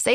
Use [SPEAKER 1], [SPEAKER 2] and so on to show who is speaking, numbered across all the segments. [SPEAKER 1] Say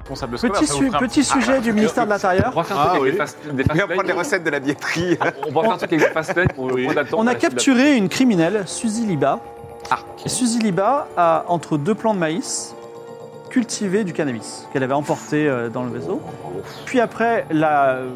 [SPEAKER 2] responsable scolaire,
[SPEAKER 3] Petit,
[SPEAKER 2] ça
[SPEAKER 3] su-
[SPEAKER 2] vous fera un
[SPEAKER 3] petit sujet du ministère
[SPEAKER 4] euh,
[SPEAKER 3] de l'intérieur.
[SPEAKER 2] On va faire un
[SPEAKER 5] Ah,
[SPEAKER 2] truc avec
[SPEAKER 5] oui.
[SPEAKER 2] des fast- des
[SPEAKER 5] On
[SPEAKER 2] fast
[SPEAKER 5] va prendre les
[SPEAKER 2] lane.
[SPEAKER 5] recettes de la billetterie.
[SPEAKER 2] On va faire un truc avec des fast lane pour le
[SPEAKER 5] Oui.
[SPEAKER 2] prendre d'attente
[SPEAKER 3] On
[SPEAKER 2] à
[SPEAKER 3] a
[SPEAKER 2] la suite de la-
[SPEAKER 3] capturé une criminelle, Suzy Liba.
[SPEAKER 2] Ah.
[SPEAKER 3] Suzy Liba a, entre deux plants de maïs, cultivé du cannabis qu'elle avait emporté euh, dans le vaisseau. Puis après, l'a, euh,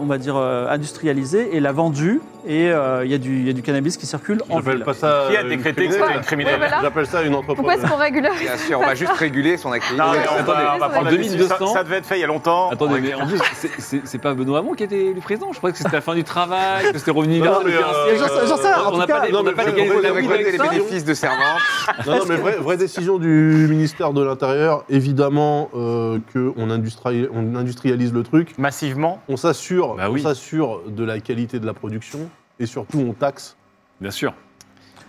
[SPEAKER 3] on va dire, euh, industrialisé et l'a vendu. Et euh, il y, a du- il y a du cannabis qui circule en
[SPEAKER 6] J'appelle
[SPEAKER 3] ville.
[SPEAKER 6] pas ça.
[SPEAKER 2] Qui a
[SPEAKER 6] une
[SPEAKER 2] décrété que c'était
[SPEAKER 6] criminelle.
[SPEAKER 2] une criminelle
[SPEAKER 7] Ouais, voilà.
[SPEAKER 6] J'appelle ça une entreprise.
[SPEAKER 7] Pourquoi est-ce qu'on régularise
[SPEAKER 5] Bien sûr, on va juste réguler son activité.
[SPEAKER 2] Non, mais on
[SPEAKER 7] attendez,
[SPEAKER 2] va- on va
[SPEAKER 7] c'est
[SPEAKER 2] prendre
[SPEAKER 7] vrai.
[SPEAKER 2] la décision.
[SPEAKER 4] 2200.
[SPEAKER 5] Ça, ça devait être fait il y a longtemps.
[SPEAKER 4] Attendez, mais en plus, c'est- c'est c'est pas Benoît Hamon qui était le président. Je crois que c'était la fin du travail, que c'était revenu
[SPEAKER 6] Non,
[SPEAKER 4] là.
[SPEAKER 6] non, mais, euh,
[SPEAKER 3] Et J'en sais- j'en sais rien, en
[SPEAKER 4] on
[SPEAKER 3] tout
[SPEAKER 4] n'a pas,
[SPEAKER 3] cas.
[SPEAKER 4] des-
[SPEAKER 6] non,
[SPEAKER 4] on n'a
[SPEAKER 6] mais
[SPEAKER 4] pas
[SPEAKER 6] vous-
[SPEAKER 5] On
[SPEAKER 4] dégagé
[SPEAKER 6] vous
[SPEAKER 5] devrait
[SPEAKER 4] la
[SPEAKER 6] avez
[SPEAKER 4] mouille
[SPEAKER 6] récolté
[SPEAKER 5] récolter
[SPEAKER 4] avec ça.
[SPEAKER 5] les bénéfices de servante.
[SPEAKER 6] Non, non, mais euh, vraie, vraie décision du ministère de l'Intérieur. Évidemment euh, qu'on on industrialise le truc.
[SPEAKER 5] Massivement.
[SPEAKER 6] On s'assure
[SPEAKER 4] Bah
[SPEAKER 6] on
[SPEAKER 4] oui.
[SPEAKER 6] s'assure de la qualité de la production. Et surtout, on taxe.
[SPEAKER 4] Bien sûr.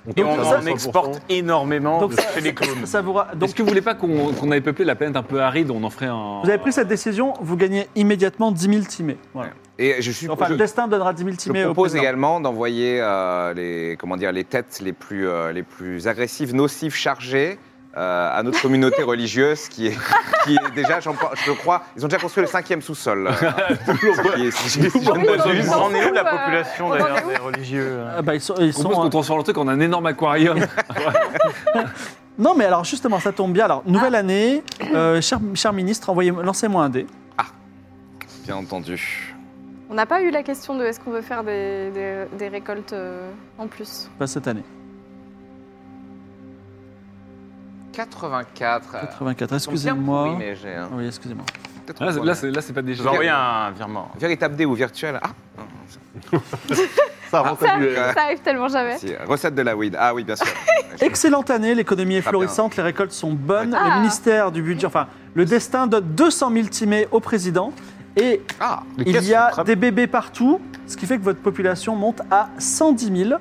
[SPEAKER 6] taxe
[SPEAKER 5] Et on
[SPEAKER 6] à
[SPEAKER 5] en
[SPEAKER 6] 100%.
[SPEAKER 5] exporte énormément
[SPEAKER 3] Donc,
[SPEAKER 5] chez les clowns.
[SPEAKER 3] Ça vous ra- donc,
[SPEAKER 4] Est-ce que vous voulez pas qu'on qu'on avait peuplé la planète un peu aride On en ferait un.
[SPEAKER 3] vous avez pris cette décision, vous gagnez immédiatement 10 000 timés. Voilà.
[SPEAKER 5] Et je suis.
[SPEAKER 3] Enfin,
[SPEAKER 5] je-
[SPEAKER 3] le destin donnera 10 000
[SPEAKER 5] Je
[SPEAKER 3] timés au
[SPEAKER 5] propose
[SPEAKER 3] président.
[SPEAKER 5] également d'envoyer euh, les, comment dire, les têtes les plus, euh, les plus agressives, nocives, chargées euh, à notre communauté religieuse qui est, qui est déjà, j'en pense- je crois, ils ont déjà construit le cinquième sous-sol. euh, qui est- si je- si je ne
[SPEAKER 7] Oui,
[SPEAKER 5] m'abuse.
[SPEAKER 7] ils ont-
[SPEAKER 5] Bon,
[SPEAKER 2] On en est où la
[SPEAKER 3] euh,
[SPEAKER 7] Bah,
[SPEAKER 2] population
[SPEAKER 7] on en est
[SPEAKER 2] d'ailleurs
[SPEAKER 7] où
[SPEAKER 2] des religieux
[SPEAKER 5] euh
[SPEAKER 2] hein
[SPEAKER 3] Ah bah, ils sont- ils
[SPEAKER 4] Je
[SPEAKER 3] sont,
[SPEAKER 4] propose qu'on transforme le truc en un énorme aquarium.
[SPEAKER 3] Non, mais alors justement, ça tombe bien. Alors, nouvelle
[SPEAKER 5] Ah.
[SPEAKER 3] année, euh, cher, cher ministre, envoyez, lancez-moi un dé.
[SPEAKER 5] Ah. Bien entendu.
[SPEAKER 7] On n'a pas eu la question de est-ce qu'on veut faire des, des- des récoltes euh, en plus.
[SPEAKER 3] Pas cette année.
[SPEAKER 5] Euh, 84. euh,
[SPEAKER 3] 84,
[SPEAKER 5] ils sont bien pourris,
[SPEAKER 3] excusez-moi.
[SPEAKER 5] mais j'ai un-
[SPEAKER 3] Oui, excusez-moi.
[SPEAKER 5] peut-être
[SPEAKER 4] Là,
[SPEAKER 5] on
[SPEAKER 4] c'est-
[SPEAKER 5] voit
[SPEAKER 4] là,
[SPEAKER 5] bien.
[SPEAKER 4] c'est là, c'est pas des
[SPEAKER 5] Je
[SPEAKER 2] Je vais
[SPEAKER 5] vais-
[SPEAKER 2] envoyer un virement.
[SPEAKER 5] Véritable dé ou virtuel Ah, non, non,
[SPEAKER 6] Ça
[SPEAKER 5] Ah,
[SPEAKER 6] rentre
[SPEAKER 7] Ça, euh.
[SPEAKER 6] annuel.
[SPEAKER 7] ça arrive tellement jamais.
[SPEAKER 5] si, euh, Recette de la weed. Ah oui, bien sûr.
[SPEAKER 3] Excellente année, l'économie est
[SPEAKER 5] Ah,
[SPEAKER 3] florissante, les récoltes sont bonnes,
[SPEAKER 7] Ah.
[SPEAKER 3] le ministère du budget, enfin, le destin donne 200 000 timés au président et
[SPEAKER 5] Ah, les
[SPEAKER 3] il
[SPEAKER 5] caisses
[SPEAKER 3] y
[SPEAKER 5] sont
[SPEAKER 3] a
[SPEAKER 5] très-
[SPEAKER 3] des bébés partout, ce qui fait que votre population monte à 110 000.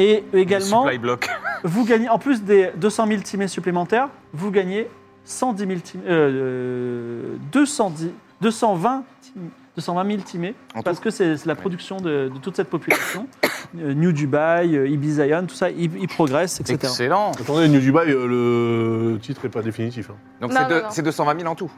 [SPEAKER 3] Et également,
[SPEAKER 2] Supply block.
[SPEAKER 3] vous gagnez, en plus des 200 000 timés supplémentaires, vous gagnez 110 000 timés, euh, euh, 210, 220, timés- 220 000 timés,
[SPEAKER 5] En tout
[SPEAKER 3] parce que c'est c'est la production de, de toute cette population. Euh, New Dubai, euh, Ibizaïon, tout ça, ils ils progressent, etc.
[SPEAKER 2] Excellent.
[SPEAKER 6] Attendez, New Dubai, euh, le titre n'est pas définitif. hein.
[SPEAKER 5] Donc
[SPEAKER 7] Non,
[SPEAKER 5] c'est
[SPEAKER 7] non,
[SPEAKER 5] deux-
[SPEAKER 7] non.
[SPEAKER 5] c'est 220 000 en tout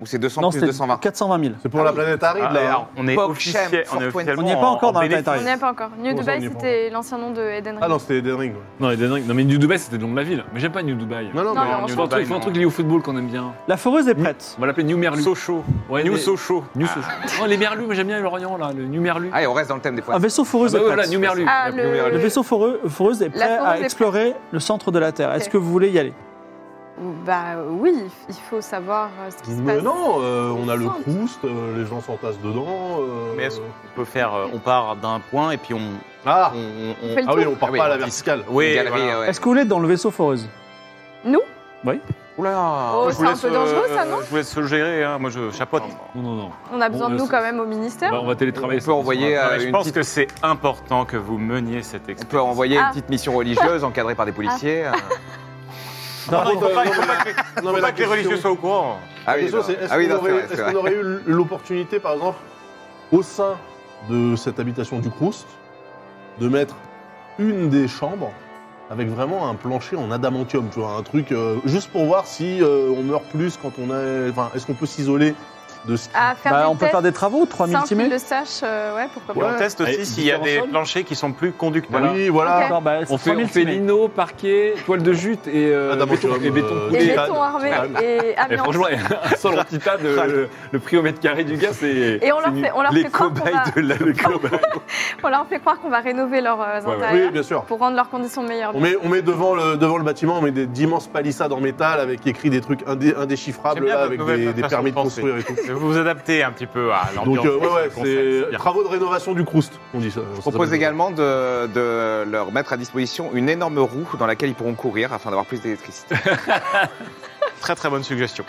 [SPEAKER 5] Ou c'est 200
[SPEAKER 3] Non,
[SPEAKER 5] plus
[SPEAKER 3] c'est
[SPEAKER 5] 220
[SPEAKER 3] 420 000.
[SPEAKER 6] C'est pour
[SPEAKER 5] Ah
[SPEAKER 6] la
[SPEAKER 5] oui.
[SPEAKER 6] planète aride,
[SPEAKER 2] Ah,
[SPEAKER 6] là. hein.
[SPEAKER 2] alors, on est
[SPEAKER 5] Pop
[SPEAKER 2] officiel-
[SPEAKER 5] Sham,
[SPEAKER 2] on est officiellement
[SPEAKER 3] On n'est pas
[SPEAKER 2] en-
[SPEAKER 3] encore
[SPEAKER 2] en
[SPEAKER 3] dans le
[SPEAKER 2] bénéfice.
[SPEAKER 3] détail.
[SPEAKER 7] On n'y est pas encore. New
[SPEAKER 6] Comment ça, on
[SPEAKER 7] Dubai,
[SPEAKER 6] n'y est pas
[SPEAKER 7] c'était l'ancien nom de Eden Ring.
[SPEAKER 6] Ah non, c'était Eden Ring. ouais.
[SPEAKER 4] Non, et des dingues. Non, mais New Dubai, c'était le nom de la ville. Mais j'aime pas New Dubai.
[SPEAKER 6] Non,
[SPEAKER 7] Non, non,
[SPEAKER 6] non, mais
[SPEAKER 4] Il
[SPEAKER 2] New
[SPEAKER 4] faut un truc-
[SPEAKER 2] Dubai,
[SPEAKER 4] il faut un
[SPEAKER 2] non.
[SPEAKER 4] truc lié au football qu'on aime bien.
[SPEAKER 3] La foreuse est prête.
[SPEAKER 4] On va l'appeler New Merlu.
[SPEAKER 2] Sochaux.
[SPEAKER 4] Ouais,
[SPEAKER 2] New
[SPEAKER 4] mais-
[SPEAKER 2] Sochaux.
[SPEAKER 4] New Sochaux. Oh, les Merlus, mais j'aime bien l'Orient, là, le New Merlu.
[SPEAKER 5] Allez, Ah, on reste dans le thème des
[SPEAKER 3] Un
[SPEAKER 5] poissons.
[SPEAKER 3] vaisseau
[SPEAKER 4] Ah,
[SPEAKER 3] foreuse
[SPEAKER 4] bah,
[SPEAKER 3] est prêt.
[SPEAKER 4] voilà, New Merlu.
[SPEAKER 7] Ah,
[SPEAKER 5] La première-
[SPEAKER 3] Le
[SPEAKER 7] le...
[SPEAKER 3] vaisseau foreux- foreuse est prêt
[SPEAKER 7] foreuse est
[SPEAKER 3] à
[SPEAKER 7] prête.
[SPEAKER 3] explorer le centre de la Terre. Est-ce
[SPEAKER 7] Ok.
[SPEAKER 3] que vous voulez y aller
[SPEAKER 7] Bah oui, il faut savoir euh, ce qui se
[SPEAKER 6] Mais
[SPEAKER 7] passe.
[SPEAKER 6] non, euh, on a le Proust, euh, les gens s'entassent dedans. euh,
[SPEAKER 2] Mais est-ce On peut faire. euh, On part d'un point et puis on.
[SPEAKER 6] Ah,
[SPEAKER 2] on- on-
[SPEAKER 7] On
[SPEAKER 2] on-
[SPEAKER 7] fait le
[SPEAKER 6] ah oui,
[SPEAKER 7] tour.
[SPEAKER 6] on part
[SPEAKER 5] Ah oui,
[SPEAKER 6] pas à
[SPEAKER 5] on
[SPEAKER 6] la
[SPEAKER 5] dit-
[SPEAKER 6] verticale.
[SPEAKER 2] Oui,
[SPEAKER 5] Galerie,
[SPEAKER 2] voilà.
[SPEAKER 5] Ah ouais.
[SPEAKER 3] Est-ce que vous voulez être dans le vaisseau foreuse
[SPEAKER 7] Nous
[SPEAKER 5] Oula
[SPEAKER 7] Oh,
[SPEAKER 2] Je vous
[SPEAKER 7] c'est un
[SPEAKER 2] laisse,
[SPEAKER 7] peu dangereux, ça, non
[SPEAKER 2] Je vous laisse le gérer, hein. moi je chapeaute.
[SPEAKER 4] Non, non, non.
[SPEAKER 7] On a besoin
[SPEAKER 4] Bon,
[SPEAKER 7] de
[SPEAKER 4] euh,
[SPEAKER 7] nous
[SPEAKER 4] ça-
[SPEAKER 7] quand même au
[SPEAKER 4] On
[SPEAKER 2] Bah,
[SPEAKER 7] ministère.
[SPEAKER 4] va, on va télétravailler.
[SPEAKER 5] On peut envoyer,
[SPEAKER 2] Non,
[SPEAKER 5] euh,
[SPEAKER 2] mais je
[SPEAKER 5] une
[SPEAKER 2] pense
[SPEAKER 5] petite-
[SPEAKER 2] que c'est important que vous meniez cette
[SPEAKER 5] On peut
[SPEAKER 2] expérience.
[SPEAKER 5] envoyer
[SPEAKER 7] Ah.
[SPEAKER 5] une petite mission religieuse encadrée par des policiers. euh.
[SPEAKER 3] Bravo.
[SPEAKER 2] Il faut pas, il faut pas que les-
[SPEAKER 6] Non,
[SPEAKER 2] faut pas que les
[SPEAKER 6] question-
[SPEAKER 2] religieux soient au courant.
[SPEAKER 5] Ah
[SPEAKER 6] La
[SPEAKER 5] oui,
[SPEAKER 6] question,
[SPEAKER 5] non.
[SPEAKER 6] c'est est-ce
[SPEAKER 5] Ah oui,
[SPEAKER 6] qu'on
[SPEAKER 5] non, c'est
[SPEAKER 6] aurait,
[SPEAKER 5] vrai,
[SPEAKER 6] est-ce
[SPEAKER 5] c'est
[SPEAKER 6] qu'on
[SPEAKER 5] vrai.
[SPEAKER 6] aurait eu l'opportunité, par exemple, au sein de cette habitation du Proust, de mettre une des chambres avec vraiment un plancher en adamantium, tu vois, un truc euh, juste pour voir si euh, on meurt plus quand on est. Enfin, est-ce qu'on peut s'isoler de ski.
[SPEAKER 7] À faire
[SPEAKER 3] Bah,
[SPEAKER 7] des
[SPEAKER 3] on peut
[SPEAKER 7] tests,
[SPEAKER 3] faire des travaux, 3000
[SPEAKER 7] sans qu'ils
[SPEAKER 3] timés
[SPEAKER 7] le sachent, euh, ouais, pourquoi
[SPEAKER 2] Et
[SPEAKER 7] pas.
[SPEAKER 2] on teste aussi
[SPEAKER 6] Et
[SPEAKER 2] s'il y a
[SPEAKER 6] différents
[SPEAKER 2] des
[SPEAKER 6] sols
[SPEAKER 2] planchers qui sont plus conducteurs.
[SPEAKER 6] Oui, voilà.
[SPEAKER 7] Ok.
[SPEAKER 3] Non, bah,
[SPEAKER 4] On fait,
[SPEAKER 3] 3000
[SPEAKER 4] on fait
[SPEAKER 3] timés.
[SPEAKER 4] lino, parquet, toile de jute et, euh,
[SPEAKER 6] Adam
[SPEAKER 4] béton,
[SPEAKER 6] Antium,
[SPEAKER 4] et béton
[SPEAKER 6] euh,
[SPEAKER 4] coulé.
[SPEAKER 7] Et
[SPEAKER 6] Titane.
[SPEAKER 7] béton armé
[SPEAKER 6] Titane.
[SPEAKER 7] et
[SPEAKER 4] Mais
[SPEAKER 7] amiante.
[SPEAKER 4] Eh, franchement, un sol en titane, le, le prix au mètre carré du gars, c'est.
[SPEAKER 7] Et on leur
[SPEAKER 4] c'est
[SPEAKER 7] fait, on leur
[SPEAKER 4] nul.
[SPEAKER 7] fait croire qu'on va,
[SPEAKER 4] la le cobaye.
[SPEAKER 7] on leur fait croire qu'on va rénover leurs euh,
[SPEAKER 4] ouais.
[SPEAKER 7] intérieurs
[SPEAKER 6] Oui, bien sûr.
[SPEAKER 7] pour rendre leurs conditions meilleures.
[SPEAKER 6] On met, on met devant, le, devant le bâtiment, on met des- d'immenses palissades en métal avec écrit des trucs indé- indéchiffrables
[SPEAKER 2] J'aime bien
[SPEAKER 6] là,
[SPEAKER 2] votre
[SPEAKER 6] avec
[SPEAKER 2] nouvelle
[SPEAKER 6] des, des
[SPEAKER 2] façon
[SPEAKER 6] permis
[SPEAKER 2] de
[SPEAKER 6] de
[SPEAKER 2] penser.
[SPEAKER 6] construire et tout.
[SPEAKER 2] Vous vous adaptez un petit peu à l'ambiance.
[SPEAKER 6] Donc, euh, ouais, ouais,
[SPEAKER 2] du concept, c'est
[SPEAKER 6] c'est
[SPEAKER 2] bien.
[SPEAKER 6] travaux de rénovation du Croust, on dit ça.
[SPEAKER 5] Je propose également de, de leur mettre à disposition une énorme roue dans laquelle ils pourront courir afin d'avoir plus d'électricité.
[SPEAKER 2] Très très bonne suggestion.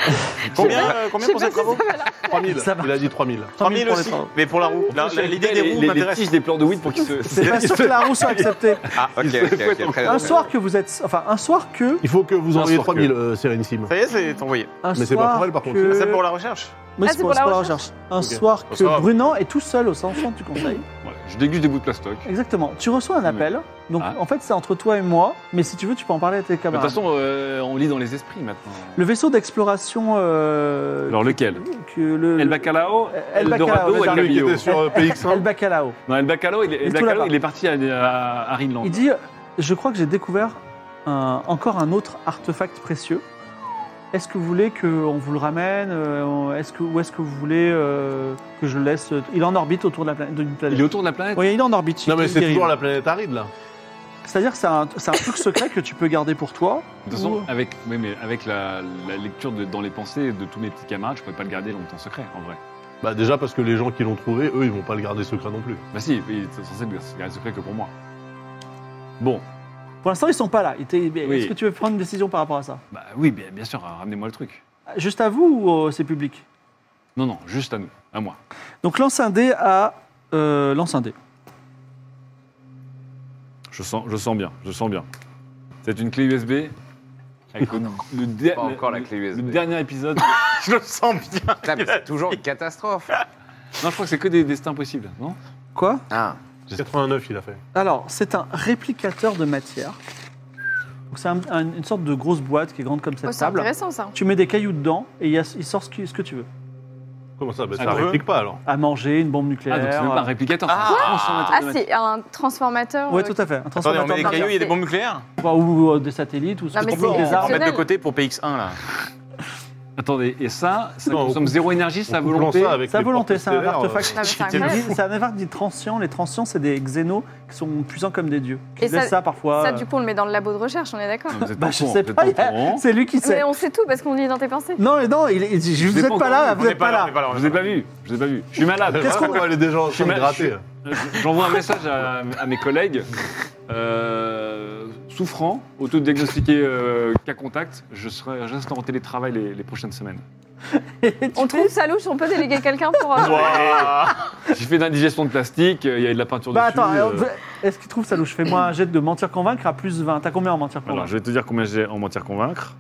[SPEAKER 2] combien euh, combien pour
[SPEAKER 7] Je
[SPEAKER 2] ces
[SPEAKER 7] sais pas
[SPEAKER 2] travaux
[SPEAKER 7] si ça va leur-
[SPEAKER 6] 3000,
[SPEAKER 3] Ça va.
[SPEAKER 6] il a dit 3000.
[SPEAKER 2] 3000
[SPEAKER 3] pour les
[SPEAKER 2] aussi.
[SPEAKER 3] travaux.
[SPEAKER 2] Mais pour la roue. La- la- L'idée des roues
[SPEAKER 4] les, les
[SPEAKER 2] m'intéresse.
[SPEAKER 4] tiges des plans de weed pour qu'ils se.
[SPEAKER 3] C'est pas sûr que la roue soit acceptée.
[SPEAKER 5] Ah, ok, ok, ok, très bien.
[SPEAKER 3] Un soir que vous êtes. Enfin, un soir que.
[SPEAKER 6] Il faut que vous
[SPEAKER 4] Un
[SPEAKER 6] envoyiez
[SPEAKER 4] soir
[SPEAKER 6] 3000, euh, Sérénissime.
[SPEAKER 2] Ça y est, c'est envoyé.
[SPEAKER 3] Un
[SPEAKER 6] Mais c'est
[SPEAKER 3] soir
[SPEAKER 6] pas pour elle, par contre.
[SPEAKER 3] que-
[SPEAKER 2] C'est pour la recherche.
[SPEAKER 3] Mais
[SPEAKER 7] Ah,
[SPEAKER 3] c'est pour, c'est pour la recherche. Un
[SPEAKER 6] Ok.
[SPEAKER 3] soir
[SPEAKER 2] Ça va.
[SPEAKER 3] que Brunan est tout seul au centre du conseil.
[SPEAKER 4] Voilà, je déguste des bouts de plastoc. De
[SPEAKER 3] Exactement. Tu reçois
[SPEAKER 6] Mm.
[SPEAKER 3] un appel. Donc
[SPEAKER 4] Ah.
[SPEAKER 3] en fait, c'est entre toi et moi. Mais si tu veux, tu peux en parler à tes
[SPEAKER 4] toute
[SPEAKER 3] camarades.
[SPEAKER 4] façon, euh, on lit dans les esprits maintenant.
[SPEAKER 3] le vaisseau d'exploration. euh,
[SPEAKER 4] Alors lequel
[SPEAKER 3] que le, Euh,
[SPEAKER 4] El Bacalao,
[SPEAKER 3] El
[SPEAKER 4] El
[SPEAKER 3] Bacalao,
[SPEAKER 4] Dorado, El
[SPEAKER 3] c'est
[SPEAKER 6] Celui qui
[SPEAKER 4] Camillo.
[SPEAKER 6] était sur euh,
[SPEAKER 3] El
[SPEAKER 6] PX1.
[SPEAKER 3] Bacalao.
[SPEAKER 4] Non, El Bacalao, il, est- El
[SPEAKER 3] Il est tout
[SPEAKER 4] Bacalao,
[SPEAKER 3] là-bas.
[SPEAKER 4] il est parti à, à, à Rhineland.
[SPEAKER 3] Il dit Je crois que j'ai découvert un- encore un autre artefact précieux. Est-ce que vous voulez qu'on vous le ramène euh, est-ce que, Ou est-ce que vous voulez euh, que je le laisse Il est en orbite autour de la planète- d'une planète.
[SPEAKER 4] Il est autour de la planète.
[SPEAKER 3] Oui, il est en orbite.
[SPEAKER 6] Non, mais
[SPEAKER 3] Il
[SPEAKER 6] c'est
[SPEAKER 3] dérive.
[SPEAKER 6] toujours la planète aride là.
[SPEAKER 3] C'est-à-dire que c'est un, c'est un truc secret que tu peux garder pour toi.
[SPEAKER 4] De toute façon,
[SPEAKER 3] Ouh.
[SPEAKER 4] avec, oui, mais avec la, la lecture de, dans les pensées de tous mes petits camarades, je ne pouvais pas le garder longtemps secret, en vrai.
[SPEAKER 6] Bah, déjà parce que les gens qui l'ont trouvé, eux, ils vont pas le garder secret non plus.
[SPEAKER 4] Bah si, il est censé le garder secret que pour moi. Bon,
[SPEAKER 3] Pour l'instant, ils sont pas là. Ils t'aient- mais
[SPEAKER 4] Oui.
[SPEAKER 3] Est-ce que tu veux prendre une décision par rapport à ça
[SPEAKER 4] bah oui, bien, bien sûr, euh, ramenez-moi le truc.
[SPEAKER 3] Juste à vous ou euh, c'est public
[SPEAKER 4] Non, non, juste à nous, à moi.
[SPEAKER 3] Donc lance un dé à... euh, lance un dé.
[SPEAKER 4] Je sens, je sens bien, je sens bien. C'est une clé USB. Avec le, le der-
[SPEAKER 5] Ah, Pas encore la
[SPEAKER 4] le-
[SPEAKER 5] clé USB.
[SPEAKER 4] le dernier épisode.
[SPEAKER 2] Je le sens bien.
[SPEAKER 5] Putain, mais c'est toujours une catastrophe.
[SPEAKER 4] non, je crois que c'est que des destins possibles, non
[SPEAKER 3] Quoi
[SPEAKER 5] Ah,
[SPEAKER 6] 89, il a fait.
[SPEAKER 3] Alors, c'est un réplicateur de matière. Donc c'est un- un- une sorte de grosse boîte qui est grande comme cette
[SPEAKER 7] Oh, c'est
[SPEAKER 3] table.
[SPEAKER 7] intéressant ça.
[SPEAKER 3] Tu mets des cailloux dedans et il, y a- il sort ce, qui- ce que tu veux.
[SPEAKER 6] Comment ça Bah, ça
[SPEAKER 4] Ah, ouais.
[SPEAKER 6] réplique pas alors.
[SPEAKER 3] À manger, une bombe nucléaire.
[SPEAKER 4] Ah, donc c'est même pas un réplicateur, c'est un transformateur
[SPEAKER 7] Ah,
[SPEAKER 4] de matière.
[SPEAKER 7] c'est un transformateur.
[SPEAKER 3] Ouais,
[SPEAKER 7] euh,
[SPEAKER 3] tout à fait. Un
[SPEAKER 2] Attendez, on
[SPEAKER 3] transformateur
[SPEAKER 2] met des
[SPEAKER 3] de
[SPEAKER 2] cailloux, il y a des
[SPEAKER 7] C'est-
[SPEAKER 2] bombes nucléaires
[SPEAKER 3] matière. Ou euh, des satellites ou ce
[SPEAKER 7] Non,
[SPEAKER 3] que
[SPEAKER 7] mais
[SPEAKER 3] tu veux,
[SPEAKER 7] c'est
[SPEAKER 3] des
[SPEAKER 2] On va
[SPEAKER 3] armes.
[SPEAKER 2] mettre de côté pour PX1 là.
[SPEAKER 4] Attendez, et ça, ça
[SPEAKER 6] Non, on
[SPEAKER 4] consomme
[SPEAKER 6] coupe-
[SPEAKER 4] zéro énergie,
[SPEAKER 6] On
[SPEAKER 4] ça
[SPEAKER 6] coupe
[SPEAKER 4] volonté.
[SPEAKER 6] ça avec
[SPEAKER 3] Sa
[SPEAKER 6] les
[SPEAKER 3] volonté,
[SPEAKER 6] portes
[SPEAKER 3] c'est un
[SPEAKER 6] stellaires, euh,
[SPEAKER 3] artefact.
[SPEAKER 7] Non, mais c'est
[SPEAKER 2] J'étais
[SPEAKER 7] incroyable.
[SPEAKER 3] C'est un artefact dit transient. Les transients, c'est des xénos qui sont puissants comme des dieux. Qui
[SPEAKER 7] Et
[SPEAKER 3] laissent
[SPEAKER 7] ça-
[SPEAKER 3] ça parfois. euh,
[SPEAKER 7] Ça, du coup, on le met dans le labo de recherche, on est d'accord.
[SPEAKER 4] Non, Ah, Vous êtes
[SPEAKER 3] Bah,
[SPEAKER 4] pas au
[SPEAKER 3] je
[SPEAKER 4] courant,
[SPEAKER 3] sais
[SPEAKER 4] vous êtes
[SPEAKER 3] pas,
[SPEAKER 4] au courant.
[SPEAKER 3] c'est lui qui sait.
[SPEAKER 7] Mais on sait tout parce qu'on lit dans tes pensées.
[SPEAKER 3] Non, mais non, il, il- je- vous
[SPEAKER 4] l'ai
[SPEAKER 3] n'êtes
[SPEAKER 4] pas
[SPEAKER 3] pas là,
[SPEAKER 4] encore
[SPEAKER 3] vous n'êtes pas là.
[SPEAKER 4] Je vous ai pas vu, je vous ai pas vu. Je suis malade.
[SPEAKER 6] Qu'est-ce qu'on va aller déjà en train de
[SPEAKER 4] mal-
[SPEAKER 6] gratter
[SPEAKER 4] euh, J'envoie un message à, à mes collègues. Euh, souffrant, auto-diagnostiqué euh, cas contact, je, serai, je reste en télétravail les, les prochaines semaines.
[SPEAKER 7] On trouve ça louche, on peut déléguer quelqu'un pour. euh,
[SPEAKER 4] J'ai fait de l'indigestion de plastique, euh, il y a de la peinture
[SPEAKER 3] Bah
[SPEAKER 4] dessus.
[SPEAKER 3] attends,
[SPEAKER 4] euh,
[SPEAKER 3] euh, est-ce qu'il trouve ça louche Fais-moi un jet de mentir convaincre à plus 20. T'as combien en mentir
[SPEAKER 4] Alors,
[SPEAKER 3] convaincre
[SPEAKER 4] je vais te dire combien j'ai en mentir convaincre.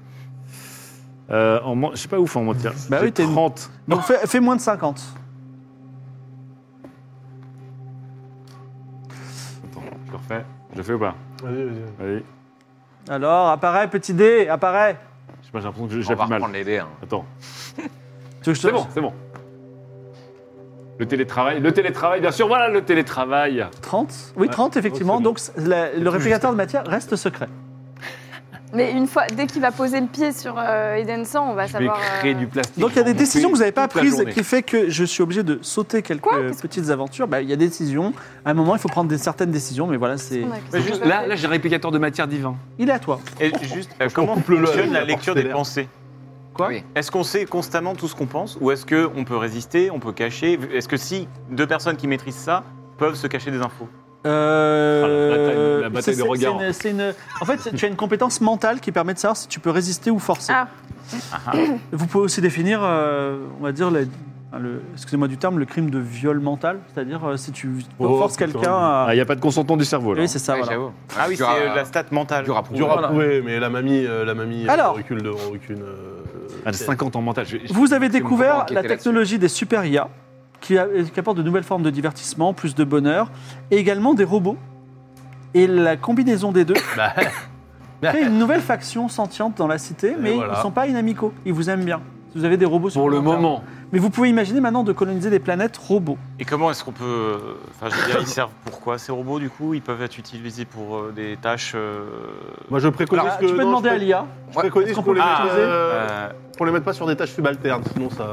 [SPEAKER 4] Euh, en, men- je sais pas ouf en mentir.
[SPEAKER 3] Bah
[SPEAKER 4] J'ai
[SPEAKER 3] oui, t'es-
[SPEAKER 4] 30.
[SPEAKER 3] Donc fais, fais moins de 50.
[SPEAKER 4] Attends, je le refais. Je le fais ou pas
[SPEAKER 6] Vas-y, vas-y.
[SPEAKER 4] Allez.
[SPEAKER 3] Alors, apparaît, petit dé, apparaît.
[SPEAKER 4] Je sais pas, j'ai l'impression que j'ai
[SPEAKER 5] on va
[SPEAKER 4] j'appuie mal.
[SPEAKER 5] reprendre les dés. hein.
[SPEAKER 4] Attends.
[SPEAKER 3] Tu veux que je te-
[SPEAKER 4] C'est bon, c'est bon. Le télétravail, le télétravail, bien sûr, voilà le télétravail.
[SPEAKER 3] 30 Oui, 30 effectivement.
[SPEAKER 6] bon.
[SPEAKER 4] Oh,
[SPEAKER 3] Donc c'est- la- le réplicateur de matière reste secret.
[SPEAKER 7] Mais une fois, dès qu'il va poser le pied sur euh, Eden 100, on va
[SPEAKER 4] Je vais
[SPEAKER 7] savoir.
[SPEAKER 4] créer
[SPEAKER 7] euh,
[SPEAKER 4] du plastique.
[SPEAKER 3] Donc il y a des
[SPEAKER 4] J'en
[SPEAKER 3] décisions que vous n'avez
[SPEAKER 4] fais
[SPEAKER 3] pas
[SPEAKER 4] toute la
[SPEAKER 3] prises
[SPEAKER 4] journée.
[SPEAKER 3] qui fait que je suis obligé de sauter quelques
[SPEAKER 7] Quoi Qu'est-ce
[SPEAKER 3] petites aventures. Bah, il y a des décisions. À un moment, il faut prendre des, certaines décisions, mais voilà, c'est.
[SPEAKER 7] on a-
[SPEAKER 4] Mais juste, là, là j'ai un réplicateur de matière divin.
[SPEAKER 3] Il est à toi.
[SPEAKER 2] Et juste, euh, comment
[SPEAKER 6] coupe le-
[SPEAKER 2] fonctionne
[SPEAKER 6] la
[SPEAKER 2] la lecture
[SPEAKER 6] porte
[SPEAKER 2] des
[SPEAKER 6] stellaire.
[SPEAKER 2] pensées
[SPEAKER 3] Quoi
[SPEAKER 5] Oui.
[SPEAKER 2] Est-ce qu'on sait constamment tout ce qu'on pense Ou est-ce qu'on peut résister, on peut cacher Est-ce que si deux personnes qui maîtrisent ça peuvent se cacher des infos
[SPEAKER 4] Ah, la bataille-
[SPEAKER 3] Euh,
[SPEAKER 4] la bataille
[SPEAKER 3] c'est-
[SPEAKER 4] des
[SPEAKER 3] c'est-
[SPEAKER 4] regards.
[SPEAKER 3] c'est une- c'est une- En fait, tu as une compétence mentale qui permet de savoir si tu peux résister ou forcer.
[SPEAKER 7] Ah.
[SPEAKER 3] Vous pouvez aussi définir, euh, on va dire, les- enfin, le, excusez-moi du terme, le crime de viol mental, c'est-à-dire euh, si tu
[SPEAKER 6] Oh,
[SPEAKER 3] forces
[SPEAKER 6] putain.
[SPEAKER 3] quelqu'un à.
[SPEAKER 4] il n'y a pas de consentement du cerveau
[SPEAKER 3] Oui, c'est ça.
[SPEAKER 5] Ouais,
[SPEAKER 3] voilà.
[SPEAKER 5] j'avoue.
[SPEAKER 2] Ah oui, c'est
[SPEAKER 5] Dur à-
[SPEAKER 2] euh, la stat mentale.
[SPEAKER 5] dur à prouver.
[SPEAKER 6] Dur
[SPEAKER 3] Voilà.
[SPEAKER 6] à prouver, mais la mamie, euh, la mamie,
[SPEAKER 3] Alors.
[SPEAKER 6] on recule de, on recule. euh,
[SPEAKER 4] Ah, 50 en mental. je- je-
[SPEAKER 3] Vous avez
[SPEAKER 5] Parce que on va
[SPEAKER 3] découvert
[SPEAKER 5] enquêter
[SPEAKER 3] la technologie des super IA qui, a- qui apporte de nouvelles formes de divertissement, plus de bonheur, et également des robots. Et la combinaison des deux
[SPEAKER 6] Bah,
[SPEAKER 3] crée une nouvelle faction sentiente dans la cité, mais
[SPEAKER 6] voilà.
[SPEAKER 3] ils ne sont pas inamicaux. Ils vous aiment bien. Vous avez des robots sur
[SPEAKER 4] Pour le
[SPEAKER 3] long terme.
[SPEAKER 4] moment.
[SPEAKER 3] Mais vous pouvez imaginer maintenant de coloniser des planètes robots.
[SPEAKER 2] Et comment est-ce qu'on peut. Enfin, je veux dire, ils servent pour quoi ces robots du coup Ils peuvent être utilisés pour euh, des tâches. euh,
[SPEAKER 6] Moi, je préconise
[SPEAKER 3] Ah,
[SPEAKER 6] que.
[SPEAKER 3] tu peux
[SPEAKER 6] non,
[SPEAKER 3] demander
[SPEAKER 6] je
[SPEAKER 3] à
[SPEAKER 6] pré-
[SPEAKER 3] l'IA.
[SPEAKER 6] Je préconise
[SPEAKER 3] Est-ce qu'on
[SPEAKER 6] qu'on
[SPEAKER 3] peut Ah,
[SPEAKER 6] les
[SPEAKER 3] les
[SPEAKER 6] utilise,
[SPEAKER 3] utiliser
[SPEAKER 6] euh,
[SPEAKER 2] euh,
[SPEAKER 6] qu'on les mette pas sur des tâches subalternes, sinon ça.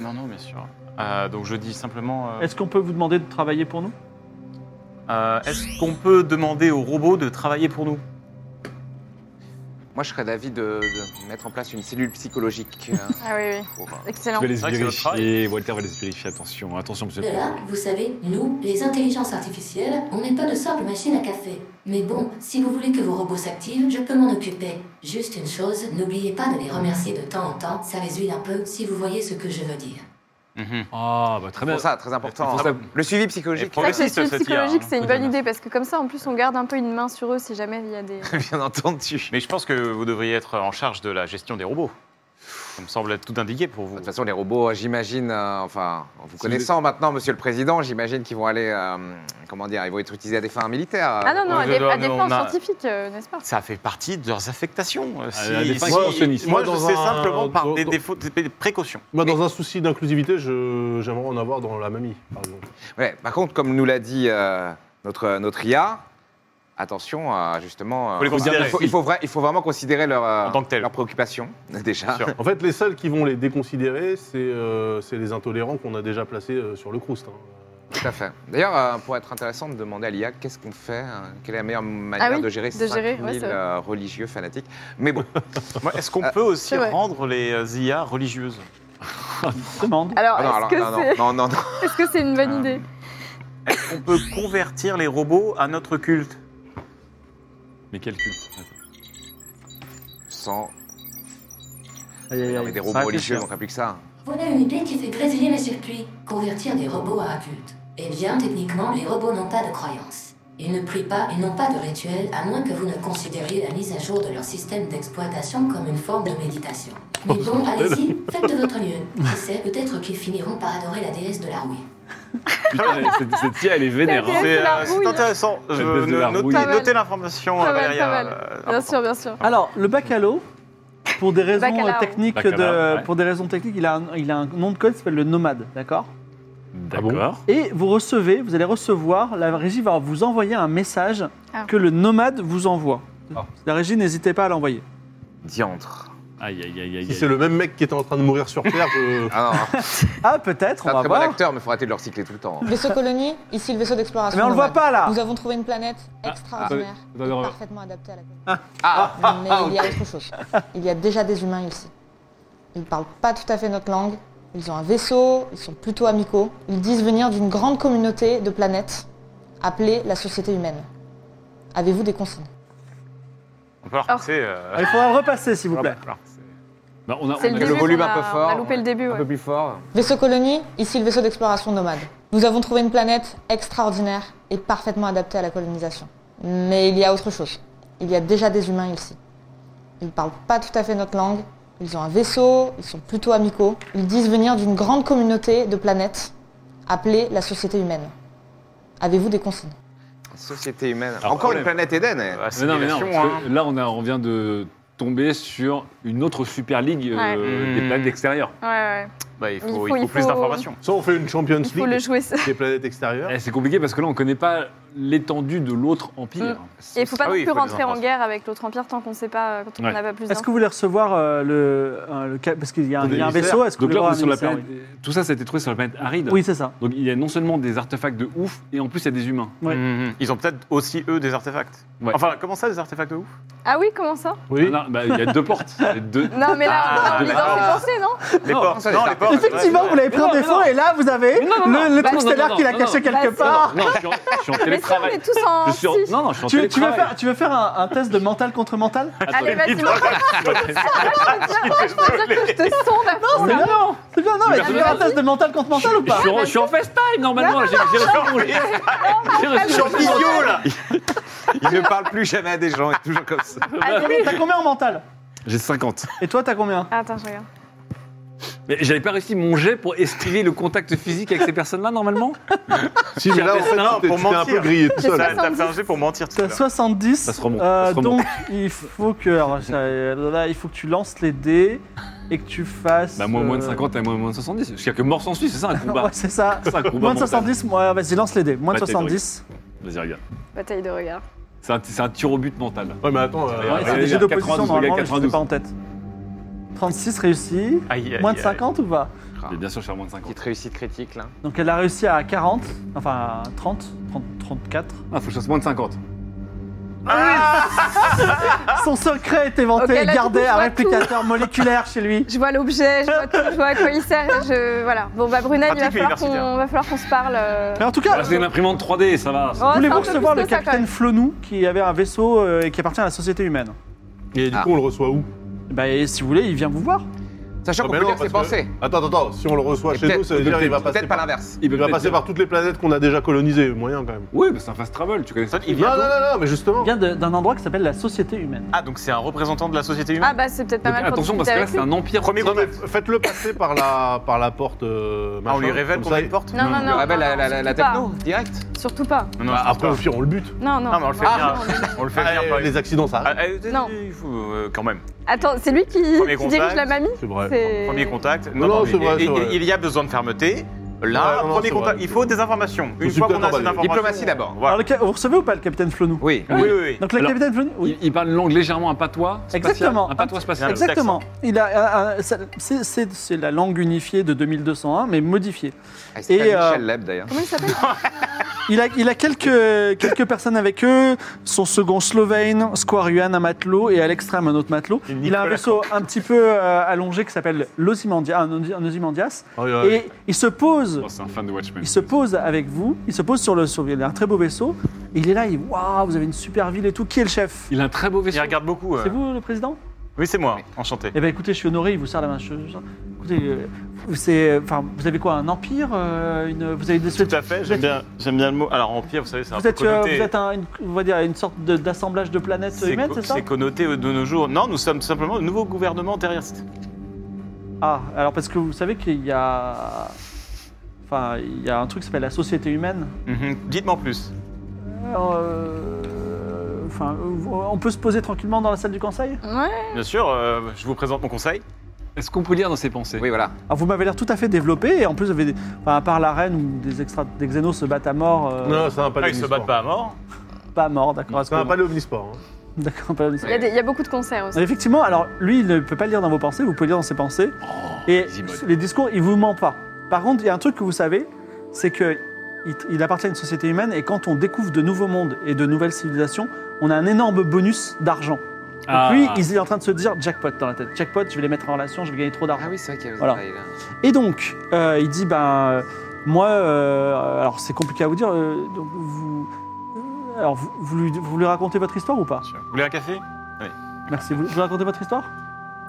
[SPEAKER 2] non, non, bien sûr. Euh, donc je dis simplement. euh,
[SPEAKER 3] Est-ce qu'on peut vous demander de travailler pour nous
[SPEAKER 2] euh, Est-ce qu'on peut demander aux robots de travailler pour nous
[SPEAKER 5] Moi, je serais d'avis de, de mettre en place une cellule psychologique. euh,
[SPEAKER 7] Ah oui, oui.
[SPEAKER 5] pour, euh,
[SPEAKER 7] Excellent.
[SPEAKER 4] Je vais les
[SPEAKER 2] vrai que c'est notre travail.
[SPEAKER 4] vérifier, Walter va les vérifier, attention, attention monsieur.
[SPEAKER 8] De là, vous savez, nous, les intelligences artificielles, on n'est pas de simples machines à café. Mais bon, si vous voulez que vos robots s'activent, je peux m'en occuper. Juste une chose, n'oubliez pas de les remercier de temps en temps, ça les huile un peu, si vous voyez ce que je veux dire.
[SPEAKER 4] Ah, bah très bien.
[SPEAKER 5] pour ça, très important. hein.
[SPEAKER 4] Pour ça-
[SPEAKER 5] Le suivi
[SPEAKER 2] Et
[SPEAKER 5] psychologique,
[SPEAKER 7] C'est vrai que les
[SPEAKER 2] progressiste,
[SPEAKER 7] suivis
[SPEAKER 2] cette IA,
[SPEAKER 7] psychologiques,
[SPEAKER 2] hein.
[SPEAKER 7] c'est une
[SPEAKER 2] Oui,
[SPEAKER 7] bonne
[SPEAKER 2] bien.
[SPEAKER 7] idée parce que comme ça, en plus, on garde un peu une main sur eux si jamais il y a des.
[SPEAKER 5] bien entendu.
[SPEAKER 2] Mais je pense que vous devriez être en charge de la gestion des robots. Ça me semble être tout indiqué pour
[SPEAKER 5] De
[SPEAKER 2] vous.
[SPEAKER 5] toute façon, les robots, euh, j'imagine, euh, enfin, en vous connaissant maintenant, Monsieur le Président, j'imagine qu'ils vont aller, euh, comment dire, ils vont être utilisés à des fins militaires.
[SPEAKER 7] Ah non, non,
[SPEAKER 2] on
[SPEAKER 7] à
[SPEAKER 2] veut
[SPEAKER 7] des,
[SPEAKER 2] leur-
[SPEAKER 7] à des
[SPEAKER 2] nous,
[SPEAKER 7] fins
[SPEAKER 2] on a-
[SPEAKER 7] scientifiques, euh, n'est-ce pas
[SPEAKER 2] Ça fait partie de leurs affectations.
[SPEAKER 3] Ah,
[SPEAKER 2] euh,
[SPEAKER 4] à des fins expansionnistes.
[SPEAKER 2] moi,
[SPEAKER 6] Moi,
[SPEAKER 2] je
[SPEAKER 6] dans
[SPEAKER 2] sais
[SPEAKER 6] un-
[SPEAKER 2] simplement par
[SPEAKER 6] dans-
[SPEAKER 2] des
[SPEAKER 6] dans-
[SPEAKER 2] défauts, des précautions.
[SPEAKER 6] Moi, dans un souci d'inclusivité, je- j'aimerais en avoir dans la mamie, par exemple.
[SPEAKER 5] Ouais, par contre, comme nous l'a dit euh, notre, notre IA, attention, euh, justement,
[SPEAKER 2] Faut les
[SPEAKER 5] il, faut,
[SPEAKER 2] considérer.
[SPEAKER 5] il faut- il faut vra- il faut vraiment considérer leur, euh,
[SPEAKER 2] En tant que tel.
[SPEAKER 5] leurs préoccupations, déjà.
[SPEAKER 2] Bien sûr.
[SPEAKER 6] En fait, les seuls qui vont les déconsidérer, c'est euh, c'est les intolérants qu'on a déjà placés euh, sur le croust. hein.
[SPEAKER 5] Tout à fait. D'ailleurs, euh, pour être intéressant de demander à l'IA qu'est-ce qu'on fait, hein, quelle est la meilleure manière
[SPEAKER 7] Ah oui,
[SPEAKER 5] de gérer
[SPEAKER 7] de
[SPEAKER 5] ces
[SPEAKER 7] gérer, ouais, c'est vrai.
[SPEAKER 5] religieux fanatiques. Mais bon,
[SPEAKER 2] Moi, Est-ce qu'on peut aussi
[SPEAKER 7] Euh, c'est vrai.
[SPEAKER 2] rendre les euh, IA religieuses
[SPEAKER 3] Demande.
[SPEAKER 7] Alors,
[SPEAKER 5] Ah non,
[SPEAKER 7] est-ce
[SPEAKER 5] alors,
[SPEAKER 7] que
[SPEAKER 5] non, non,
[SPEAKER 7] c'est
[SPEAKER 5] non, non, non.
[SPEAKER 7] est-ce que c'est une bonne idée
[SPEAKER 2] Est-ce qu'on peut convertir les robots à notre culte
[SPEAKER 4] Mais quel culte
[SPEAKER 5] Sans.
[SPEAKER 3] Aïe, aïe,
[SPEAKER 5] Non,
[SPEAKER 3] aï.
[SPEAKER 5] mais des
[SPEAKER 3] Ça
[SPEAKER 5] robots
[SPEAKER 3] va
[SPEAKER 5] religieux,
[SPEAKER 3] réfléchir.
[SPEAKER 5] on plus que ça.
[SPEAKER 8] Voilà une idée qui fait grésiller mes circuits, convertir des robots à adultes. Eh bien, techniquement, les robots n'ont pas de croyances. Ils ne prient pas et n'ont pas de rituel, à moins que vous ne considériez la mise à jour de leur système d'exploitation comme une forme de méditation. Mais bon, allez-y, faites de votre mieux. Qui sait, peut-être qu'ils finiront par adorer la déesse de la rouille.
[SPEAKER 4] Putain, elle- cette, cette IA, elle est vénère. hein.
[SPEAKER 7] C'est
[SPEAKER 2] C'est
[SPEAKER 7] la
[SPEAKER 2] euh,
[SPEAKER 7] rouille.
[SPEAKER 2] c'est intéressant. Je-
[SPEAKER 4] baisse de la
[SPEAKER 2] notez-
[SPEAKER 4] rouille.
[SPEAKER 7] Pas mal.
[SPEAKER 2] Notez l'information,
[SPEAKER 7] Pas mal,
[SPEAKER 2] Valéria.
[SPEAKER 7] pas mal.
[SPEAKER 2] euh,
[SPEAKER 7] Bien sûr, bien sûr.
[SPEAKER 3] Alors, le baccalaureat, pour des raisons
[SPEAKER 7] Baccalaureat.
[SPEAKER 3] euh, techniques,
[SPEAKER 4] Baccalaureat,
[SPEAKER 3] de,
[SPEAKER 4] ouais.
[SPEAKER 3] pour des raisons techniques, il a un, il a un nom de code qui s'appelle le nomade, d'accord
[SPEAKER 4] D'accord.
[SPEAKER 3] Et vous recevez, vous allez recevoir, la régie va vous envoyer un message
[SPEAKER 7] Ah.
[SPEAKER 3] que le nomade vous envoie.
[SPEAKER 5] Ah.
[SPEAKER 3] La régie, n'hésitez pas à l'envoyer.
[SPEAKER 5] Diantre.
[SPEAKER 4] Aïe, aïe, aïe, aïe.
[SPEAKER 6] Si c'est le même mec qui était en train de mourir sur Terre, je...
[SPEAKER 5] Ah non,
[SPEAKER 3] Ah, peut-être,
[SPEAKER 5] c'est
[SPEAKER 3] on
[SPEAKER 5] un
[SPEAKER 3] va
[SPEAKER 5] très bon
[SPEAKER 3] voir.
[SPEAKER 5] acteur, mais il faudra arrêter de le recycler tout le temps. hein.
[SPEAKER 9] Vaisseau colonie, ici le vaisseau d'exploration.
[SPEAKER 3] Mais on le voit
[SPEAKER 9] nomade.
[SPEAKER 3] pas là
[SPEAKER 9] Nous avons trouvé une planète
[SPEAKER 7] Ah,
[SPEAKER 9] extraordinaire,
[SPEAKER 7] bah,
[SPEAKER 4] attendez, attendez, on va-
[SPEAKER 9] parfaitement adaptée à la colonie.
[SPEAKER 5] Ah, ah,
[SPEAKER 9] Mais
[SPEAKER 5] ah,
[SPEAKER 9] il y a autre chose. Il y a déjà des humains ici. Ils ne parlent pas tout à fait notre langue. Ils ont un vaisseau, ils sont plutôt amicaux. Ils disent venir d'une grande communauté de planètes appelée la société humaine. Avez-vous des consignes
[SPEAKER 2] On peut leur
[SPEAKER 7] Alors-
[SPEAKER 2] passer, euh,
[SPEAKER 3] Ah, Il faudra le repasser, s'il vous plaît.
[SPEAKER 2] alors, c'est-
[SPEAKER 4] Bah, on a,
[SPEAKER 7] C'est
[SPEAKER 4] on
[SPEAKER 7] le
[SPEAKER 4] a-
[SPEAKER 7] début.
[SPEAKER 5] le volume un peu
[SPEAKER 7] on a-
[SPEAKER 5] fort.
[SPEAKER 7] On a loupé le début.
[SPEAKER 5] Un
[SPEAKER 7] ouais.
[SPEAKER 5] peu plus fort.
[SPEAKER 9] Vaisseau colonie, ici le vaisseau d'exploration nomade. Nous avons trouvé une planète extraordinaire et parfaitement adaptée à la colonisation. Mais il y a autre chose. Il y a déjà des humains ici. Ils ne parlent pas tout à fait notre langue. Ils ont un vaisseau, ils sont plutôt amicaux. Ils disent venir d'une grande communauté de planètes appelée la société humaine. Avez-vous des consignes
[SPEAKER 5] Société humaine.
[SPEAKER 4] Alors,
[SPEAKER 5] Encore
[SPEAKER 4] problème. Ah,
[SPEAKER 5] une planète Eden. elle.
[SPEAKER 2] euh,
[SPEAKER 4] Mais non, mais non,
[SPEAKER 2] assimilation,
[SPEAKER 4] parce
[SPEAKER 2] hein.
[SPEAKER 4] que là, on, a, on vient de tomber sur une autre Super League euh,
[SPEAKER 7] Ouais.
[SPEAKER 4] des
[SPEAKER 2] Mmh.
[SPEAKER 4] planètes extérieures.
[SPEAKER 7] Ouais, ouais.
[SPEAKER 2] Bah, il, faut,
[SPEAKER 7] Il faut-
[SPEAKER 2] il faut
[SPEAKER 7] il
[SPEAKER 2] plus
[SPEAKER 7] faut-
[SPEAKER 2] d'informations.
[SPEAKER 6] soit on fait une Champions
[SPEAKER 7] Il faut le
[SPEAKER 6] League
[SPEAKER 7] jouer. ça.
[SPEAKER 6] des planètes extérieures.
[SPEAKER 4] Eh, c'est compliqué parce que là, on ne connaît pas l'étendue de l'autre empire.
[SPEAKER 7] Mm. Et il faut pas
[SPEAKER 2] Ah
[SPEAKER 7] non
[SPEAKER 2] oui,
[SPEAKER 7] plus
[SPEAKER 2] il faut les
[SPEAKER 7] rentrer en
[SPEAKER 2] informations.
[SPEAKER 7] guerre avec l'autre empire tant qu'on sait pas, euh, quand on
[SPEAKER 4] Ouais.
[SPEAKER 7] n'a pas plus
[SPEAKER 3] Est-ce que
[SPEAKER 7] d'infos.
[SPEAKER 3] vous voulez recevoir euh, le, euh, le cap- Parce qu'il y a un,
[SPEAKER 6] Des
[SPEAKER 3] il y a un
[SPEAKER 6] émissaires.
[SPEAKER 3] vaisseau, est-ce que vous
[SPEAKER 4] Donc là,
[SPEAKER 3] voulez
[SPEAKER 4] on est
[SPEAKER 3] voir
[SPEAKER 4] sur
[SPEAKER 3] un
[SPEAKER 4] la
[SPEAKER 3] émissaire,
[SPEAKER 4] planète. Tout ça, ça a été trouvé sur la planète aride.
[SPEAKER 3] Oui, Oui, c'est ça.
[SPEAKER 4] Donc il y a non seulement des artefacts de ouf, et en plus, il y a des humains.
[SPEAKER 3] Ouais.
[SPEAKER 2] Mhm. Ils ont peut-être aussi, eux, des artefacts.
[SPEAKER 4] Ouais.
[SPEAKER 2] Enfin, comment ça, des artefacts de ouf
[SPEAKER 7] Ah oui, comment ça
[SPEAKER 6] Oui.
[SPEAKER 4] Ah non, bah, Il y a deux portes. Il y a deux-
[SPEAKER 7] Non, mais là,
[SPEAKER 4] Ah,
[SPEAKER 7] on est dans ses pensées, non
[SPEAKER 2] Les
[SPEAKER 5] Non,
[SPEAKER 2] portes,
[SPEAKER 5] ça, les
[SPEAKER 2] non, les
[SPEAKER 5] artefacts.
[SPEAKER 2] portes.
[SPEAKER 3] Effectivement, vous l'avez pris en
[SPEAKER 4] non, mais
[SPEAKER 3] défaut
[SPEAKER 4] non.
[SPEAKER 3] et là, vous avez
[SPEAKER 4] Mais non, non, non.
[SPEAKER 3] le, le
[SPEAKER 4] Bah,
[SPEAKER 3] truc
[SPEAKER 4] non,
[SPEAKER 3] stellaire
[SPEAKER 4] non,
[SPEAKER 3] qu'il a
[SPEAKER 4] non,
[SPEAKER 3] caché
[SPEAKER 4] non.
[SPEAKER 3] quelque
[SPEAKER 7] Bah,
[SPEAKER 3] part.
[SPEAKER 4] Non, je suis en, je suis en
[SPEAKER 7] Mais si, on
[SPEAKER 4] télétravail.
[SPEAKER 7] est tous en.
[SPEAKER 4] Je suis en-
[SPEAKER 7] si.
[SPEAKER 4] Non, non, je suis en
[SPEAKER 3] Tu, tu veux
[SPEAKER 4] télétravail.
[SPEAKER 3] faire, tu veux faire un, un test de mental contre mental
[SPEAKER 7] Allez,
[SPEAKER 4] Attendez.
[SPEAKER 7] vas-y, moi, je peux dire que je te sonde à fond.
[SPEAKER 3] C'est bien, non C'est bien, non, mais tu veux faire un
[SPEAKER 7] personnage.
[SPEAKER 3] test de mental contre mental ou
[SPEAKER 4] Je
[SPEAKER 3] pas
[SPEAKER 4] suis en- je suis en FaceTime normalement, j'ai j'ai reçu mon J'ai reçu mon
[SPEAKER 2] Vidéo, là
[SPEAKER 5] Il ne parle plus jamais à des gens, il est toujours comme ça. Ah,
[SPEAKER 7] Allez.
[SPEAKER 3] T'as combien en mental
[SPEAKER 4] J'ai 50.
[SPEAKER 3] Et toi, t'as combien
[SPEAKER 7] Attends, je regarde.
[SPEAKER 4] Mais j'avais pas réussi mon jet pour esquiver le contact physique avec ces personnes-là normalement
[SPEAKER 6] Si, mais là, en fait,
[SPEAKER 2] Non,
[SPEAKER 6] tu t'es-
[SPEAKER 2] pour
[SPEAKER 6] tu t'es un
[SPEAKER 2] mentir.
[SPEAKER 6] peu grillé tout
[SPEAKER 7] J'ai
[SPEAKER 6] seul.
[SPEAKER 2] T'as t'as fait un jeu pour mentir tout à
[SPEAKER 3] T'as
[SPEAKER 2] l'heure.
[SPEAKER 3] 70. Euh,
[SPEAKER 4] Ça se remonte, ça se remonte.
[SPEAKER 3] donc, il faut que. alors, ça- là, il faut que tu lances les dés. et que tu fasses.
[SPEAKER 4] Bah, moi, moins de
[SPEAKER 3] euh,
[SPEAKER 4] 50 et moi, moins de 70. Jusqu'à que mort s'ensuit, c'est ça un combat.
[SPEAKER 3] Ouais, c'est ça.
[SPEAKER 4] C'est un combat
[SPEAKER 3] Moins de
[SPEAKER 4] mental.
[SPEAKER 3] 70, moi, euh, vas-y, lance les dés. Moins de
[SPEAKER 4] Bah, t'es
[SPEAKER 3] 70.
[SPEAKER 4] Vas-y, regarde.
[SPEAKER 7] Bataille de regard.
[SPEAKER 4] C'est un, c'est un tir au but mental.
[SPEAKER 6] Ouais, mais attends, euh,
[SPEAKER 4] Ouais,
[SPEAKER 3] Ouais,
[SPEAKER 4] ouais,
[SPEAKER 3] c'est
[SPEAKER 4] ouais,
[SPEAKER 3] des jets d'opposition,
[SPEAKER 4] 92,
[SPEAKER 3] normalement,
[SPEAKER 4] regarde,
[SPEAKER 3] mais je suis pas en tête. 36 réussi.
[SPEAKER 2] Aïe, aïe,
[SPEAKER 3] Moins de
[SPEAKER 2] aïe.
[SPEAKER 3] 50 ou pas
[SPEAKER 4] Mais bien sûr, je fais moins de 50.
[SPEAKER 5] Petite réussite critique là.
[SPEAKER 3] Donc elle a réussi à 40, enfin à 30, 30 34.
[SPEAKER 4] Ah, faut que je fasse moins de 50.
[SPEAKER 3] Son secret est éventé
[SPEAKER 7] Ah Ok,
[SPEAKER 3] et
[SPEAKER 7] là, du
[SPEAKER 3] gardé
[SPEAKER 7] coup, je
[SPEAKER 3] à
[SPEAKER 7] vois
[SPEAKER 3] réplicateur moléculaire chez lui.
[SPEAKER 7] Je vois l'objet, je vois, tout, je vois à quoi il sert. et Je... Voilà. Bon, bah, Brunel, il va
[SPEAKER 2] Pratique mais
[SPEAKER 7] falloir
[SPEAKER 2] universitaire.
[SPEAKER 7] qu'on va falloir qu'on se parle. euh.
[SPEAKER 3] Mais en tout
[SPEAKER 4] Ah,
[SPEAKER 3] cas,
[SPEAKER 4] c'est une imprimante 3D, ça
[SPEAKER 7] Ouais,
[SPEAKER 4] va. ça.
[SPEAKER 7] Oh, c'est un
[SPEAKER 3] voulez-vous
[SPEAKER 7] peu
[SPEAKER 3] recevoir
[SPEAKER 7] plus
[SPEAKER 3] le
[SPEAKER 7] que ça, quand
[SPEAKER 3] capitaine
[SPEAKER 7] même.
[SPEAKER 3] Flonou qui avait un vaisseau euh, et qui appartient à la société humaine
[SPEAKER 6] et du
[SPEAKER 5] Ah.
[SPEAKER 6] coup, on le reçoit où
[SPEAKER 3] Bah, et si vous voulez, il vient vous voir.
[SPEAKER 5] Sachant
[SPEAKER 6] Ah,
[SPEAKER 5] qu'on
[SPEAKER 6] ben
[SPEAKER 5] peut
[SPEAKER 6] non,
[SPEAKER 5] dire que c'est
[SPEAKER 6] parce que-
[SPEAKER 5] pensé.
[SPEAKER 6] Attends, attends, attends, si on le reçoit
[SPEAKER 5] Et
[SPEAKER 6] chez nous,
[SPEAKER 5] peut-être-
[SPEAKER 6] ça veut dire qu'il va passer
[SPEAKER 5] Peut-être pas
[SPEAKER 6] par,
[SPEAKER 5] l'inverse.
[SPEAKER 6] il
[SPEAKER 4] peut
[SPEAKER 6] va
[SPEAKER 4] peut-être
[SPEAKER 6] passer
[SPEAKER 4] dire-
[SPEAKER 6] par toutes les planètes qu'on a déjà colonisées, moyen quand même.
[SPEAKER 4] Oui, mais c'est un fast travel, tu connais ça.
[SPEAKER 2] Il
[SPEAKER 6] Non,
[SPEAKER 2] vient d'où
[SPEAKER 6] non, non, non, mais
[SPEAKER 3] Il
[SPEAKER 6] justement.
[SPEAKER 3] vient de- d'un endroit qui s'appelle la société humaine.
[SPEAKER 2] Ah, donc c'est un représentant de la société
[SPEAKER 7] Ah,
[SPEAKER 2] humaine
[SPEAKER 7] bah, c'est peut-être pas
[SPEAKER 4] Donc,
[SPEAKER 7] mal. pour
[SPEAKER 4] attention, parce
[SPEAKER 7] discuter
[SPEAKER 4] que là,
[SPEAKER 7] avec
[SPEAKER 4] c'est un empire.
[SPEAKER 2] Premier
[SPEAKER 6] Non, mais
[SPEAKER 2] contact.
[SPEAKER 6] faites-le passer par la, par la porte. euh,
[SPEAKER 2] Ah, on lui
[SPEAKER 6] machin,
[SPEAKER 2] révèle
[SPEAKER 6] comme
[SPEAKER 2] qu'on
[SPEAKER 6] ça,
[SPEAKER 2] a une porte
[SPEAKER 7] lui.
[SPEAKER 6] euh,
[SPEAKER 7] Non, non,
[SPEAKER 5] Le
[SPEAKER 7] non.
[SPEAKER 5] rappel
[SPEAKER 7] non,
[SPEAKER 5] à la, la- la
[SPEAKER 7] surtout pas.
[SPEAKER 5] techno, direct.
[SPEAKER 7] Surtout pas.
[SPEAKER 2] Non, non,
[SPEAKER 6] Bah,
[SPEAKER 2] je pense
[SPEAKER 6] après,
[SPEAKER 2] pas.
[SPEAKER 6] au pire, on le bute.
[SPEAKER 7] Non, non.
[SPEAKER 2] Non, mais on le fait
[SPEAKER 7] Ah,
[SPEAKER 2] bien.
[SPEAKER 7] non, non.
[SPEAKER 2] On le fait
[SPEAKER 6] Ah,
[SPEAKER 2] bien,
[SPEAKER 6] et
[SPEAKER 2] par
[SPEAKER 6] les accidents, ça
[SPEAKER 2] Ah,
[SPEAKER 6] arrive.
[SPEAKER 2] euh,
[SPEAKER 7] Non.
[SPEAKER 2] il faut, euh, quand même.
[SPEAKER 7] Attends, c'est lui qui,
[SPEAKER 2] Premier
[SPEAKER 7] qui dirige
[SPEAKER 2] contact.
[SPEAKER 7] la mamie
[SPEAKER 6] C'est vrai.
[SPEAKER 7] C'est-
[SPEAKER 2] Premier contact.
[SPEAKER 6] Non, non,
[SPEAKER 2] mais
[SPEAKER 6] c'est vrai,
[SPEAKER 2] il-
[SPEAKER 6] c'est vrai.
[SPEAKER 2] il- Il y a besoin de fermeté.
[SPEAKER 6] Ouais,
[SPEAKER 2] Là,
[SPEAKER 6] non, non,
[SPEAKER 2] premier
[SPEAKER 6] c'est
[SPEAKER 2] contact.
[SPEAKER 6] vrai.
[SPEAKER 2] Il faut des informations.
[SPEAKER 6] Je
[SPEAKER 2] Une
[SPEAKER 6] suis
[SPEAKER 2] fois
[SPEAKER 6] peut-être
[SPEAKER 2] qu'on a ces
[SPEAKER 6] emballé.
[SPEAKER 2] informations.
[SPEAKER 5] Diplomatie d'abord.
[SPEAKER 2] Voilà.
[SPEAKER 3] Alors, le ca- vous recevez ou pas le capitaine Flonou
[SPEAKER 5] Oui.
[SPEAKER 2] Oui, oui, oui.
[SPEAKER 3] Donc le
[SPEAKER 4] Alors-
[SPEAKER 3] capitaine Flonou, oui.
[SPEAKER 4] Il, il parle l'anglais légèrement un patois. spatial,
[SPEAKER 3] Exactement.
[SPEAKER 4] Un patois spatial.
[SPEAKER 2] Exact.
[SPEAKER 3] Exactement. Il a, un- un- ça- c'est- c'est c'est la langue unifiée de 2201, mais modifiée.
[SPEAKER 5] Ah, c'est
[SPEAKER 3] Et,
[SPEAKER 5] pas
[SPEAKER 3] euh,
[SPEAKER 5] Michel Leb d'ailleurs.
[SPEAKER 7] Comment il s'appelle
[SPEAKER 3] Il a, il a quelques, quelques personnes avec eux, son second slovène, Squaruan, un matelot, et à l'extrême un autre matelot.
[SPEAKER 2] Et
[SPEAKER 3] Il a
[SPEAKER 2] Nicolas
[SPEAKER 3] un vaisseau un petit peu euh, allongé qui s'appelle l'Ozymandias, un Ozy- un Ozymandias,
[SPEAKER 6] Ah, ouais, ouais.
[SPEAKER 3] et il se pose
[SPEAKER 4] Oh, c'est un fan de Watchmen.
[SPEAKER 3] il se pose avec vous, il se pose sur le sur il a un très beau vaisseau, et il est là, il waouh, vous avez une super ville et tout, qui est le chef
[SPEAKER 4] Il a un très beau
[SPEAKER 2] Il
[SPEAKER 4] vaisseau.
[SPEAKER 2] regarde beaucoup. euh.
[SPEAKER 3] C'est vous le président
[SPEAKER 2] Oui, c'est moi. Enchanté.
[SPEAKER 3] Eh ben écoutez, je suis honoré, il vous serre la main. Je- je- écoutez, euh, c'est enfin vous avez quoi un empire euh, une, vous avez des
[SPEAKER 2] Tout à fait. J'aime bien, j'aime bien le mot. Alors empire, vous savez, c'est un
[SPEAKER 3] vous
[SPEAKER 2] peu
[SPEAKER 3] êtes, euh, vous
[SPEAKER 2] connoté.
[SPEAKER 3] êtes un- une, on va dire, une sorte de- d'assemblage de planètes
[SPEAKER 2] C'est
[SPEAKER 3] humaines,
[SPEAKER 2] co-
[SPEAKER 3] c'est ça
[SPEAKER 2] c'est connoté de nos jours. Non, nous sommes tout simplement le nouveau gouvernement terrestre.
[SPEAKER 3] Ah, alors parce que vous savez qu'il y a. Enfin, il y a un truc qui s'appelle la société humaine.
[SPEAKER 2] Mhm. Dites-moi plus.
[SPEAKER 3] Euh, Enfin, euh, on peut se poser tranquillement dans la salle du conseil
[SPEAKER 7] Ouais.
[SPEAKER 2] Bien sûr, euh, je vous présente mon conseil.
[SPEAKER 4] Est-ce qu'on peut lire dans ses pensées
[SPEAKER 5] Oui, voilà.
[SPEAKER 3] Alors, Ah, vous m'avez l'air tout à fait développé, et en plus, vous avez. des- Enfin, à part la reine où des, extra... des xénos se battent à mort. euh,
[SPEAKER 6] Non, ça va pas
[SPEAKER 2] Ah, ils se battent pas à mort.
[SPEAKER 3] Pas mort, d'accord.
[SPEAKER 6] Ça va
[SPEAKER 3] excusez-moi.
[SPEAKER 6] pas l'omnisport. hein.
[SPEAKER 3] D'accord, pas
[SPEAKER 7] Il y, a des- il y a beaucoup de concerts aussi.
[SPEAKER 3] Euh, Effectivement, alors lui, il ne peut pas lire dans vos pensées, vous pouvez lire dans ses pensées.
[SPEAKER 5] Oh,
[SPEAKER 3] et les discours, il vous ment pas. Par contre, il y a un truc que vous savez, c'est que il, il appartient à une société humaine et quand on découvre de nouveaux mondes et de nouvelles civilisations, on a un énorme bonus d'argent. Donc
[SPEAKER 4] Ah.
[SPEAKER 3] lui, il est en train de se dire jackpot dans la tête. Jackpot, je vais les mettre en relation, je vais gagner trop d'argent.
[SPEAKER 5] Ah oui, c'est vrai qu'il y avait
[SPEAKER 3] Voilà.
[SPEAKER 5] là.
[SPEAKER 3] Et donc, euh, il dit, ben, euh, moi, euh, alors c'est compliqué à vous dire, euh, donc vous, euh, alors vous, vous lui, vous lui racontez votre histoire ou pas
[SPEAKER 2] Vous voulez un café
[SPEAKER 3] Merci, vous, vous racontez votre histoire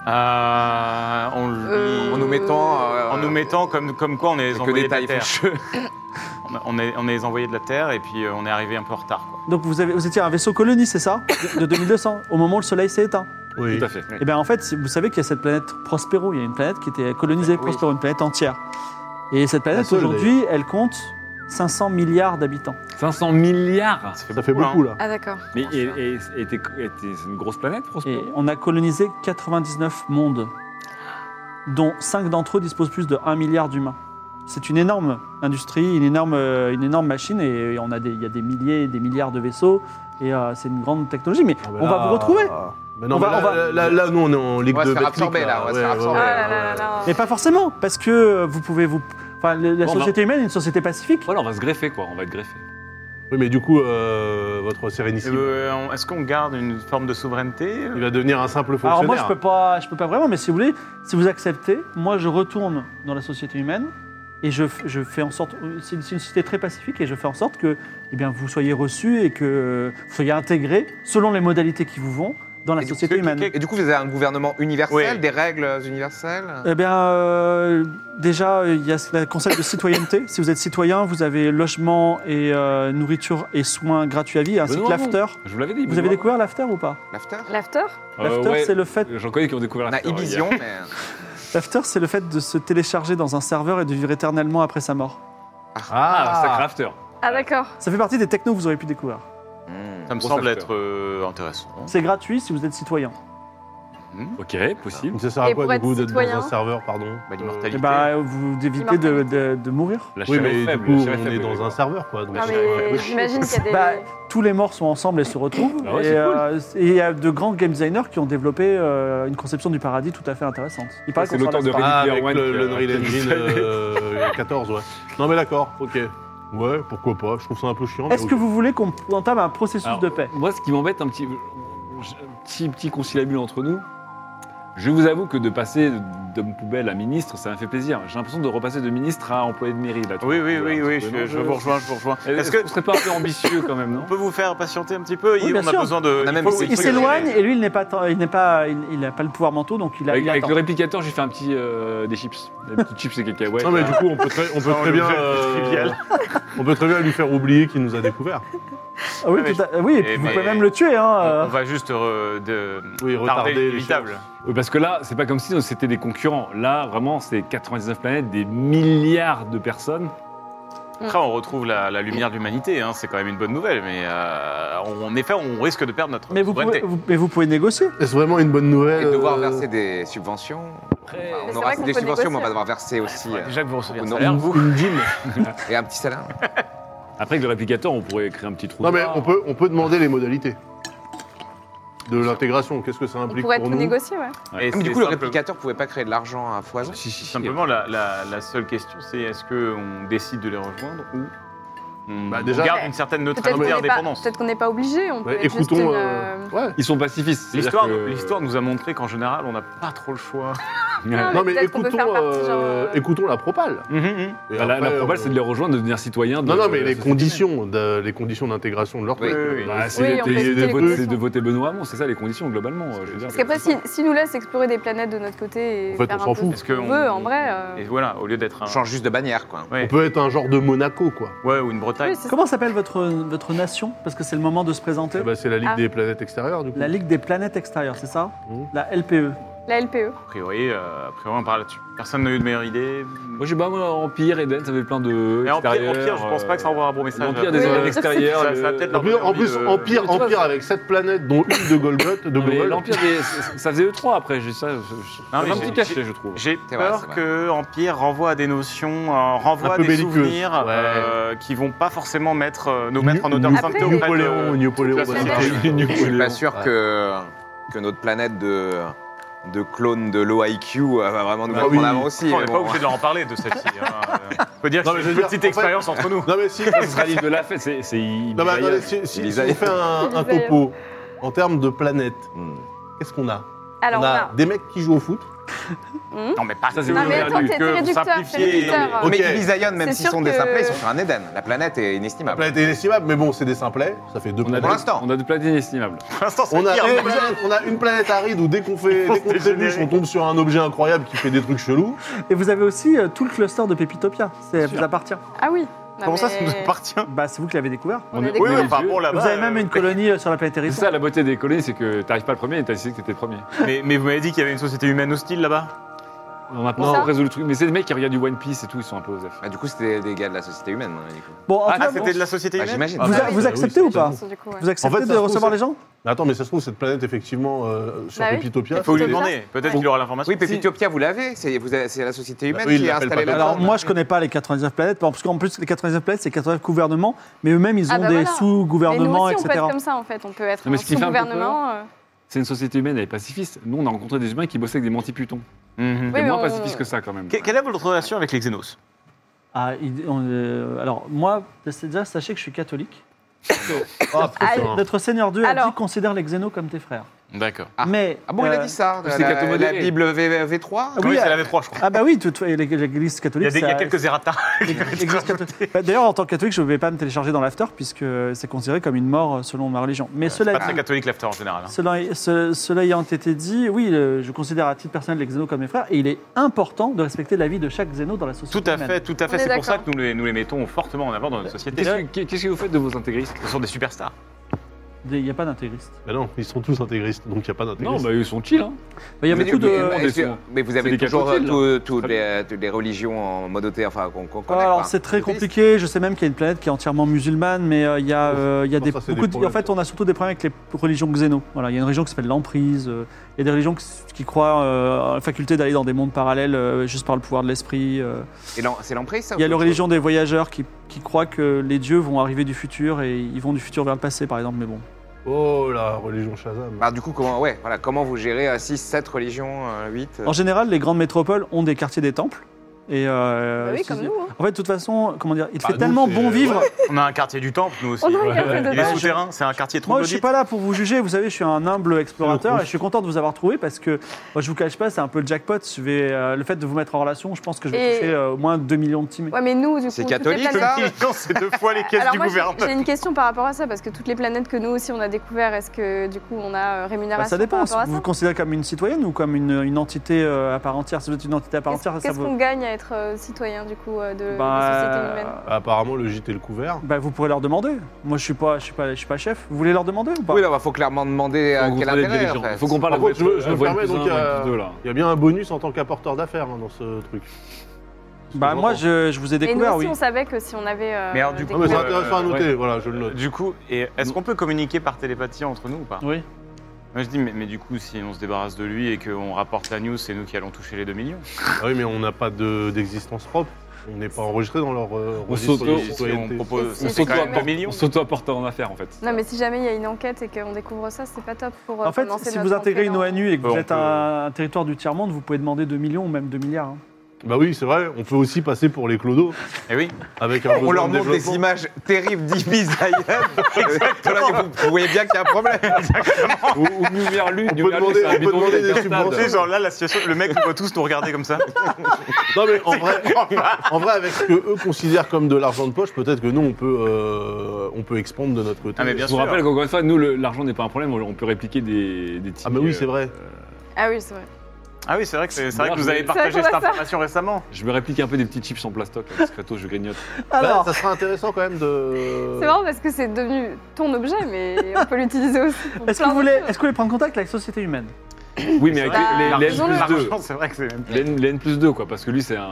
[SPEAKER 2] Euh, on, lui-
[SPEAKER 7] Euh,
[SPEAKER 5] En nous mettant. euh,
[SPEAKER 2] en nous mettant comme, comme quoi on est les
[SPEAKER 5] que
[SPEAKER 2] envoyés
[SPEAKER 5] des
[SPEAKER 2] de la
[SPEAKER 5] tailles
[SPEAKER 2] Terre. On a- on, est, on est les envoyés de la Terre et puis euh, on est arrivé un peu en retard. quoi.
[SPEAKER 3] Donc vous, avez, vous étiez un vaisseau colonie, c'est ça De 2200, au moment où le soleil s'est éteint.
[SPEAKER 6] Oui.
[SPEAKER 4] Tout à fait.
[SPEAKER 3] Et bien en fait, si- vous savez qu'il y a cette planète Prospero, il y a une planète qui était colonisée
[SPEAKER 5] Oui.
[SPEAKER 3] Prospero, une planète entière. Et cette planète
[SPEAKER 6] seule,
[SPEAKER 3] aujourd'hui, elle compte 500 milliards d'habitants.
[SPEAKER 4] 500 milliards Hein.
[SPEAKER 6] Ça fait beaucoup là.
[SPEAKER 7] Ah, d'accord.
[SPEAKER 4] Mais et, et- et t'es- et t'es- c'est une grosse planète,
[SPEAKER 3] Et
[SPEAKER 4] Prospero
[SPEAKER 3] on a colonisé 99 mondes, dont 5 d'entre eux disposent plus de 1 milliard d'humains. C'est une énorme industrie, une énorme, euh, une énorme machine, et on a des, il y a des milliers et des milliards de vaisseaux, et euh, c'est une grande technologie. Mais
[SPEAKER 6] Ah, mais
[SPEAKER 3] on
[SPEAKER 6] là-
[SPEAKER 3] va vous retrouver
[SPEAKER 6] Mais non,
[SPEAKER 3] On
[SPEAKER 6] mais
[SPEAKER 3] va-
[SPEAKER 6] là,
[SPEAKER 3] on va-
[SPEAKER 6] là, là, nous, on est en Ligue
[SPEAKER 5] On va se
[SPEAKER 6] de
[SPEAKER 5] faire
[SPEAKER 6] Betclic,
[SPEAKER 5] absorber, là, on va se faire
[SPEAKER 6] Ouais,
[SPEAKER 5] absorber.
[SPEAKER 6] ouais,
[SPEAKER 7] Ah là
[SPEAKER 6] ouais.
[SPEAKER 7] là là là.
[SPEAKER 3] Mais pas forcément, parce que euh, vous pouvez vous. Enfin, le- la
[SPEAKER 4] Bon, bah-
[SPEAKER 3] société humaine est une société pacifique.
[SPEAKER 4] Voilà, on va se greffer, quoi. On va être greffé.
[SPEAKER 6] Oui, mais du coup, euh, votre sérénissime,
[SPEAKER 2] Euh, on- Est-ce qu'on garde une forme de souveraineté euh
[SPEAKER 6] il va devenir un simple
[SPEAKER 3] Alors moi,
[SPEAKER 6] fonctionnaire.
[SPEAKER 3] je peux pas, je peux pas vraiment, mais si vous voulez, si vous acceptez, moi, je retourne dans la société humaine et je, f- je fais en sorte. C'est une, c'est une société très pacifique et je fais en sorte que, eh bien, vous soyez reçus et que euh, vous soyez intégrés selon les modalités qui vous vont dans la
[SPEAKER 5] Et du
[SPEAKER 3] société
[SPEAKER 5] coup,
[SPEAKER 3] humaine.
[SPEAKER 5] Et du coup, vous avez un gouvernement universel,
[SPEAKER 2] Oui.
[SPEAKER 5] des règles universelles
[SPEAKER 3] Eh bien, euh, déjà, il y a le concept de citoyenneté. Si vous êtes citoyen, vous avez logement et euh, nourriture et soins gratuits à vie, ainsi
[SPEAKER 4] non,
[SPEAKER 3] que
[SPEAKER 4] non.
[SPEAKER 3] l'after.
[SPEAKER 4] Je vous l'avais dit.
[SPEAKER 3] Vous avez découvert l'after ou pas
[SPEAKER 5] L'after
[SPEAKER 7] L'after
[SPEAKER 3] L'after, c'est le fait
[SPEAKER 4] J'en connais qui ont découvert
[SPEAKER 5] On a
[SPEAKER 4] l'after.
[SPEAKER 5] Ibision, mais.
[SPEAKER 3] L'after, c'est le fait de se télécharger dans un serveur et de vivre éternellement après sa mort.
[SPEAKER 4] Ah, sacré after.
[SPEAKER 7] Ah, d'accord.
[SPEAKER 3] Ça fait partie des technos que vous aurez pu découvrir.
[SPEAKER 5] Hmm.
[SPEAKER 2] Ça me
[SPEAKER 4] Gros
[SPEAKER 2] semble
[SPEAKER 4] acteur.
[SPEAKER 2] être euh, intéressant. Hmm.
[SPEAKER 3] C'est gratuit si vous êtes citoyen.
[SPEAKER 4] Ok, possible.
[SPEAKER 6] Donc ça sert à
[SPEAKER 7] Et
[SPEAKER 6] quoi
[SPEAKER 7] pour
[SPEAKER 6] du
[SPEAKER 7] être
[SPEAKER 6] coup d'être dans
[SPEAKER 7] citoyen
[SPEAKER 6] un serveur, pardon
[SPEAKER 2] Bah,
[SPEAKER 3] Eh
[SPEAKER 2] l'immortalité.
[SPEAKER 3] bah, vous évitez de, de- de mourir.
[SPEAKER 4] La
[SPEAKER 6] Oui,
[SPEAKER 4] chair
[SPEAKER 6] mais
[SPEAKER 4] est faible,
[SPEAKER 6] du
[SPEAKER 4] la
[SPEAKER 6] coup,
[SPEAKER 4] chair
[SPEAKER 6] on est
[SPEAKER 4] faible,
[SPEAKER 6] dans un serveur, quoi. donc-
[SPEAKER 7] Ah, mais j'imagine qu'il y a des.
[SPEAKER 3] Bah, tous les morts sont ensemble et se retrouvent.
[SPEAKER 4] Ah ouais,
[SPEAKER 3] et
[SPEAKER 4] c'est cool.
[SPEAKER 3] euh, et il y a de grands game designers qui ont développé euh, une conception du paradis tout à fait intéressante. Il paraît
[SPEAKER 4] C'est
[SPEAKER 3] qu'on sera là-
[SPEAKER 4] l'auteur de Ready
[SPEAKER 6] Ah,
[SPEAKER 4] Player
[SPEAKER 6] avec
[SPEAKER 4] One
[SPEAKER 6] le,
[SPEAKER 4] qui a-
[SPEAKER 6] le Unreal Engine
[SPEAKER 4] qui a dit ça.
[SPEAKER 6] euh, 14, ouais. Non, mais d'accord, ok. Ouais, pourquoi pas, je trouve ça un peu chiant. mais
[SPEAKER 3] Est-ce
[SPEAKER 6] ok.
[SPEAKER 3] que vous voulez qu'on entame un processus
[SPEAKER 4] Alors,
[SPEAKER 3] de paix
[SPEAKER 4] Moi, ce qui m'embête un petit, un petit, petit conciliabule entre nous, je vous avoue que de passer d'homme poubelle à ministre, ça m'a fait plaisir. J'ai l'impression de repasser de ministre à employé de mairie. Là, tout
[SPEAKER 2] Oui,
[SPEAKER 4] d'un
[SPEAKER 2] oui,
[SPEAKER 4] coup,
[SPEAKER 2] oui,
[SPEAKER 4] là,
[SPEAKER 2] oui,
[SPEAKER 4] tout
[SPEAKER 2] je,
[SPEAKER 4] d'un coup,
[SPEAKER 2] je
[SPEAKER 4] non, Euh,
[SPEAKER 2] vous rejoins, je vous rejoins. Est-ce
[SPEAKER 4] Est-ce
[SPEAKER 2] que
[SPEAKER 4] qu'on serait Eh, pas un peu ambitieux quand même, non
[SPEAKER 2] on peut vous faire patienter un petit peu
[SPEAKER 3] Oui,
[SPEAKER 2] Il-
[SPEAKER 3] bien
[SPEAKER 2] On a
[SPEAKER 3] sûr.
[SPEAKER 2] besoin de.
[SPEAKER 5] On a
[SPEAKER 2] il
[SPEAKER 5] même
[SPEAKER 2] faut-
[SPEAKER 5] essayé
[SPEAKER 2] faut
[SPEAKER 3] Il
[SPEAKER 5] Oui,
[SPEAKER 3] s'éloigne
[SPEAKER 2] que-
[SPEAKER 3] et lui, il n'est pas, tant- il n'est pas, il, il a pas le pouvoir manteau, donc il a.
[SPEAKER 4] avec,
[SPEAKER 3] il
[SPEAKER 4] avec
[SPEAKER 3] attend.
[SPEAKER 4] le réplicateur, j'ai fait un petit, euh, des chips, des petits chips et cacahuètes.
[SPEAKER 6] Non, mais du
[SPEAKER 4] là.
[SPEAKER 6] coup, on peut très, on peut
[SPEAKER 2] Non,
[SPEAKER 6] très bien.
[SPEAKER 2] l'objet est trivial.
[SPEAKER 6] euh, on peut très bien lui faire oublier qu'il nous a découvert.
[SPEAKER 3] Ah oui,
[SPEAKER 2] Ah, mais
[SPEAKER 3] tout à- oui, et
[SPEAKER 2] et
[SPEAKER 3] puis vous
[SPEAKER 2] mais-
[SPEAKER 3] pouvez même le tuer. Hein,
[SPEAKER 2] On
[SPEAKER 3] euh.
[SPEAKER 2] on va juste euh, de
[SPEAKER 6] Oui, retarder les
[SPEAKER 2] l'évitable.
[SPEAKER 4] Oui, Euh, parce que là, c'est pas comme si c'était des concurrents. Là, vraiment, c'est 99 planètes, des milliards de personnes.
[SPEAKER 7] Mm.
[SPEAKER 2] Après, on retrouve la, la lumière de l'humanité. hein, C'est quand même une bonne nouvelle, mais euh, en effet, on risque de perdre notre
[SPEAKER 3] Mais vous,
[SPEAKER 2] souveraineté.
[SPEAKER 3] pouvez, vous- mais vous pouvez négocier.
[SPEAKER 6] Est-ce vraiment une bonne
[SPEAKER 5] Et
[SPEAKER 6] nouvelle
[SPEAKER 5] devoir
[SPEAKER 6] euh,
[SPEAKER 5] verser des subventions.
[SPEAKER 4] Après,
[SPEAKER 7] Mais
[SPEAKER 5] Enfin, on
[SPEAKER 7] c'est
[SPEAKER 5] aura
[SPEAKER 7] vrai qu'on
[SPEAKER 5] des
[SPEAKER 7] peut
[SPEAKER 5] subventions, mais on
[SPEAKER 7] négocier.
[SPEAKER 5] va devoir verser aussi.
[SPEAKER 2] Ouais,
[SPEAKER 5] euh,
[SPEAKER 2] Déjà que vous recevez un
[SPEAKER 5] beaucoup de
[SPEAKER 2] salaire, vous.
[SPEAKER 5] et un petit salaire.
[SPEAKER 4] après, avec le réplicateur, on pourrait créer un petit trou.
[SPEAKER 6] Non, mais
[SPEAKER 4] noir.
[SPEAKER 6] Eh, on peut, on peut demander les modalités de l'intégration. Qu'est-ce que ça
[SPEAKER 7] On
[SPEAKER 6] implique
[SPEAKER 7] pourrait
[SPEAKER 6] pour
[SPEAKER 7] tout
[SPEAKER 6] nous
[SPEAKER 7] négocier, ouais.
[SPEAKER 2] Et
[SPEAKER 5] Ah, Mais du
[SPEAKER 2] c'est
[SPEAKER 5] coup, le
[SPEAKER 2] simple-
[SPEAKER 5] réplicateur pouvait pas créer de l'argent à foison.
[SPEAKER 4] Si, si, si.
[SPEAKER 2] Simplement, la, la- la seule question, c'est est-ce qu'on décide de les rejoindre ou on
[SPEAKER 6] Bah, déjà-
[SPEAKER 2] garde une certaine
[SPEAKER 7] Peut-être
[SPEAKER 2] neutralité
[SPEAKER 7] qu'on
[SPEAKER 2] et
[SPEAKER 7] n'est pas-
[SPEAKER 2] indépendance
[SPEAKER 7] peut-être qu'on n'est pas obligé. On peut
[SPEAKER 6] Ouais,
[SPEAKER 7] être juste
[SPEAKER 6] Écoutons.
[SPEAKER 7] une,
[SPEAKER 6] euh,
[SPEAKER 7] euh,
[SPEAKER 6] Ouais.
[SPEAKER 4] Ils sont pacifistes. c'est-à-dire
[SPEAKER 2] L'histoire
[SPEAKER 4] que-
[SPEAKER 2] l'histoire nous a montré qu'en général, on n'a pas trop le choix.
[SPEAKER 4] Ouais.
[SPEAKER 6] Non, mais
[SPEAKER 7] peut-être qu'on peut
[SPEAKER 6] écoutons,
[SPEAKER 7] faire partie, genre, euh,
[SPEAKER 6] euh, écoutons la propale. Et
[SPEAKER 4] Bah, la,
[SPEAKER 6] après,
[SPEAKER 4] la propale,
[SPEAKER 6] on-
[SPEAKER 4] c'est de les rejoindre, de devenir citoyen.
[SPEAKER 6] Non, non, mais les conditions, de- les conditions d'intégration de leur
[SPEAKER 5] Oui,
[SPEAKER 6] truc.
[SPEAKER 2] oui, oui.
[SPEAKER 6] Bah,
[SPEAKER 4] c'est
[SPEAKER 7] Oui,
[SPEAKER 4] de-
[SPEAKER 7] on peut
[SPEAKER 4] de-
[SPEAKER 7] éviter
[SPEAKER 4] de
[SPEAKER 7] les
[SPEAKER 4] voter-
[SPEAKER 7] conditions.
[SPEAKER 4] c'est de voter Benoît Hamon, c'est ça les conditions globalement. euh, je veux dire.
[SPEAKER 7] Parce qu'après, si, si nous laisse explorer des planètes de notre côté et
[SPEAKER 6] En fait,
[SPEAKER 7] faire
[SPEAKER 6] on
[SPEAKER 7] un
[SPEAKER 6] s'en
[SPEAKER 7] peu
[SPEAKER 6] fout.
[SPEAKER 7] ce qu'on veut, en vrai. euh,
[SPEAKER 2] Et voilà, au lieu d'être un.
[SPEAKER 5] On change juste de bannière, quoi.
[SPEAKER 2] Ouais.
[SPEAKER 6] On peut être un genre de Monaco, quoi.
[SPEAKER 2] Ouais, ou une Bretagne.
[SPEAKER 7] oui, c'est-
[SPEAKER 3] Comment s'appelle votre, votre nation Parce que c'est le moment de se présenter.
[SPEAKER 6] Eh ben, c'est la Ligue
[SPEAKER 7] Ah.
[SPEAKER 6] des planètes extérieures, du coup.
[SPEAKER 3] La Ligue des planètes extérieures, c'est ça
[SPEAKER 6] Mmh.
[SPEAKER 3] La E. LPE.
[SPEAKER 7] La E. LPE.
[SPEAKER 2] A priori, euh, a priori, on parle là-dessus. Personne n'a eu de meilleure idée.
[SPEAKER 4] Moi, j'ai pas moi, Empire, Eden, ça avait plein de.
[SPEAKER 2] Et Empire,
[SPEAKER 4] extérieurs,
[SPEAKER 2] Empire, je pense pas que ça
[SPEAKER 4] euh,
[SPEAKER 2] envoie un bon message.
[SPEAKER 4] L'Empire des
[SPEAKER 7] Oui.
[SPEAKER 4] Années
[SPEAKER 2] Ça-
[SPEAKER 4] extérieures.
[SPEAKER 2] ça a
[SPEAKER 4] le-
[SPEAKER 2] peut-être
[SPEAKER 6] En plus, en
[SPEAKER 2] envie
[SPEAKER 6] plus,
[SPEAKER 2] de-
[SPEAKER 4] Mais
[SPEAKER 6] Empire,
[SPEAKER 4] tu vois,
[SPEAKER 6] Empire
[SPEAKER 4] ça-
[SPEAKER 6] avec 7 planètes, dont une de Golgoth, de
[SPEAKER 4] Non, mais
[SPEAKER 6] Gogol.
[SPEAKER 4] L'Empire des. Ça faisait E3 après, j'ai ça. je- je-
[SPEAKER 2] Non, mais
[SPEAKER 4] C'est un
[SPEAKER 2] j'ai-
[SPEAKER 4] petit cachet, je trouve.
[SPEAKER 2] J'ai
[SPEAKER 5] C'est
[SPEAKER 2] peur
[SPEAKER 5] vrai, c'est
[SPEAKER 2] que Empire renvoie à des notions, euh, renvoie
[SPEAKER 6] Un
[SPEAKER 2] à
[SPEAKER 6] peu
[SPEAKER 2] des
[SPEAKER 6] belliqueuses.
[SPEAKER 2] souvenirs
[SPEAKER 6] Ouais.
[SPEAKER 2] euh, qui vont pas forcément mettre, euh, nous mettre en odeur
[SPEAKER 6] New-
[SPEAKER 2] de sainteté
[SPEAKER 7] Après,
[SPEAKER 2] auprès de-
[SPEAKER 6] Napoléon, Napoléon,
[SPEAKER 2] toute la
[SPEAKER 6] ouais,
[SPEAKER 7] planète.
[SPEAKER 6] c'était Napoléon.
[SPEAKER 5] Je suis pas sûr
[SPEAKER 6] Ouais.
[SPEAKER 5] que, que notre planète de, de clones de low IQ euh, va vraiment nous
[SPEAKER 6] Ah
[SPEAKER 5] mettre
[SPEAKER 6] oui.
[SPEAKER 5] en avant aussi.
[SPEAKER 2] Bah on
[SPEAKER 5] mais
[SPEAKER 2] n'est pas
[SPEAKER 5] bon.
[SPEAKER 2] obligé de leur en parler de celle-ci. hein. On peut euh, dire
[SPEAKER 6] Non,
[SPEAKER 2] que
[SPEAKER 6] mais
[SPEAKER 2] c'est
[SPEAKER 6] je
[SPEAKER 2] une
[SPEAKER 6] veux dire,
[SPEAKER 2] petite
[SPEAKER 6] en fait-
[SPEAKER 2] expérience entre nous.
[SPEAKER 6] Non, mais si,
[SPEAKER 4] Ce sera l'île de la fête, c'est. c'est- il-
[SPEAKER 6] non, mais
[SPEAKER 4] il-
[SPEAKER 6] attendez, si, si-
[SPEAKER 5] Il
[SPEAKER 6] si on
[SPEAKER 5] aille.
[SPEAKER 6] fait un, un
[SPEAKER 7] Il aille.
[SPEAKER 6] topo en termes de planètes,
[SPEAKER 5] Hmm.
[SPEAKER 6] qu'est-ce qu'on a
[SPEAKER 7] Alors,
[SPEAKER 6] On a
[SPEAKER 7] on a-
[SPEAKER 6] des mecs qui jouent au foot.
[SPEAKER 2] Non, mais pas
[SPEAKER 4] Ça,
[SPEAKER 2] que-
[SPEAKER 4] c'est
[SPEAKER 7] Hmm Non, mais
[SPEAKER 4] Olivier
[SPEAKER 7] attends, t'es
[SPEAKER 2] que
[SPEAKER 7] t'es
[SPEAKER 2] pour
[SPEAKER 7] réducteur. t'es
[SPEAKER 2] simplifier.
[SPEAKER 7] réducteur.
[SPEAKER 6] Ok.
[SPEAKER 5] Mais Elysian, même
[SPEAKER 7] C'est
[SPEAKER 5] s'ils sont
[SPEAKER 7] sûr
[SPEAKER 5] des
[SPEAKER 7] que-
[SPEAKER 5] simplets, ils sont sur un Éden. La planète est
[SPEAKER 6] La
[SPEAKER 5] inestimable.
[SPEAKER 6] planète est inestimable, mais bon, c'est des simplets, ça fait deux
[SPEAKER 4] On a
[SPEAKER 6] planètes.
[SPEAKER 5] Pour
[SPEAKER 4] des-
[SPEAKER 5] l'instant.
[SPEAKER 4] On a de planètes inestimables.
[SPEAKER 2] Pour l'instant, c'est
[SPEAKER 6] On a,
[SPEAKER 2] pire.
[SPEAKER 6] eh, planète- on a une planète aride où dès qu'on fait dès qu'on
[SPEAKER 2] C'est
[SPEAKER 6] trébuche,
[SPEAKER 2] générique.
[SPEAKER 6] on tombe sur un objet incroyable qui fait des trucs chelous.
[SPEAKER 3] Et vous avez aussi euh, tout le cluster de Pépitopia. C'est vous appartient.
[SPEAKER 7] Ah oui. Non,
[SPEAKER 2] Comment ça, ça
[SPEAKER 7] mais-
[SPEAKER 2] nous appartient
[SPEAKER 3] Bah, c'est vous qui l'avez découvert.
[SPEAKER 7] On a des
[SPEAKER 2] Oui,
[SPEAKER 7] clones.
[SPEAKER 2] enfin, bon, là-bas.
[SPEAKER 3] vous avez même
[SPEAKER 2] euh,
[SPEAKER 3] une colonie euh, sur la planète
[SPEAKER 4] C'est
[SPEAKER 3] Hérisson.
[SPEAKER 4] ça la beauté des colonies, c'est que t'arrives pas le premier et t'as décidé que t'étais le premier.
[SPEAKER 2] Mais, mais vous m'avez dit qu'il y avait une société humaine hostile là-bas
[SPEAKER 4] On a pas
[SPEAKER 7] Ça
[SPEAKER 4] résolu le truc. Mais c'est des mecs qui regardent du One Piece et tout, ils sont un peu aux F.
[SPEAKER 5] Bah, du coup, c'était des gars de la société humaine. hein, du coup.
[SPEAKER 3] Bon, en tout
[SPEAKER 2] Ah,
[SPEAKER 3] cas,
[SPEAKER 2] c'était de la société
[SPEAKER 5] Bah,
[SPEAKER 2] humaine
[SPEAKER 5] J'imagine.
[SPEAKER 3] vous,
[SPEAKER 7] Ah,
[SPEAKER 3] vous
[SPEAKER 7] oui,
[SPEAKER 3] acceptez
[SPEAKER 6] oui,
[SPEAKER 3] ou pas
[SPEAKER 7] Ça, du coup, ouais.
[SPEAKER 3] Vous acceptez
[SPEAKER 6] En fait, ça
[SPEAKER 3] de
[SPEAKER 6] se trouve,
[SPEAKER 3] recevoir
[SPEAKER 6] c'est-
[SPEAKER 3] les gens
[SPEAKER 6] Mais attends, mais ça se trouve, cette planète, effectivement, euh, sur
[SPEAKER 7] Bah oui.
[SPEAKER 6] Pépitopia.
[SPEAKER 2] Il faut lui
[SPEAKER 7] Pépitopia.
[SPEAKER 2] demander. Peut-être qu'il aura l'information.
[SPEAKER 5] Oui, Pépitopia, vous l'avez. C'est vous avez- c'est la société
[SPEAKER 3] Bah,
[SPEAKER 5] humaine
[SPEAKER 6] oui, il
[SPEAKER 5] Bah, qui est
[SPEAKER 6] l'appelle
[SPEAKER 5] installée
[SPEAKER 6] pas
[SPEAKER 5] là-dedans.
[SPEAKER 3] Alors, moi, je connais pas les 99 planètes, parce qu'en plus, les 99 planètes, c'est 99 gouvernements, mais eux-mêmes, ils ont
[SPEAKER 7] Ah bah
[SPEAKER 3] des
[SPEAKER 7] voilà. Mais nous
[SPEAKER 3] sous-gouvernements,
[SPEAKER 7] aussi, on peut
[SPEAKER 3] etc.
[SPEAKER 7] être comme ça, en fait. On peut être
[SPEAKER 4] Non, mais
[SPEAKER 7] un
[SPEAKER 4] ce qui fait un peu
[SPEAKER 7] sous-gouvernement. euh,
[SPEAKER 4] C'est une société humaine, elle est pacifiste. Nous, on a rencontré des humains qui bossaient avec des mantiputons.
[SPEAKER 2] Mhm.
[SPEAKER 4] C'est
[SPEAKER 7] Oui, mais
[SPEAKER 4] moins
[SPEAKER 7] on-
[SPEAKER 4] pacifiste que ça, quand même.
[SPEAKER 2] Que- Quelle est votre relation avec les Xénos
[SPEAKER 3] Ah, il- on, euh, alors, moi, c'est déjà, sachez que je suis catholique.
[SPEAKER 5] Oh,
[SPEAKER 6] Ah, putain.
[SPEAKER 3] Notre Seigneur Dieu a
[SPEAKER 7] Alors.
[SPEAKER 3] dit considère les xénos comme tes frères.
[SPEAKER 2] D'accord.
[SPEAKER 5] Ah.
[SPEAKER 3] Mais,
[SPEAKER 5] Ah bon, il a
[SPEAKER 3] euh,
[SPEAKER 5] dit ça
[SPEAKER 4] c'est
[SPEAKER 5] La,
[SPEAKER 4] catho
[SPEAKER 5] la,
[SPEAKER 4] modéré.
[SPEAKER 5] Bible v, V3
[SPEAKER 3] Ah
[SPEAKER 2] Oui,
[SPEAKER 3] oui,
[SPEAKER 2] c'est
[SPEAKER 3] euh,
[SPEAKER 2] la V3, je crois.
[SPEAKER 3] Ah bah oui, tout- tout- l'Église
[SPEAKER 2] Il y
[SPEAKER 3] catholique.
[SPEAKER 2] a, des- il y a
[SPEAKER 3] ça-
[SPEAKER 2] quelques errata.
[SPEAKER 3] l'Église catholique- Bah, D'ailleurs, en tant que catholique, je ne vais pas me télécharger dans l'after puisque c'est considéré comme une mort euh, selon ma religion. Mais
[SPEAKER 2] C'est
[SPEAKER 3] cela,
[SPEAKER 2] pas très
[SPEAKER 3] dit-
[SPEAKER 2] catholique l'after en général. hein.
[SPEAKER 3] cela, ce- cela ayant été dit, oui, euh, je considère à titre personnel les xénos comme mes frères et il est important de respecter la vie de chaque xéno dans la société.
[SPEAKER 2] Tout à
[SPEAKER 3] humaine.
[SPEAKER 2] fait, tout à fait.
[SPEAKER 7] On est
[SPEAKER 2] C'est pour ça
[SPEAKER 7] d'accord.
[SPEAKER 2] que nous les, nous les mettons fortement en avant dans notre société.
[SPEAKER 4] Qu'est-ce que, qu'est-ce que vous faites de vos intégristes
[SPEAKER 2] Ce sont des superstars.
[SPEAKER 3] Il n'y a pas d'intégristes.
[SPEAKER 6] Mais non, ils sont tous intégristes, donc il n'y a pas
[SPEAKER 4] Non,
[SPEAKER 6] d'intégristes.
[SPEAKER 4] bah, ils sont chill, hein.
[SPEAKER 3] Il y a
[SPEAKER 5] Mais-
[SPEAKER 3] beaucoup
[SPEAKER 5] mais-
[SPEAKER 3] de. hein.
[SPEAKER 5] mais-
[SPEAKER 4] des-
[SPEAKER 5] Mais vous
[SPEAKER 4] c'est
[SPEAKER 5] avez
[SPEAKER 4] des
[SPEAKER 5] toujours
[SPEAKER 4] catholiques,
[SPEAKER 5] euh, tout- toutes
[SPEAKER 4] Très
[SPEAKER 5] les, euh, toutes les religions en monothéisme, enfin qu'on qu'on connaît.
[SPEAKER 3] Ah,
[SPEAKER 6] hein.
[SPEAKER 3] Alors
[SPEAKER 5] quoi.
[SPEAKER 3] c'est très compliqué, je sais même qu'il y a une planète qui est entièrement musulmane, mais euh, il y a, euh, il y a
[SPEAKER 6] Non,
[SPEAKER 3] des,
[SPEAKER 6] ça, c'est des
[SPEAKER 3] beaucoup de- En
[SPEAKER 6] problèmes,
[SPEAKER 3] fait,
[SPEAKER 6] ça.
[SPEAKER 3] on a surtout des problèmes avec les religions xéno. Voilà, il y a une religion qui s'appelle l'emprise, euh, il y a des religions qui, qui croient euh, à la faculté d'aller dans des mondes parallèles euh, juste par le pouvoir de l'esprit. euh.
[SPEAKER 5] Et l'en- C'est l'emprise, ça
[SPEAKER 3] Il y a
[SPEAKER 5] ou
[SPEAKER 3] la
[SPEAKER 5] autre chose
[SPEAKER 3] religion des voyageurs qui, qui croient que les dieux vont arriver du futur et ils vont du futur vers le passé, par exemple, mais bon.
[SPEAKER 6] Oh la religion Shazam.
[SPEAKER 5] Bah, du coup, comment, ouais, voilà, comment vous gérez 6, 7 religions, euh, 8
[SPEAKER 3] En général, les grandes métropoles ont des quartiers des temples. Et euh,
[SPEAKER 7] Bah oui,
[SPEAKER 3] si-
[SPEAKER 7] comme nous. hein.
[SPEAKER 3] En fait, de toute façon, comment dire, il
[SPEAKER 6] Bah,
[SPEAKER 3] fait
[SPEAKER 6] nous,
[SPEAKER 3] tellement
[SPEAKER 6] c'est-
[SPEAKER 3] bon vivre.
[SPEAKER 2] euh, On a un quartier du temple, nous aussi.
[SPEAKER 7] On a un quartier de
[SPEAKER 2] Il est
[SPEAKER 7] temple.
[SPEAKER 2] souterrain, c'est un quartier trop
[SPEAKER 3] Moi, je suis pas là pour vous juger. Vous savez, je suis un humble explorateur et je suis content de vous avoir trouvé parce que moi, je vous cache pas, c'est un peu le jackpot. Je vais, euh, le fait de vous mettre en relation, je pense que je vais
[SPEAKER 7] Et-
[SPEAKER 3] toucher euh, au moins 2 millions de teams.
[SPEAKER 7] Ouais, mais nous, du coup.
[SPEAKER 5] C'est
[SPEAKER 7] toutes les
[SPEAKER 5] catholique,
[SPEAKER 7] planètes-
[SPEAKER 5] ça
[SPEAKER 2] c'est deux fois les caisses
[SPEAKER 7] Alors,
[SPEAKER 2] du
[SPEAKER 7] moi, j'ai-
[SPEAKER 2] gouvernement.
[SPEAKER 7] j'ai une question par rapport à ça, parce que toutes les planètes que nous aussi on a découvert, est-ce que du coup on a euh, rémunération
[SPEAKER 3] Bah, ça dépend.
[SPEAKER 7] par rapport à
[SPEAKER 3] Vous
[SPEAKER 7] ça
[SPEAKER 3] vous considérez comme une citoyenne ou comme une, une entité euh, à part entière Si vous êtes une entité à part entière,
[SPEAKER 7] Qu'est-ce
[SPEAKER 3] ça
[SPEAKER 7] qu'est-ce qu'on
[SPEAKER 3] vous.
[SPEAKER 7] gagne à être euh, citoyen du coup euh, de, des sociétés humaines
[SPEAKER 3] Bah,
[SPEAKER 6] Bah, apparemment, le gîte et le couvert.
[SPEAKER 3] bah, vous pourrez leur demander. Moi, je suis pas, je suis pas, je suis pas chef. Vous voulez leur demander ou pas
[SPEAKER 5] Oui, là, bah, faut clairement demander
[SPEAKER 4] Faut
[SPEAKER 5] euh,
[SPEAKER 4] rencontrer
[SPEAKER 5] quel
[SPEAKER 4] les
[SPEAKER 5] intérêt.
[SPEAKER 4] dirigeants.
[SPEAKER 5] en fait.
[SPEAKER 4] Faut qu'on parle
[SPEAKER 6] Par
[SPEAKER 4] à
[SPEAKER 6] contre, je me-
[SPEAKER 4] votre-
[SPEAKER 6] je me
[SPEAKER 4] votre
[SPEAKER 6] permets,
[SPEAKER 4] cousin,
[SPEAKER 6] donc, euh,
[SPEAKER 4] votre deux, là.
[SPEAKER 6] Il y a bien un bonus en tant qu'apporteur d'affaires hein, dans ce truc.
[SPEAKER 3] Bah, moi, je, je vous ai
[SPEAKER 7] Et nous
[SPEAKER 3] découvert,
[SPEAKER 7] aussi
[SPEAKER 3] oui.
[SPEAKER 7] on savait que si on avait. euh,
[SPEAKER 2] Mais alors, du coup,
[SPEAKER 6] Ah, mais c'est
[SPEAKER 7] découvert-
[SPEAKER 2] euh,
[SPEAKER 6] intéressant à noter,
[SPEAKER 2] ouais.
[SPEAKER 6] voilà, je le note.
[SPEAKER 2] Du coup, et est-ce qu'on peut communiquer par télépathie entre nous ou pas
[SPEAKER 3] Oui.
[SPEAKER 2] Moi je dis, mais, mais du coup, si on se débarrasse de lui et qu'on rapporte la news, c'est nous qui allons toucher les 2 millions.
[SPEAKER 6] Ah oui, mais on n'a pas de- d'existence propre. On n'est pas enregistré dans leur euh, registre
[SPEAKER 4] s'auto-
[SPEAKER 6] de
[SPEAKER 2] Si on
[SPEAKER 6] citoyenneté.
[SPEAKER 7] Et
[SPEAKER 2] propose,
[SPEAKER 7] si
[SPEAKER 2] on fait
[SPEAKER 7] c'est
[SPEAKER 2] quand même
[SPEAKER 7] jamais-
[SPEAKER 2] 2 millions.
[SPEAKER 4] On s'auto-apporte en affaires, en fait.
[SPEAKER 7] Non, mais si jamais il y a une enquête et qu'on découvre ça, c'est pas top pour. euh,
[SPEAKER 3] En fait,
[SPEAKER 7] commencer
[SPEAKER 3] si
[SPEAKER 7] notre
[SPEAKER 3] vous intégrez
[SPEAKER 7] enquête hein.
[SPEAKER 3] une
[SPEAKER 7] dans-
[SPEAKER 3] ONU et que
[SPEAKER 2] Bon,
[SPEAKER 3] vous
[SPEAKER 2] on
[SPEAKER 3] êtes
[SPEAKER 2] peut-
[SPEAKER 3] un, un territoire du tiers-monde, vous pouvez demander 2 millions ou même 2 milliards. hein.
[SPEAKER 6] Bah oui, c'est vrai, on peut aussi passer pour les clodos.
[SPEAKER 2] Eh oui.
[SPEAKER 6] Avec un
[SPEAKER 5] On
[SPEAKER 6] besoin
[SPEAKER 5] leur
[SPEAKER 6] de
[SPEAKER 5] montre des
[SPEAKER 6] développement.
[SPEAKER 5] images terribles d'Ibis Island. Voilà, vous, vous voyez bien qu'il y a un problème.
[SPEAKER 4] ou, ou New Merlu,
[SPEAKER 6] On
[SPEAKER 4] New
[SPEAKER 6] peut
[SPEAKER 4] Merlu,
[SPEAKER 6] demander-
[SPEAKER 4] c'est un
[SPEAKER 6] on peut
[SPEAKER 4] bidonville
[SPEAKER 6] demander
[SPEAKER 4] avec
[SPEAKER 6] des
[SPEAKER 4] un stade.
[SPEAKER 6] subventions.
[SPEAKER 2] genre là, la situation, le mec, on va tous nous regarder comme ça.
[SPEAKER 6] Non mais en vrai, en vrai, avec ce que eux considèrent comme de l'argent de poche, peut-être que nous on peut euh, on peut expandre de notre côté.
[SPEAKER 2] Ah, mais bien
[SPEAKER 4] Je vous
[SPEAKER 2] sûr.
[SPEAKER 4] rappelle qu'encore une fois, nous, le- l'argent n'est pas un problème, on- on peut répliquer des, euh, des
[SPEAKER 2] bah
[SPEAKER 6] Ah, mais oui, c'est vrai.
[SPEAKER 7] Ah oui, c'est vrai.
[SPEAKER 2] Ah oui, c'est vrai que, c'est c'est vrai que
[SPEAKER 4] D'ailleurs,
[SPEAKER 2] vous avez
[SPEAKER 4] je-
[SPEAKER 7] C'est
[SPEAKER 2] partagé
[SPEAKER 7] vrai qu'on
[SPEAKER 2] cette
[SPEAKER 7] va faire.
[SPEAKER 2] information récemment.
[SPEAKER 4] Je me réplique un peu des petits chips en plastoc, là, parce que je grignote.
[SPEAKER 6] Bah,
[SPEAKER 3] Alors,
[SPEAKER 6] ça serait intéressant quand même de.
[SPEAKER 7] C'est marrant parce que c'est devenu ton objet, mais on peut l'utiliser aussi. pour
[SPEAKER 3] est-ce que
[SPEAKER 7] plein
[SPEAKER 3] vous voulez,
[SPEAKER 7] d'autres
[SPEAKER 3] est-ce que vous voulez prendre contact avec la société humaine
[SPEAKER 4] Oui, mais avec
[SPEAKER 7] Bah,
[SPEAKER 4] les, les- les
[SPEAKER 7] faisons-le.
[SPEAKER 4] N plus 2.
[SPEAKER 2] L'argent, c'est vrai que c'est même
[SPEAKER 4] Les, N- les N plus 2, quoi, parce que lui, c'est un.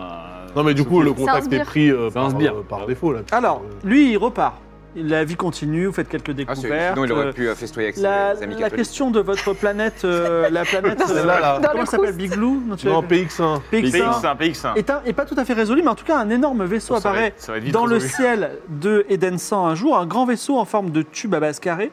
[SPEAKER 6] Non mais du coup le contact est
[SPEAKER 7] sbire.
[SPEAKER 6] pris euh,
[SPEAKER 4] C'est un
[SPEAKER 6] par,
[SPEAKER 4] sbire.
[SPEAKER 6] euh, par défaut là.
[SPEAKER 2] Ah,
[SPEAKER 3] Alors,
[SPEAKER 6] Euh,
[SPEAKER 3] lui, il repart. La vie continue, vous faites quelques
[SPEAKER 5] Ah, c'est-
[SPEAKER 3] découvertes.
[SPEAKER 5] sinon, il
[SPEAKER 3] euh,
[SPEAKER 5] aurait pu euh, festoyer avec ses
[SPEAKER 3] la,
[SPEAKER 5] ses amis
[SPEAKER 3] la
[SPEAKER 5] catholiques.
[SPEAKER 3] question de votre planète, euh, la planète, euh,
[SPEAKER 6] Celle-là, là.
[SPEAKER 7] Dans
[SPEAKER 3] comment
[SPEAKER 7] le
[SPEAKER 3] ça s'appelle
[SPEAKER 7] Proust.
[SPEAKER 3] Biglou Non, tu
[SPEAKER 6] Non
[SPEAKER 3] l'avais-
[SPEAKER 6] PX1.
[SPEAKER 3] PX1,
[SPEAKER 2] PX1, PX1.
[SPEAKER 3] est, un- est pas tout à fait résolu, mais en tout cas, un énorme vaisseau
[SPEAKER 2] Ça va
[SPEAKER 3] apparaît
[SPEAKER 2] être- ça va être vite
[SPEAKER 3] dans le
[SPEAKER 2] résolu.
[SPEAKER 3] ciel de Eden 100 un jour, un grand vaisseau en forme de tube à base carrée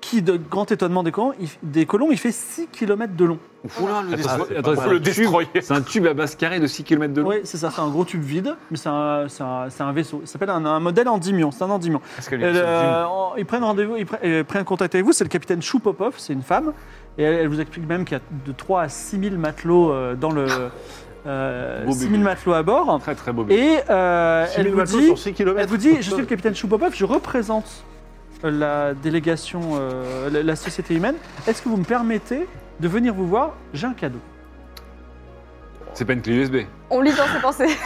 [SPEAKER 3] qui, de grand étonnement des colons, il, des colons, il fait 6 km de long.
[SPEAKER 2] Oula, le
[SPEAKER 6] Attends,
[SPEAKER 2] destroyer.
[SPEAKER 6] c'est
[SPEAKER 4] Attends,
[SPEAKER 6] pas
[SPEAKER 4] faut
[SPEAKER 6] mal.
[SPEAKER 4] le destroyer. C'est un tube à base carrée de 6 km de long.
[SPEAKER 3] Oui, c'est ça, c'est un gros tube vide, mais c'est un, c'est un- c'est un vaisseau. Il s'appelle un, un modèle endymion, c'est un endymion.
[SPEAKER 2] Parce que
[SPEAKER 3] Et,
[SPEAKER 2] les-
[SPEAKER 3] euh, en- ils prennent rendez-vous, ils pre- euh, prennent contact avec vous. C'est le capitaine Choupopov, c'est une femme. Et elle, elle vous explique même qu'il y a de 3 à 6 000 matelots euh, dans le. euh,
[SPEAKER 4] Beau
[SPEAKER 3] 6 000
[SPEAKER 4] bébé.
[SPEAKER 3] matelots à bord.
[SPEAKER 4] Très très beau.
[SPEAKER 3] Et euh,
[SPEAKER 6] 6
[SPEAKER 3] elle,
[SPEAKER 6] 000
[SPEAKER 3] vous
[SPEAKER 6] matelots
[SPEAKER 3] dit,
[SPEAKER 6] sur 6 km.
[SPEAKER 3] elle vous dit Je suis le capitaine Choupopov, je représente euh, la délégation, euh, la, la société humaine. Est-ce que vous me permettez de venir vous voir J'ai un cadeau.
[SPEAKER 4] C'est pas une clé USB.
[SPEAKER 7] On lit dans ses pensées.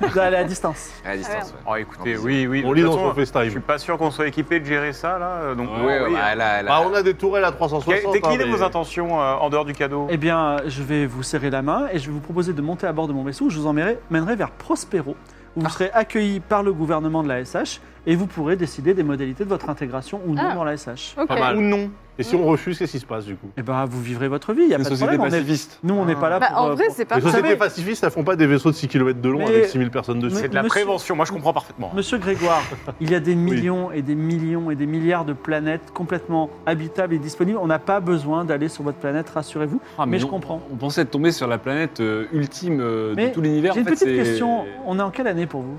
[SPEAKER 3] Vous allez à distance.
[SPEAKER 5] À la distance. ouais.
[SPEAKER 2] Oh, écoutez, oui, oui.
[SPEAKER 6] On
[SPEAKER 2] de
[SPEAKER 6] lit
[SPEAKER 2] toute
[SPEAKER 6] dans son
[SPEAKER 2] façon, Je suis
[SPEAKER 6] FaceTime.
[SPEAKER 2] pas sûr qu'on soit équipé de gérer ça, là. euh, Donc,
[SPEAKER 4] Ouais,
[SPEAKER 2] euh,
[SPEAKER 5] Oui,
[SPEAKER 2] oui,
[SPEAKER 5] bah, là, là.
[SPEAKER 6] Bah, on a des tourelles à
[SPEAKER 2] Quelles
[SPEAKER 6] 360.
[SPEAKER 2] quelles
[SPEAKER 6] hein,
[SPEAKER 2] étaient
[SPEAKER 6] mais-
[SPEAKER 2] vos intentions euh, en dehors du cadeau
[SPEAKER 3] Eh bien, je vais vous serrer la main et je vais vous proposer de monter à bord de mon vaisseau. Je vous emmènerai mènerai vers Prospero, où vous serez accueilli par le gouvernement de la SH et vous pourrez décider des modalités de votre intégration ou non
[SPEAKER 7] Ah.
[SPEAKER 3] dans la SH.
[SPEAKER 7] Ok.
[SPEAKER 6] Pas mal.
[SPEAKER 2] Ou non
[SPEAKER 6] Et si on refuse, qu'est-ce qui se passe du coup
[SPEAKER 3] Eh bien, vous vivrez votre vie, il n'y a
[SPEAKER 4] Une
[SPEAKER 3] pas de
[SPEAKER 4] société
[SPEAKER 3] problème. on est-
[SPEAKER 4] pacifiste.
[SPEAKER 3] Nous, on n'est pas là
[SPEAKER 7] Bah,
[SPEAKER 3] pour...
[SPEAKER 7] en
[SPEAKER 3] euh,
[SPEAKER 7] vrai,
[SPEAKER 3] pour-
[SPEAKER 7] c'est
[SPEAKER 6] Les
[SPEAKER 7] pas
[SPEAKER 6] sociétés
[SPEAKER 3] savez-
[SPEAKER 6] pacifistes, elles font pas des vaisseaux de 6 km de long
[SPEAKER 3] Mais-
[SPEAKER 6] avec 6000 personnes dessus.
[SPEAKER 2] C'est de la
[SPEAKER 3] Monsieur-
[SPEAKER 2] prévention. Moi, je comprends parfaitement.
[SPEAKER 3] Monsieur Grégoire, il y a des millions et des millions et des milliards de planètes complètement habitables et disponibles. On n'a pas besoin d'aller sur votre planète, rassurez-vous. mais je
[SPEAKER 4] on-
[SPEAKER 3] comprends.
[SPEAKER 4] Ah, On pensait être tombé sur la planète euh, ultime euh,
[SPEAKER 3] Mais
[SPEAKER 4] de tout l'univers.
[SPEAKER 3] J'ai
[SPEAKER 4] En
[SPEAKER 3] une
[SPEAKER 4] fait,
[SPEAKER 3] petite
[SPEAKER 4] c'est
[SPEAKER 3] question. On est en quelle année pour vous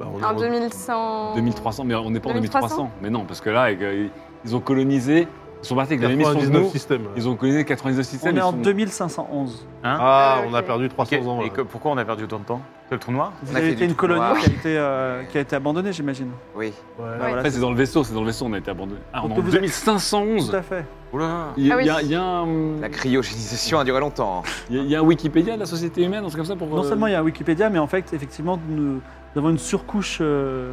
[SPEAKER 6] Bah, on est
[SPEAKER 7] En
[SPEAKER 6] en-
[SPEAKER 7] 2100.
[SPEAKER 4] 2300, mais on n'est pas en
[SPEAKER 7] 2300.
[SPEAKER 4] 2300. Mais non, parce que là, avec, euh, ils ont colonisé. Ils sont partis avec la même mission que
[SPEAKER 6] 99
[SPEAKER 4] nous.
[SPEAKER 6] systèmes.
[SPEAKER 4] Ils ont colonisé 99
[SPEAKER 3] On
[SPEAKER 4] systèmes.
[SPEAKER 3] est
[SPEAKER 4] ils
[SPEAKER 3] en
[SPEAKER 4] sont-
[SPEAKER 3] 2511.
[SPEAKER 6] Ah,
[SPEAKER 7] Ah,
[SPEAKER 6] on
[SPEAKER 7] ok.
[SPEAKER 6] a perdu 300 ans.
[SPEAKER 2] Et
[SPEAKER 6] là.
[SPEAKER 2] que- pourquoi on a perdu autant de temps C'est le trou noir
[SPEAKER 3] Vous
[SPEAKER 5] On a
[SPEAKER 3] avez
[SPEAKER 5] fait
[SPEAKER 3] été
[SPEAKER 5] du
[SPEAKER 3] une colonie
[SPEAKER 5] tournoi.
[SPEAKER 3] qui a été, euh, qui a été abandonnée, j'imagine.
[SPEAKER 5] Oui.
[SPEAKER 6] Ouais.
[SPEAKER 7] Ouais.
[SPEAKER 4] En fait, c'est dans le vaisseau, c'est dans le vaisseau, on a été abandonné. Ah, on est
[SPEAKER 3] Donc,
[SPEAKER 4] en
[SPEAKER 3] vous- Tout
[SPEAKER 4] 2511.
[SPEAKER 3] à fait.
[SPEAKER 2] Oula
[SPEAKER 4] Il y,
[SPEAKER 7] Ah
[SPEAKER 4] a-
[SPEAKER 7] oui.
[SPEAKER 4] il y a- il y a un,
[SPEAKER 5] La cryogénisation a duré longtemps.
[SPEAKER 2] hein.
[SPEAKER 4] il y a- il y a un Wikipédia de la société humaine, un truc comme ça pour.
[SPEAKER 3] Non
[SPEAKER 4] euh,
[SPEAKER 3] seulement il y a Wikipédia, mais en fait, effectivement, nous, nous avons une surcouche euh,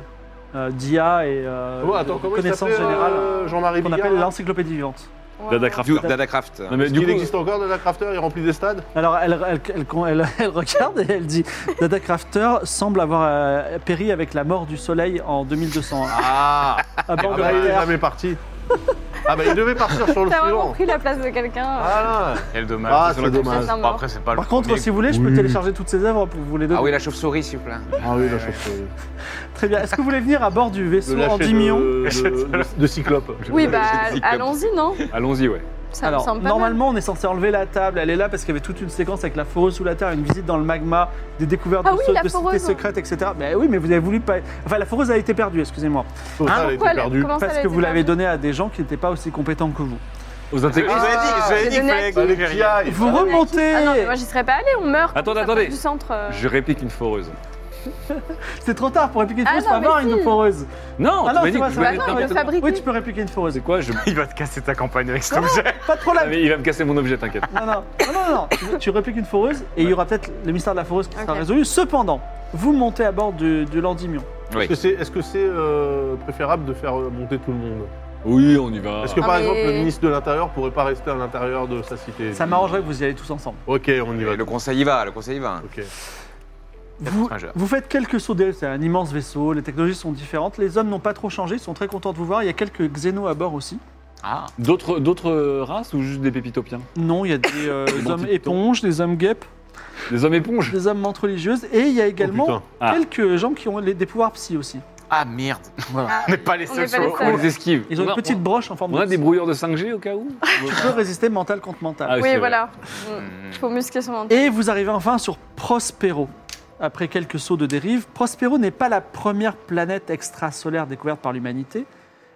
[SPEAKER 3] euh, d'IA et euh,
[SPEAKER 6] Oh, attends, comment il
[SPEAKER 3] connaissance
[SPEAKER 6] s'appelait,
[SPEAKER 3] générale
[SPEAKER 6] euh, Jean-Marie
[SPEAKER 3] qu'on
[SPEAKER 6] Bigard,
[SPEAKER 3] appelle
[SPEAKER 6] là
[SPEAKER 3] l'encyclopédie vivante.
[SPEAKER 4] Dada
[SPEAKER 5] Du-
[SPEAKER 4] Crafter.
[SPEAKER 5] Dada Craft.
[SPEAKER 4] Non, mais
[SPEAKER 6] Est-ce
[SPEAKER 4] du
[SPEAKER 6] qu'il
[SPEAKER 4] coup,
[SPEAKER 6] existe encore Dada Crafter Il remplit des stades
[SPEAKER 3] Alors elle, elle, elle, elle- elle regarde et elle dit Dada Crafter semble avoir euh, péri avec la mort du soleil en 2201.
[SPEAKER 6] Ah
[SPEAKER 3] à bord
[SPEAKER 6] Ah
[SPEAKER 3] de
[SPEAKER 6] bah,
[SPEAKER 3] la
[SPEAKER 6] il est
[SPEAKER 3] Terre.
[SPEAKER 6] jamais parti Ah bah il devait partir sur le
[SPEAKER 7] T'as vraiment
[SPEAKER 6] suivant
[SPEAKER 7] pris la place de quelqu'un. euh.
[SPEAKER 6] Ah
[SPEAKER 2] Quel dommage.
[SPEAKER 6] Ah,
[SPEAKER 2] Ils sont
[SPEAKER 6] c'est
[SPEAKER 2] là-
[SPEAKER 6] dommage.
[SPEAKER 2] Bon, après, c'est pas
[SPEAKER 3] Par
[SPEAKER 2] le
[SPEAKER 3] contre,
[SPEAKER 2] premier.
[SPEAKER 3] si vous voulez, je peux
[SPEAKER 6] Oui.
[SPEAKER 3] télécharger toutes ces œuvres pour vous les donner.
[SPEAKER 5] Ah oui, la chauve-souris, s'il vous plaît.
[SPEAKER 6] là Ah oui, la chauve-souris.
[SPEAKER 3] Très bien. Est-ce que vous voulez venir à bord du vaisseau
[SPEAKER 6] Le
[SPEAKER 3] en
[SPEAKER 6] lâcher
[SPEAKER 3] 10
[SPEAKER 6] de- euh,
[SPEAKER 3] millions
[SPEAKER 6] de- de- De Cyclope.
[SPEAKER 7] Oui, bah
[SPEAKER 5] J'ai dit comme-
[SPEAKER 7] allons-y, non
[SPEAKER 4] Allons-y, ouais.
[SPEAKER 7] Ça me
[SPEAKER 3] Alors,
[SPEAKER 7] semble pas mal.
[SPEAKER 3] normalement, on est censé enlever la table. Elle est là parce qu'il y avait toute une séquence avec la foreuse sous la terre, une visite dans le magma, des découvertes
[SPEAKER 7] Ah
[SPEAKER 3] de,
[SPEAKER 7] oui,
[SPEAKER 3] so-
[SPEAKER 7] la
[SPEAKER 3] de cités
[SPEAKER 7] foreuse.
[SPEAKER 3] secrètes, etc. Mais oui, mais vous avez voulu pas. Enfin, la foreuse a été perdue, excusez-moi.
[SPEAKER 6] Total
[SPEAKER 3] Hein,
[SPEAKER 6] a été
[SPEAKER 7] Pourquoi elle-
[SPEAKER 6] perdu.
[SPEAKER 7] comment ça,
[SPEAKER 3] Parce
[SPEAKER 7] elle a
[SPEAKER 3] que
[SPEAKER 7] été
[SPEAKER 3] vous l'avez
[SPEAKER 7] perdue
[SPEAKER 3] donné à des gens qui n'étaient pas aussi compétents que vous.
[SPEAKER 4] Aux
[SPEAKER 2] Je vous
[SPEAKER 4] intégristes.
[SPEAKER 2] avais dit, je vous avais
[SPEAKER 7] J'ai
[SPEAKER 2] dit qu'il
[SPEAKER 7] Ah, donné à
[SPEAKER 2] fallait
[SPEAKER 7] qui
[SPEAKER 2] les
[SPEAKER 6] Avec qui
[SPEAKER 2] vérifier.
[SPEAKER 6] aille
[SPEAKER 3] Vous remontez
[SPEAKER 7] Ah non, mais moi j'y serais pas allé, on meurt.
[SPEAKER 4] Attendez,
[SPEAKER 7] Ça part
[SPEAKER 4] attendez.
[SPEAKER 7] Du centre. euh.
[SPEAKER 4] Je réplique une foreuse.
[SPEAKER 3] C'est trop tard pour répliquer une
[SPEAKER 7] Ah
[SPEAKER 3] foreuse,
[SPEAKER 7] non,
[SPEAKER 3] faut avoir
[SPEAKER 7] mais si.
[SPEAKER 3] une foreuse.
[SPEAKER 4] Non,
[SPEAKER 3] Ah
[SPEAKER 4] tu
[SPEAKER 3] non, c'est
[SPEAKER 4] m'as dit que
[SPEAKER 3] vrai,
[SPEAKER 4] je
[SPEAKER 3] c'est
[SPEAKER 4] voulais
[SPEAKER 3] vrai.
[SPEAKER 4] être
[SPEAKER 7] Bah non,
[SPEAKER 4] n'importe
[SPEAKER 7] il le
[SPEAKER 4] quoi.
[SPEAKER 7] fabrique.
[SPEAKER 3] Oui, tu peux répliquer une foreuse.
[SPEAKER 4] C'est quoi je...
[SPEAKER 2] Il va te casser ta campagne avec cet objet.
[SPEAKER 3] Pas de problème.
[SPEAKER 4] Il va me casser mon objet, t'inquiète.
[SPEAKER 3] Non, non, Ah, non, non, non. Tu, tu répliques une foreuse et il y aura peut-être le mystère de la foreuse qui sera
[SPEAKER 7] Ok.
[SPEAKER 3] résolu. Cependant, vous montez à bord du, du Landimion.
[SPEAKER 5] Oui.
[SPEAKER 6] Est-ce que c'est est-ce que c'est, euh, préférable de faire euh, monter tout le monde
[SPEAKER 4] Oui, on y va.
[SPEAKER 6] Est-ce que
[SPEAKER 7] Ah,
[SPEAKER 6] par
[SPEAKER 7] mais-
[SPEAKER 6] exemple le ministre de l'Intérieur pourrait pas rester à l'intérieur de sa cité
[SPEAKER 3] Ça m'arrangerait que vous y allez tous ensemble.
[SPEAKER 6] Ok, on y va.
[SPEAKER 5] Et Le conseil y va, le conseil y va.
[SPEAKER 6] Ok.
[SPEAKER 3] Vous,
[SPEAKER 2] Quatre rangers.
[SPEAKER 3] vous faites quelques sauts d'ailes, c'est un immense vaisseau, les technologies sont différentes, les hommes n'ont pas trop changé, ils sont très contents de vous voir, il y a quelques xénos à bord aussi.
[SPEAKER 2] Ah,
[SPEAKER 4] D'autres, d'autres races ou juste des pépitopiens
[SPEAKER 3] Non, il y a des euh,
[SPEAKER 4] Des
[SPEAKER 3] hommes
[SPEAKER 4] bons types,
[SPEAKER 3] éponges, des hommes guêpes,
[SPEAKER 4] Des hommes éponges
[SPEAKER 3] des hommes mentes religieuses, et il y a également
[SPEAKER 6] putain.
[SPEAKER 4] Ah.
[SPEAKER 3] quelques gens qui ont les- des pouvoirs psy aussi.
[SPEAKER 2] ah merde.
[SPEAKER 7] Ah,
[SPEAKER 2] On n'est pas les
[SPEAKER 7] on n'est
[SPEAKER 2] seuls
[SPEAKER 7] pas
[SPEAKER 2] sur le
[SPEAKER 7] les
[SPEAKER 2] coup.
[SPEAKER 7] seuls.
[SPEAKER 4] On les esquive.
[SPEAKER 3] Ils ont
[SPEAKER 4] on
[SPEAKER 3] une
[SPEAKER 4] a,
[SPEAKER 3] petite broche en forme
[SPEAKER 4] on a
[SPEAKER 3] de
[SPEAKER 4] des
[SPEAKER 3] psy.
[SPEAKER 4] brouilleurs de 5G au cas où
[SPEAKER 3] Tu peux résister mental contre mental.
[SPEAKER 4] Ah, c'est
[SPEAKER 7] Oui,
[SPEAKER 4] vrai.
[SPEAKER 7] voilà. Mm.
[SPEAKER 5] Hmm.
[SPEAKER 7] Faut muscler son mental.
[SPEAKER 3] Et vous arrivez enfin sur Prospero. Après quelques sauts de dérive, Prospero n'est pas la première planète extrasolaire découverte par l'humanité,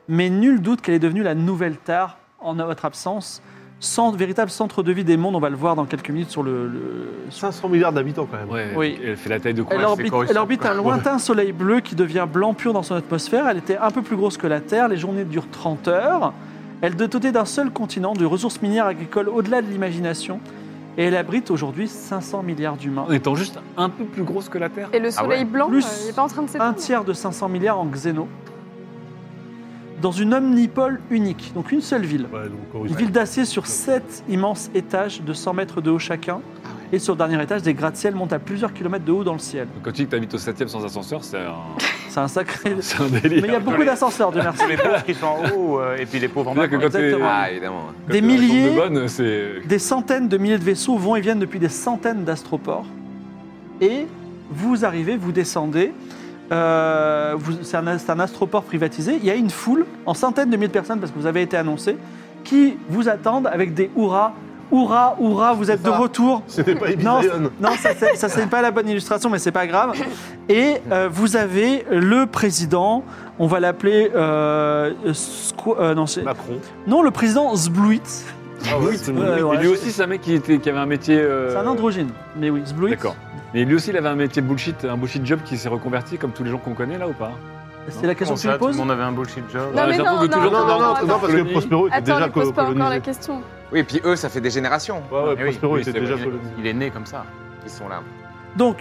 [SPEAKER 3] mais nul doute qu'elle est devenue la nouvelle Terre en votre absence. Centre, véritable centre de vie des mondes, on va le voir dans quelques minutes sur le. le-
[SPEAKER 6] 500 milliards d'habitants quand même.
[SPEAKER 4] Ouais,
[SPEAKER 3] Oui.
[SPEAKER 4] Elle fait la taille de quoi
[SPEAKER 3] Elle orbite,
[SPEAKER 2] Coruscant,
[SPEAKER 3] elle orbite
[SPEAKER 2] quoi.
[SPEAKER 3] un lointain soleil bleu qui devient blanc pur dans son atmosphère. Elle était un peu plus grosse que la Terre, les journées durent 30 heures. Elle est dotée d'un seul continent, de ressources minières agricoles au-delà de l'imagination, et elle abrite aujourd'hui 500 milliards d'humains.
[SPEAKER 4] En étant juste un peu plus grosse que la Terre.
[SPEAKER 7] Et le soleil
[SPEAKER 2] ouais.
[SPEAKER 7] blanc,
[SPEAKER 3] Ah Plus
[SPEAKER 7] euh, il est pas en train de
[SPEAKER 3] un
[SPEAKER 7] s'éteindre.
[SPEAKER 3] tiers de 500 milliards en xéno, dans une omnipole unique, donc une seule ville.
[SPEAKER 6] Ouais, donc,
[SPEAKER 3] Une
[SPEAKER 6] Coruscant.
[SPEAKER 3] ville d'acier sur sept immenses étages de 100 mètres de haut chacun.
[SPEAKER 7] Ah
[SPEAKER 3] Et sur le dernier étage, des gratte-ciel montent à plusieurs kilomètres de haut dans le ciel.
[SPEAKER 4] Quand tu dis que t'habites au 7 sans ascenseur, c'est un,
[SPEAKER 3] C'est un sacré.
[SPEAKER 4] c'est un délire.
[SPEAKER 3] Mais il y a beaucoup d'ascenseurs, Dieu merci.
[SPEAKER 2] Tous les pauvres qui sont en haut euh, et puis les pauvres en bas.
[SPEAKER 4] C'est-à-dire que quand t'es-
[SPEAKER 3] Exactement.
[SPEAKER 5] Ah, évidemment.
[SPEAKER 4] quand
[SPEAKER 3] Des
[SPEAKER 4] t'es dans la chambre
[SPEAKER 3] milliers-
[SPEAKER 4] de bonne, c'est.
[SPEAKER 3] Des centaines de milliers de vaisseaux vont et viennent depuis des centaines d'astroports. Et vous arrivez, vous descendez. euh, vous- c'est un, c'est un astroport privatisé. Il y a une foule en centaines de milliers de personnes, parce que vous avez été annoncé, qui vous attendent avec des hurrahs. Hurrah, hurrah, vous êtes de
[SPEAKER 6] ça.
[SPEAKER 3] retour.
[SPEAKER 6] C'était pas
[SPEAKER 3] Non,
[SPEAKER 6] Ibiza
[SPEAKER 3] c'est-
[SPEAKER 6] Yon.
[SPEAKER 3] non, ça, c'est- ça c'est pas la bonne illustration, mais c'est pas grave. Et euh, vous avez le président, on va l'appeler. euh, Squ- euh, non, c'est-
[SPEAKER 6] Macron.
[SPEAKER 3] non, le président Zbluit.
[SPEAKER 6] Ah ouais, c'est une-
[SPEAKER 3] Euh, ouais.
[SPEAKER 4] Et lui aussi, c'est un mec qui, était, qui avait un métier. euh,
[SPEAKER 3] C'est un androgyne, mais oui, Zbluit.
[SPEAKER 4] D'accord. Mais lui aussi, il avait un métier bullshit, un bullshit job qui s'est reconverti comme tous les gens qu'on connaît là ou pas
[SPEAKER 3] C'est la question
[SPEAKER 2] Comment
[SPEAKER 3] que tu me
[SPEAKER 2] ça, tout le
[SPEAKER 3] poses
[SPEAKER 2] monde avait un bullshit job.
[SPEAKER 7] Non, mais non,
[SPEAKER 4] j'avoue que
[SPEAKER 7] non,
[SPEAKER 4] tous les
[SPEAKER 6] Non,
[SPEAKER 4] gens qu'on
[SPEAKER 6] non, non,
[SPEAKER 4] rencontre
[SPEAKER 6] non,
[SPEAKER 4] en
[SPEAKER 6] parce que
[SPEAKER 4] colonie-
[SPEAKER 6] Prospero était
[SPEAKER 7] Attends,
[SPEAKER 6] déjà
[SPEAKER 7] ne pose
[SPEAKER 6] co-
[SPEAKER 7] pas encore la
[SPEAKER 6] colonisé.
[SPEAKER 7] question.
[SPEAKER 5] Oui, et puis eux, ça fait des générations.
[SPEAKER 6] Ouais, ouais,
[SPEAKER 2] Eh oui,
[SPEAKER 6] Prospero
[SPEAKER 4] oui,
[SPEAKER 6] était
[SPEAKER 4] c'est
[SPEAKER 6] déjà
[SPEAKER 4] vrai.
[SPEAKER 6] colonisé.
[SPEAKER 2] Il est né comme ça.
[SPEAKER 5] Ils sont là.
[SPEAKER 3] Donc,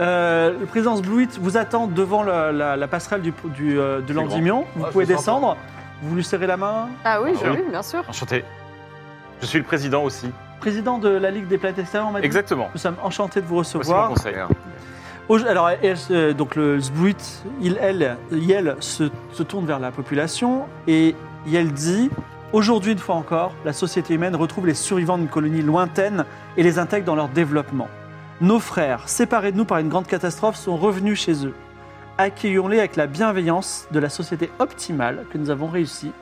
[SPEAKER 3] euh, le président Bluit vous attend devant la, la- la passerelle du, du, euh, de
[SPEAKER 4] grand.
[SPEAKER 3] l'Andimion. Vous
[SPEAKER 6] Ah,
[SPEAKER 3] pouvez
[SPEAKER 6] c'est
[SPEAKER 3] descendre. Vous lui serrez la main.
[SPEAKER 7] Ah oui,
[SPEAKER 2] Ah
[SPEAKER 7] je-
[SPEAKER 2] oui.
[SPEAKER 7] oui, bien sûr.
[SPEAKER 2] Enchanté. Je suis le président aussi.
[SPEAKER 3] Président de la Ligue des planètes extérieures, on m'a dit.
[SPEAKER 2] Exactement.
[SPEAKER 3] Nous sommes enchantés de vous
[SPEAKER 2] Voici mon
[SPEAKER 3] recevoir.
[SPEAKER 2] conseil.
[SPEAKER 3] Au- Alors, elle- euh, donc le Zbluit, il, elle, Yel se, se tourne vers la population et Yel dit Aujourd'hui, une fois encore, la société humaine retrouve les survivants d'une colonie lointaine et les intègre dans leur développement. Nos frères, séparés de nous par une grande catastrophe, sont revenus chez eux. Accueillons-les avec la bienveillance de la société optimale que nous avons réussi,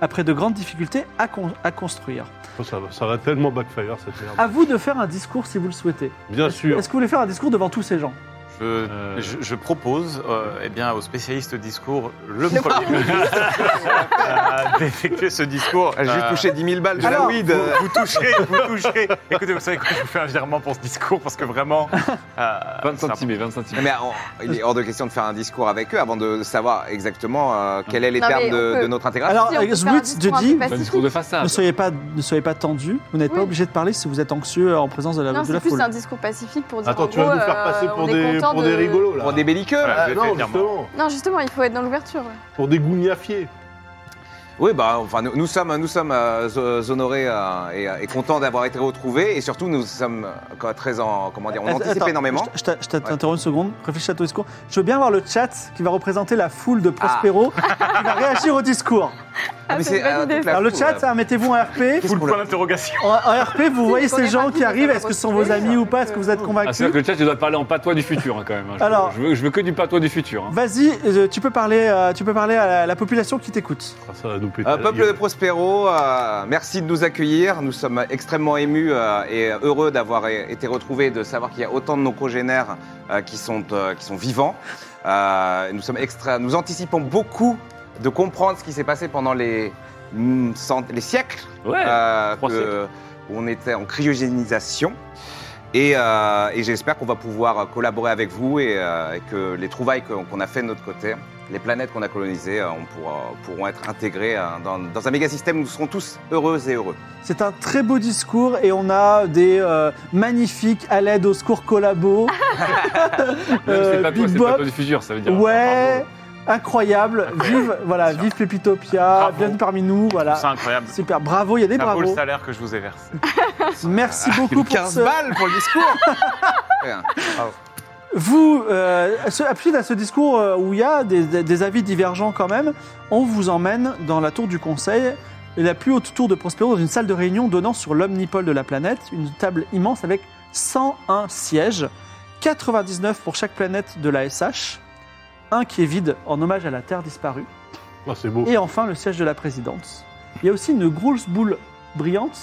[SPEAKER 3] après de grandes difficultés à, con- à construire.
[SPEAKER 6] Oh, Ça va- ça va tellement backfire cette merde.
[SPEAKER 3] À vous de faire un discours si vous le souhaitez.
[SPEAKER 6] Bien
[SPEAKER 3] Est-ce-
[SPEAKER 6] sûr.
[SPEAKER 3] Est-ce que vous voulez faire un discours devant tous ces gens
[SPEAKER 2] Je,
[SPEAKER 4] Euh.
[SPEAKER 2] je- je propose euh, eh bien, aux spécialistes discours, le premier ministre, euh, d'effectuer ce discours.
[SPEAKER 5] Ah, J'ai
[SPEAKER 2] Euh,
[SPEAKER 5] touché 10 000 balles de
[SPEAKER 3] alors,
[SPEAKER 5] la weed.
[SPEAKER 2] Vous, vous toucherez, vous toucherez. Écoutez, vous savez quoi, je vous fais un virement pour ce discours parce que vraiment. euh,
[SPEAKER 4] 20
[SPEAKER 2] c'est un-
[SPEAKER 4] centimes, et 20 centimes.
[SPEAKER 5] Non, Mais oh, il est hors de question de faire un discours avec eux avant de savoir exactement euh, quels sont les
[SPEAKER 7] Non, mais
[SPEAKER 5] termes
[SPEAKER 7] on
[SPEAKER 5] de,
[SPEAKER 7] peut-
[SPEAKER 5] de notre intégration.
[SPEAKER 3] Alors,
[SPEAKER 7] Si, on peut
[SPEAKER 3] euh,
[SPEAKER 7] faire un
[SPEAKER 3] Zbluit
[SPEAKER 7] discours
[SPEAKER 3] te dit
[SPEAKER 7] un peu
[SPEAKER 4] Un discours de façade.
[SPEAKER 3] Ne soyez pas, ne soyez pas tendu. Vous n'êtes pas
[SPEAKER 7] Oui.
[SPEAKER 3] obligé de parler si vous êtes anxieux en présence de la,
[SPEAKER 7] Non,
[SPEAKER 3] de
[SPEAKER 7] c'est
[SPEAKER 3] la
[SPEAKER 7] plus
[SPEAKER 3] foule.
[SPEAKER 7] un discours pacifique pour dire
[SPEAKER 6] Attends,
[SPEAKER 7] en
[SPEAKER 6] tu vas
[SPEAKER 7] gros,
[SPEAKER 6] nous faire
[SPEAKER 7] euh,
[SPEAKER 6] passer
[SPEAKER 7] on
[SPEAKER 6] pour
[SPEAKER 7] est
[SPEAKER 6] des,
[SPEAKER 7] content, genre
[SPEAKER 6] pour
[SPEAKER 7] de-
[SPEAKER 6] des rigolos, là.
[SPEAKER 5] Pour des belliqueux
[SPEAKER 2] Voilà.
[SPEAKER 6] Ah,
[SPEAKER 2] Vous avez fait
[SPEAKER 6] non,
[SPEAKER 2] le virement.
[SPEAKER 6] justement.
[SPEAKER 7] Non, justement, il faut être dans l'ouverture. ouais.
[SPEAKER 6] Pour des gougnafiers.
[SPEAKER 5] Oui, bah, enfin, nous, nous sommes, nous sommes euh, zo- honorés euh, et, euh, et contents d'avoir été retrouvés. Et surtout, nous sommes euh, quoi, très en. Comment dire On
[SPEAKER 3] Attends,
[SPEAKER 5] anticipe énormément.
[SPEAKER 3] Je t'a- je t'a- t'interromps une seconde, réfléchis à ton discours. Je veux bien voir le chat qui va représenter la foule de Prospero qui va réagir au discours.
[SPEAKER 7] Ah,
[SPEAKER 5] Ah. mais
[SPEAKER 7] c'est une
[SPEAKER 5] c'est, euh,
[SPEAKER 7] bonne idée.
[SPEAKER 5] toute la-
[SPEAKER 3] Alors le
[SPEAKER 5] foule,
[SPEAKER 3] chat,
[SPEAKER 5] là.
[SPEAKER 3] ça, mettez-vous en RP.
[SPEAKER 5] Qu'est-ce
[SPEAKER 2] Full
[SPEAKER 5] qu'on
[SPEAKER 2] point
[SPEAKER 5] l'a-
[SPEAKER 2] d'interrogation.
[SPEAKER 3] En, en RP, vous voyez ces
[SPEAKER 7] connais
[SPEAKER 3] gens
[SPEAKER 7] pas
[SPEAKER 3] qui
[SPEAKER 7] qui
[SPEAKER 3] arrivent,
[SPEAKER 7] va
[SPEAKER 3] est-ce que ce sont vos
[SPEAKER 7] voter,
[SPEAKER 3] amis
[SPEAKER 7] alors
[SPEAKER 3] ou pas Est-ce que vous êtes
[SPEAKER 4] Ah, c'est-à-dire
[SPEAKER 3] convaincus
[SPEAKER 4] que le chat, tu dois parler en patois du futur, hein, quand même. hein. Je,
[SPEAKER 3] Alors-
[SPEAKER 4] je veux, je veux que du patois du futur. hein.
[SPEAKER 3] Vas-y, euh, tu peux parler, euh, tu peux parler à la, la population qui t'écoute.
[SPEAKER 6] Ah, ça va nous péter
[SPEAKER 5] Euh,
[SPEAKER 6] la
[SPEAKER 5] peuple
[SPEAKER 6] gueule.
[SPEAKER 5] de Prospero, euh, merci de nous accueillir. Nous sommes extrêmement émus euh, et heureux d'avoir é- été retrouvés, de savoir qu'il y a autant de nos congénères euh, qui, sont, euh, qui sont vivants. Euh, nous, sommes extra... nous anticipons beaucoup de comprendre ce qui s'est passé pendant les, mm, cent- les siècles
[SPEAKER 4] Ouais.
[SPEAKER 5] euh,
[SPEAKER 4] trois
[SPEAKER 5] que-
[SPEAKER 4] siècles.
[SPEAKER 5] où on était en cryogénisation. Et, euh, et j'espère qu'on va pouvoir collaborer avec vous et, euh, et que les trouvailles que- qu'on a fait de notre côté, les planètes qu'on a colonisées, euh, on pourra- pourront être intégrées euh, dans, dans un mégasystème où nous serons tous heureux et heureux.
[SPEAKER 3] C'est un très beau discours et on a des euh, magnifiques à l'aide au secours collabo.
[SPEAKER 4] Même si
[SPEAKER 3] euh,
[SPEAKER 4] c'est patois, c'est
[SPEAKER 3] Big Bob.
[SPEAKER 4] patois du futur, ça veut dire.
[SPEAKER 3] ouais, incroyable. Vive, voilà, vive Pépitopia,
[SPEAKER 2] Bravo.
[SPEAKER 3] bienvenue parmi nous, voilà.
[SPEAKER 2] C'est incroyable.
[SPEAKER 3] Super, bravo, il y a des
[SPEAKER 2] Ça vaut le
[SPEAKER 3] bravos.
[SPEAKER 2] salaire que je vous ai versé.
[SPEAKER 3] Merci beaucoup pour
[SPEAKER 5] 15
[SPEAKER 3] ce.
[SPEAKER 5] balles pour le discours Rien.
[SPEAKER 3] Vous, euh, ce- à suite à ce discours euh, où il y a des, des- des avis divergents quand même, on vous emmène dans la tour du conseil, la plus haute tour de Prospero, dans une salle de réunion donnant sur l'omnipole de la planète, une table immense avec 101 sièges, 99 pour chaque planète de la SH, un qui est vide en hommage à la Terre disparue,
[SPEAKER 6] Ah, c'est beau.
[SPEAKER 3] et enfin le siège de la présidence. Il y a aussi une grosse boule brillante,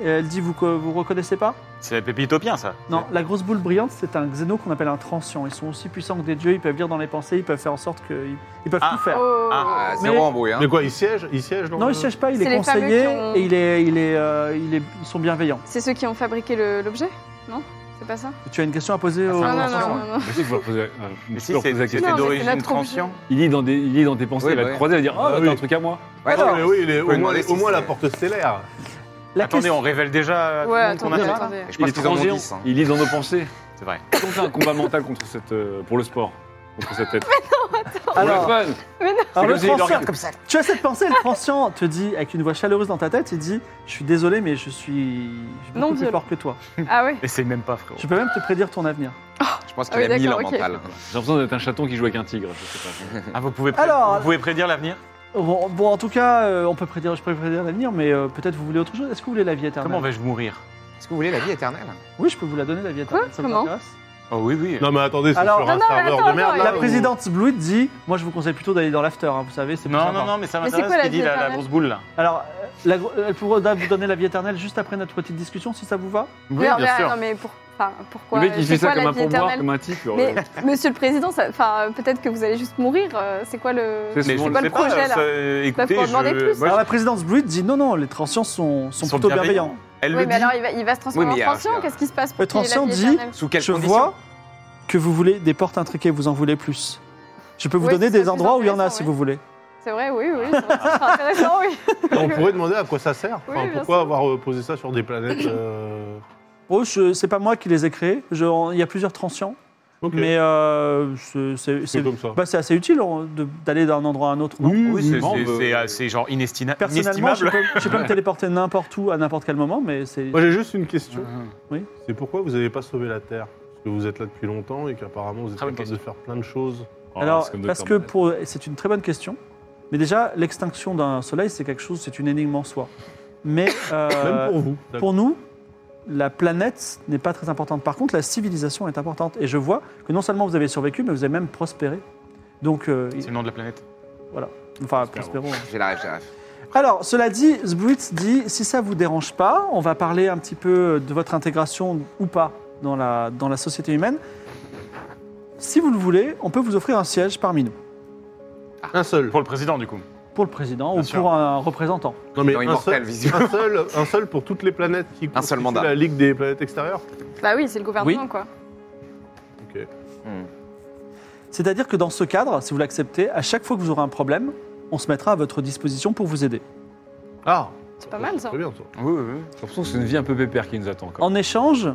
[SPEAKER 3] et elle dit, vous co- vous reconnaissez pas
[SPEAKER 2] C'est pépitopien, ça.
[SPEAKER 3] non, la grosse boule brillante, c'est un xéno qu'on appelle un transient. Ils sont aussi puissants que des dieux, ils peuvent lire dans les pensées, ils peuvent faire en sorte qu'ils ils peuvent
[SPEAKER 2] Ah.
[SPEAKER 3] tout faire.
[SPEAKER 7] Oh.
[SPEAKER 2] Ah,
[SPEAKER 5] Ah, Zéro
[SPEAKER 3] Mais-
[SPEAKER 5] embrouille. Hein.
[SPEAKER 6] Mais quoi, il siège Il siège dans
[SPEAKER 3] Non,
[SPEAKER 6] le-
[SPEAKER 3] ils ne cherchent pas, il est,
[SPEAKER 7] C'est les fameux
[SPEAKER 3] conseillé
[SPEAKER 7] qui ont-
[SPEAKER 3] et il est, il est, euh, il est- ils sont bienveillants.
[SPEAKER 7] C'est ceux qui ont fabriqué le- l'objet Non C'est pas ça
[SPEAKER 3] Tu as une question à poser
[SPEAKER 2] Ah,
[SPEAKER 3] au.
[SPEAKER 2] c'est
[SPEAKER 7] Non,
[SPEAKER 2] un
[SPEAKER 7] non,
[SPEAKER 2] transient,
[SPEAKER 7] non, non, non.
[SPEAKER 4] Mais si, faut leur poser, euh, faut
[SPEAKER 2] Mais si,
[SPEAKER 4] leur
[SPEAKER 2] c'est-
[SPEAKER 4] poser la question.
[SPEAKER 2] c'était
[SPEAKER 7] Non, mais c'est
[SPEAKER 2] d'origine
[SPEAKER 7] notre
[SPEAKER 2] transient.
[SPEAKER 4] Il est dans, des, il est dans tes pensées,
[SPEAKER 5] Oui,
[SPEAKER 4] il va
[SPEAKER 5] bah
[SPEAKER 4] te
[SPEAKER 5] oui.
[SPEAKER 4] croiser, il va dire
[SPEAKER 6] Ah
[SPEAKER 4] Oh, bah,
[SPEAKER 6] oui.
[SPEAKER 4] t'as un truc à moi.
[SPEAKER 5] Ouais,
[SPEAKER 6] Non, mais oui, il est-
[SPEAKER 5] Vous
[SPEAKER 6] au
[SPEAKER 5] pouvez
[SPEAKER 6] moins,
[SPEAKER 5] demander
[SPEAKER 6] au
[SPEAKER 5] si
[SPEAKER 6] moins la
[SPEAKER 5] c'est-
[SPEAKER 6] porte stellaire.
[SPEAKER 3] La
[SPEAKER 2] Attendez,
[SPEAKER 3] question-
[SPEAKER 2] on révèle déjà à tout
[SPEAKER 7] Ouais,
[SPEAKER 2] le monde qu'on
[SPEAKER 7] attendez,
[SPEAKER 2] a là
[SPEAKER 7] attendez.
[SPEAKER 5] Je
[SPEAKER 4] Il
[SPEAKER 5] pense
[SPEAKER 4] est
[SPEAKER 5] qu'ils en ont
[SPEAKER 4] transient,
[SPEAKER 5] 10. hein.
[SPEAKER 4] il lit dans nos pensées.
[SPEAKER 2] C'est vrai.
[SPEAKER 4] Est-ce qu'on fait un combat mental contre cette, euh, pour le sport Contre cette
[SPEAKER 7] Ah
[SPEAKER 4] tête.
[SPEAKER 3] Alors,
[SPEAKER 4] Pour le fun.
[SPEAKER 3] alors le
[SPEAKER 4] comme s'il le
[SPEAKER 3] transient,
[SPEAKER 4] regarde
[SPEAKER 3] tu as cette pensée, le transient te dit avec une voix chaleureuse dans ta tête, il dit Je suis désolé, mais je suis, je suis
[SPEAKER 7] Non
[SPEAKER 3] beaucoup plus
[SPEAKER 7] violent.
[SPEAKER 3] fort que toi.
[SPEAKER 7] Ah ouais
[SPEAKER 2] Essaye même pas, frérot.
[SPEAKER 3] Je peux même te prédire ton avenir.
[SPEAKER 5] Je pense
[SPEAKER 7] Ah
[SPEAKER 5] qu'il
[SPEAKER 7] oui,
[SPEAKER 5] a mis leur
[SPEAKER 7] d'accord, ok.
[SPEAKER 5] mental.
[SPEAKER 4] J'ai l'impression d'être un chaton qui joue avec un tigre. Je sais pas.
[SPEAKER 2] Ah, vous pouvez, pré-
[SPEAKER 3] Alors-
[SPEAKER 2] vous pouvez prédire l'avenir
[SPEAKER 3] Bon, bon, en tout cas, euh, on peut prédire, je peux prédire l'avenir, mais euh, peut-être vous voulez autre chose. Est-ce que vous voulez la vie éternelle
[SPEAKER 2] Comment vais-je mourir
[SPEAKER 5] Est-ce que vous voulez la vie éternelle
[SPEAKER 3] Oui, je peux vous la donner, la vie éternelle. ça vous
[SPEAKER 7] Comment
[SPEAKER 3] intéresse
[SPEAKER 2] Oh oui, oui.
[SPEAKER 6] Non, mais attendez, c'est
[SPEAKER 3] Alors-
[SPEAKER 6] sur
[SPEAKER 7] Non,
[SPEAKER 6] un
[SPEAKER 7] non, mais
[SPEAKER 6] serveur
[SPEAKER 7] attends,
[SPEAKER 6] de merde.
[SPEAKER 7] attends, euh,
[SPEAKER 6] là,
[SPEAKER 3] La
[SPEAKER 6] ou-
[SPEAKER 3] présidente Blouit dit Moi, je vous conseille plutôt d'aller dans l'after, hein, vous savez, c'est plus
[SPEAKER 2] Non,
[SPEAKER 3] sympa.
[SPEAKER 2] non, non, mais ça
[SPEAKER 7] Mais c'est
[SPEAKER 2] m'intéresse
[SPEAKER 7] quoi
[SPEAKER 2] ce
[SPEAKER 7] la
[SPEAKER 2] qu'il dit
[SPEAKER 7] vie
[SPEAKER 2] la, la
[SPEAKER 7] éternelle
[SPEAKER 2] grosse boule là.
[SPEAKER 3] Alors, euh, la gro- elle pourra vous donner la vie éternelle juste après notre petite discussion, si ça vous va
[SPEAKER 7] Oui, mais, Non, mais pour- enfin, pourquoi
[SPEAKER 4] le mec, il
[SPEAKER 7] c'est
[SPEAKER 4] fait ça
[SPEAKER 7] quoi
[SPEAKER 4] comme
[SPEAKER 7] la
[SPEAKER 4] un
[SPEAKER 7] vie
[SPEAKER 4] pourboire,
[SPEAKER 7] éternelle
[SPEAKER 4] comme un type.
[SPEAKER 7] Mais monsieur le président, ça- enfin, peut-être que vous allez juste mourir. euh, C'est quoi le.
[SPEAKER 4] C'est-
[SPEAKER 2] Mais je
[SPEAKER 4] souvent
[SPEAKER 2] ne
[SPEAKER 4] le
[SPEAKER 2] sais pas.
[SPEAKER 7] projet, là.
[SPEAKER 2] ça- euh, Écoutez,
[SPEAKER 7] faut en demander
[SPEAKER 2] je-
[SPEAKER 7] plus. hein.
[SPEAKER 2] moi, je-
[SPEAKER 3] Alors, la présidente Blouit dit Non, non, les transients sont, sont,
[SPEAKER 2] Ils sont
[SPEAKER 3] plutôt
[SPEAKER 2] bienveillants.
[SPEAKER 3] bienveillants.
[SPEAKER 2] Elle
[SPEAKER 7] Oui,
[SPEAKER 2] le
[SPEAKER 7] mais
[SPEAKER 2] dit.
[SPEAKER 7] alors il va, il va se transformer
[SPEAKER 5] Oui, mais
[SPEAKER 7] en
[SPEAKER 5] alors,
[SPEAKER 7] transient.
[SPEAKER 5] c'est-
[SPEAKER 7] Qu'est-ce qui se passe pour
[SPEAKER 3] Le
[SPEAKER 7] qu'il ait la
[SPEAKER 3] transient
[SPEAKER 7] vie
[SPEAKER 3] dit-
[SPEAKER 7] éternelle
[SPEAKER 5] Sous quelles
[SPEAKER 3] Euh, Je
[SPEAKER 5] conditions
[SPEAKER 3] vois que vous voulez des portes intriquées, vous en voulez plus. Je peux vous
[SPEAKER 7] Oui,
[SPEAKER 3] donner
[SPEAKER 7] ce serait
[SPEAKER 3] des
[SPEAKER 7] plus
[SPEAKER 3] endroits où il y en a,
[SPEAKER 7] intéressant,
[SPEAKER 3] si
[SPEAKER 7] ouais.
[SPEAKER 3] vous voulez.
[SPEAKER 7] C'est vrai, oui, oui. C'est vrai, c'est intéressant, oui.
[SPEAKER 6] On pourrait demander à quoi ça sert.
[SPEAKER 7] Oui,
[SPEAKER 6] Enfin,
[SPEAKER 7] bien
[SPEAKER 6] pourquoi
[SPEAKER 7] sûr.
[SPEAKER 6] avoir euh, posé ça sur des planètes euh,
[SPEAKER 3] Bon, Oh, je- c'est pas moi qui les ai créés, je- il y a plusieurs transients,
[SPEAKER 6] Ok,
[SPEAKER 3] mais euh, c'est- c'est
[SPEAKER 6] c'est
[SPEAKER 3] c'est-
[SPEAKER 6] comme ça.
[SPEAKER 3] bah, c'est assez utile hein, de- d'aller d'un endroit à un autre. non
[SPEAKER 2] Oui, c'est-
[SPEAKER 4] non,
[SPEAKER 2] c'est-
[SPEAKER 4] bah,
[SPEAKER 2] c'est- c'est genre inestina-
[SPEAKER 3] Personnellement, je
[SPEAKER 2] inestimable.
[SPEAKER 3] peux, je peux me téléporter n'importe où à n'importe quel moment, mais c'est.
[SPEAKER 6] Moi, j'ai juste une question.
[SPEAKER 3] Oui.
[SPEAKER 6] Ah, C'est pourquoi vous n'avez pas sauvé la Terre Parce que vous êtes là depuis longtemps et qu'apparemment, vous êtes
[SPEAKER 2] Très bonne
[SPEAKER 6] capable de faire plein de choses.
[SPEAKER 3] Alors, parce que pour, c'est une très bonne question. Mais déjà, l'extinction d'un soleil, c'est quelque chose, c'est une énigme en soi. Mais euh,
[SPEAKER 6] Même pour vous.
[SPEAKER 3] pour, nous, la planète n'est pas très importante. Par contre, la civilisation est importante. Et je vois que non seulement vous avez survécu, mais vous avez même prospéré. Donc, euh,
[SPEAKER 2] C'est le nom de la planète.
[SPEAKER 3] enfin,
[SPEAKER 4] Prospero.
[SPEAKER 3] prospérons.
[SPEAKER 5] J'ai la rêve, j'ai la rêve.
[SPEAKER 3] Alors, cela dit, Zbruitz dit si ça vous dérange pas, on va parler un petit peu de votre intégration ou pas dans la, dans la société humaine. Si vous le voulez, on peut vous offrir un siège parmi nous,
[SPEAKER 6] Un seul.
[SPEAKER 2] Pour le président, du coup.
[SPEAKER 3] pour le président
[SPEAKER 6] Bien
[SPEAKER 3] ou
[SPEAKER 6] sûr.
[SPEAKER 3] pour un représentant.
[SPEAKER 6] Non, mais
[SPEAKER 5] Non,
[SPEAKER 6] un
[SPEAKER 5] immortel,
[SPEAKER 6] seul,
[SPEAKER 5] visiblement.
[SPEAKER 6] un, seul, un seul pour toutes les planètes qui
[SPEAKER 5] Un seul
[SPEAKER 6] constituent
[SPEAKER 5] mandat.
[SPEAKER 6] la Ligue des planètes extérieures
[SPEAKER 7] Bah oui, c'est le gouvernement, quoi.
[SPEAKER 3] C'est-à-dire que dans ce cadre, si vous l'acceptez, à chaque fois que vous aurez un problème, on se mettra à votre disposition pour vous aider.
[SPEAKER 6] Ah
[SPEAKER 7] C'est pas mal, ça.
[SPEAKER 6] Très bien, ça.
[SPEAKER 4] J'ai l'impression que c'est une vie un peu pépère qui nous attend. quand
[SPEAKER 3] En échange,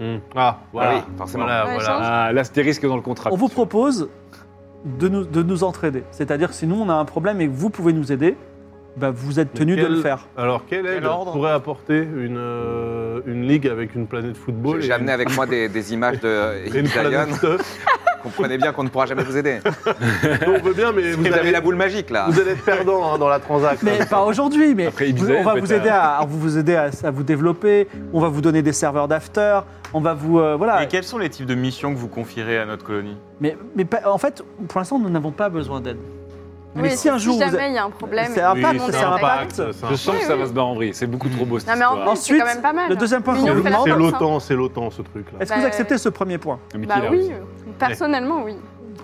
[SPEAKER 4] Hmm.
[SPEAKER 6] Ah, voilà.
[SPEAKER 5] Ah oui, forcément.
[SPEAKER 6] Voilà,
[SPEAKER 7] Ouais,
[SPEAKER 6] voilà.
[SPEAKER 4] Ah, là, c'était risque dans le contrat.
[SPEAKER 3] On vous propose de nous, de nous entraider. C'est-à-dire que si nous, on a un problème et que vous pouvez nous aider, bah, vous êtes tenu de
[SPEAKER 6] Quel-
[SPEAKER 3] le faire.
[SPEAKER 6] Alors, quelle aide
[SPEAKER 2] ordre
[SPEAKER 6] pourrait apporter une, euh, une ligue avec une planète football
[SPEAKER 5] J'ai
[SPEAKER 6] et
[SPEAKER 5] amené
[SPEAKER 6] une-
[SPEAKER 5] avec moi des, des images de
[SPEAKER 6] et Oh, une
[SPEAKER 5] Hit Zion.
[SPEAKER 6] planète stuff
[SPEAKER 5] Comprenez bien qu'on ne pourra jamais vous aider.
[SPEAKER 6] Non, On veut bien, mais vous
[SPEAKER 5] Vous avez
[SPEAKER 6] allez,
[SPEAKER 5] la boule magique là.
[SPEAKER 6] vous allez être perdant hein, dans la transaction.
[SPEAKER 3] Mais pas aujourd'hui, mais
[SPEAKER 4] Après, il
[SPEAKER 3] vous-
[SPEAKER 4] disait,
[SPEAKER 3] on va
[SPEAKER 4] peut-être
[SPEAKER 3] vous aider, à, on va vous aider à, à vous développer, on va vous donner des serveurs d'after, on va vous... euh, voilà.
[SPEAKER 2] Et quels sont les types de missions que vous confierez à notre colonie
[SPEAKER 3] Mais, mais pas- en fait, pour l'instant, nous n'avons pas besoin d'aide. mais
[SPEAKER 7] Oui,
[SPEAKER 3] si un jour vous
[SPEAKER 7] jamais
[SPEAKER 3] êtes-
[SPEAKER 7] il y a un problème.
[SPEAKER 3] C'est un Bah
[SPEAKER 7] tout le
[SPEAKER 3] pacte,
[SPEAKER 7] monde
[SPEAKER 3] c'est
[SPEAKER 7] est
[SPEAKER 3] un
[SPEAKER 7] en
[SPEAKER 3] pacte.
[SPEAKER 6] c'est un-
[SPEAKER 4] Je sens que
[SPEAKER 7] Oui,
[SPEAKER 4] ça
[SPEAKER 7] oui.
[SPEAKER 4] va se barrer en vrille. C'est beaucoup trop beau cette
[SPEAKER 7] Non, mais en
[SPEAKER 4] histoire.
[SPEAKER 7] plus, c'est
[SPEAKER 3] Ensuite,
[SPEAKER 7] quand même pas mal.
[SPEAKER 3] le deuxième point
[SPEAKER 7] L'union
[SPEAKER 3] qu'on vous
[SPEAKER 7] fait la
[SPEAKER 3] demande,
[SPEAKER 6] C'est
[SPEAKER 7] force,
[SPEAKER 6] l'OTAN, c'est l'OTAN ce truc-là.
[SPEAKER 3] est-ce que vous
[SPEAKER 7] Bah,
[SPEAKER 3] acceptez ce premier point,
[SPEAKER 4] Mais qui
[SPEAKER 7] Bah
[SPEAKER 4] l'a
[SPEAKER 7] oui,
[SPEAKER 4] aussi.
[SPEAKER 7] personnellement oui.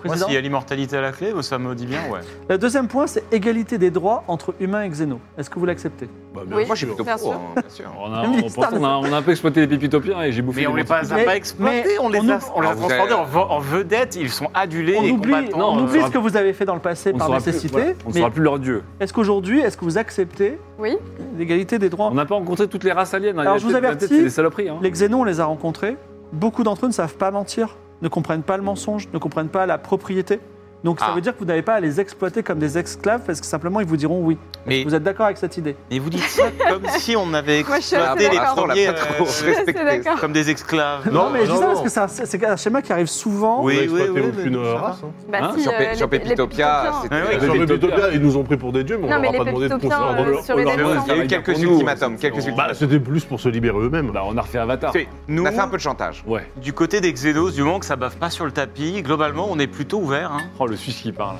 [SPEAKER 2] Moi,
[SPEAKER 3] Président
[SPEAKER 2] s'il y a l'immortalité à la clé, moi, ça me dit bien, ouais.
[SPEAKER 3] Le deuxième point, c'est égalité des droits entre humains et xénos. Est-ce que vous l'acceptez
[SPEAKER 6] Bah,
[SPEAKER 7] Oui.
[SPEAKER 5] Moi, je suis plutôt
[SPEAKER 7] Bien sûr.
[SPEAKER 5] pour, hein, bien sûr.
[SPEAKER 4] On a,
[SPEAKER 3] Mais
[SPEAKER 4] on, pourtant, on a- on a un peu exploité les pipitopiens et j'ai bouffé.
[SPEAKER 2] Mais on
[SPEAKER 4] les
[SPEAKER 2] les pas-
[SPEAKER 4] monstres.
[SPEAKER 2] ça a
[SPEAKER 3] Mais-
[SPEAKER 2] pas exploité,
[SPEAKER 3] mais
[SPEAKER 2] on les
[SPEAKER 3] on
[SPEAKER 2] a,
[SPEAKER 3] oublie-
[SPEAKER 2] on les a
[SPEAKER 5] Ah, vous
[SPEAKER 2] transformés
[SPEAKER 5] avez-
[SPEAKER 2] en, ve- en vedettes, ils sont adulés,
[SPEAKER 3] On
[SPEAKER 2] les
[SPEAKER 3] oublie,
[SPEAKER 2] combattants.
[SPEAKER 3] on
[SPEAKER 4] euh,
[SPEAKER 3] oublie
[SPEAKER 4] sera-
[SPEAKER 3] ce que vous avez fait dans le passé
[SPEAKER 4] On ne
[SPEAKER 3] par
[SPEAKER 4] saura
[SPEAKER 3] nécessité,
[SPEAKER 4] plus, voilà. On ne
[SPEAKER 3] mais
[SPEAKER 4] saura plus leur dieu.
[SPEAKER 3] est-ce qu'aujourd'hui, est-ce que vous acceptez
[SPEAKER 7] Oui,
[SPEAKER 3] l'égalité des droits
[SPEAKER 4] On n'a pas rencontré toutes les races aliens. hein. Il y a
[SPEAKER 3] Alors, je vous
[SPEAKER 4] peut-être-
[SPEAKER 3] avertis,
[SPEAKER 4] peut-être C'est des saloperies. hein.
[SPEAKER 3] Les xénons, on les a rencontrés. Beaucoup d'entre eux ne savent pas mentir, ne comprennent pas le mensonge, ne comprennent pas la propriété. Donc ça
[SPEAKER 2] Ah.
[SPEAKER 3] veut dire que vous n'avez pas à les exploiter comme des esclaves parce que simplement ils vous diront oui.
[SPEAKER 2] Mais,
[SPEAKER 3] Vous êtes d'accord avec cette idée
[SPEAKER 2] mais vous dites ça comme si on avait
[SPEAKER 7] Moi, je suis
[SPEAKER 5] Ah,
[SPEAKER 2] exploité
[SPEAKER 5] pour
[SPEAKER 2] les
[SPEAKER 5] l'instant, on l'a
[SPEAKER 2] premiers
[SPEAKER 5] pas trop
[SPEAKER 2] euh,
[SPEAKER 7] c'est
[SPEAKER 5] respecté.
[SPEAKER 7] d'accord.
[SPEAKER 2] comme des esclaves.
[SPEAKER 6] Non,
[SPEAKER 3] mais je dis ça
[SPEAKER 6] non.
[SPEAKER 3] parce que c'est un, c'est un schéma qui arrive souvent.
[SPEAKER 2] Oui,
[SPEAKER 6] on a
[SPEAKER 2] oui,
[SPEAKER 6] exploité
[SPEAKER 2] oui,
[SPEAKER 6] aucune
[SPEAKER 2] mais-
[SPEAKER 6] race. hein.
[SPEAKER 7] bah
[SPEAKER 4] Hein
[SPEAKER 7] si.
[SPEAKER 5] Sur,
[SPEAKER 7] euh,
[SPEAKER 5] Pe-
[SPEAKER 7] les-
[SPEAKER 5] sur
[SPEAKER 7] les
[SPEAKER 5] Pépitopia,
[SPEAKER 7] Pépitopiens.
[SPEAKER 5] c'était-
[SPEAKER 2] Ouais, ouais,
[SPEAKER 6] Sur
[SPEAKER 4] les
[SPEAKER 6] le
[SPEAKER 4] Pépitopiens,
[SPEAKER 6] Pépitopia, ils nous ont pris pour des dieux, mais
[SPEAKER 7] Non,
[SPEAKER 6] on
[SPEAKER 7] mais
[SPEAKER 6] leur a pas
[SPEAKER 7] les
[SPEAKER 6] demandé de
[SPEAKER 7] Pépitopiens,
[SPEAKER 6] construire.
[SPEAKER 7] euh, sur les
[SPEAKER 6] on leur-
[SPEAKER 7] dessins.
[SPEAKER 5] Il y a eu quelques
[SPEAKER 4] Nous,
[SPEAKER 5] ultimatums. Quelques
[SPEAKER 4] on-
[SPEAKER 6] Bah,
[SPEAKER 5] ultimatums.
[SPEAKER 6] c'était plus pour se libérer eux-mêmes.
[SPEAKER 4] Bah, on a refait Avatar.
[SPEAKER 2] Tu sais, Nous,
[SPEAKER 5] On a fait un peu de chantage.
[SPEAKER 4] Ouais.
[SPEAKER 2] Euh, du côté des Xenos, du moment que ça bave pas sur le tapis, globalement, on est plutôt ouvert. hein.
[SPEAKER 4] Oh, le Suisse qui parle.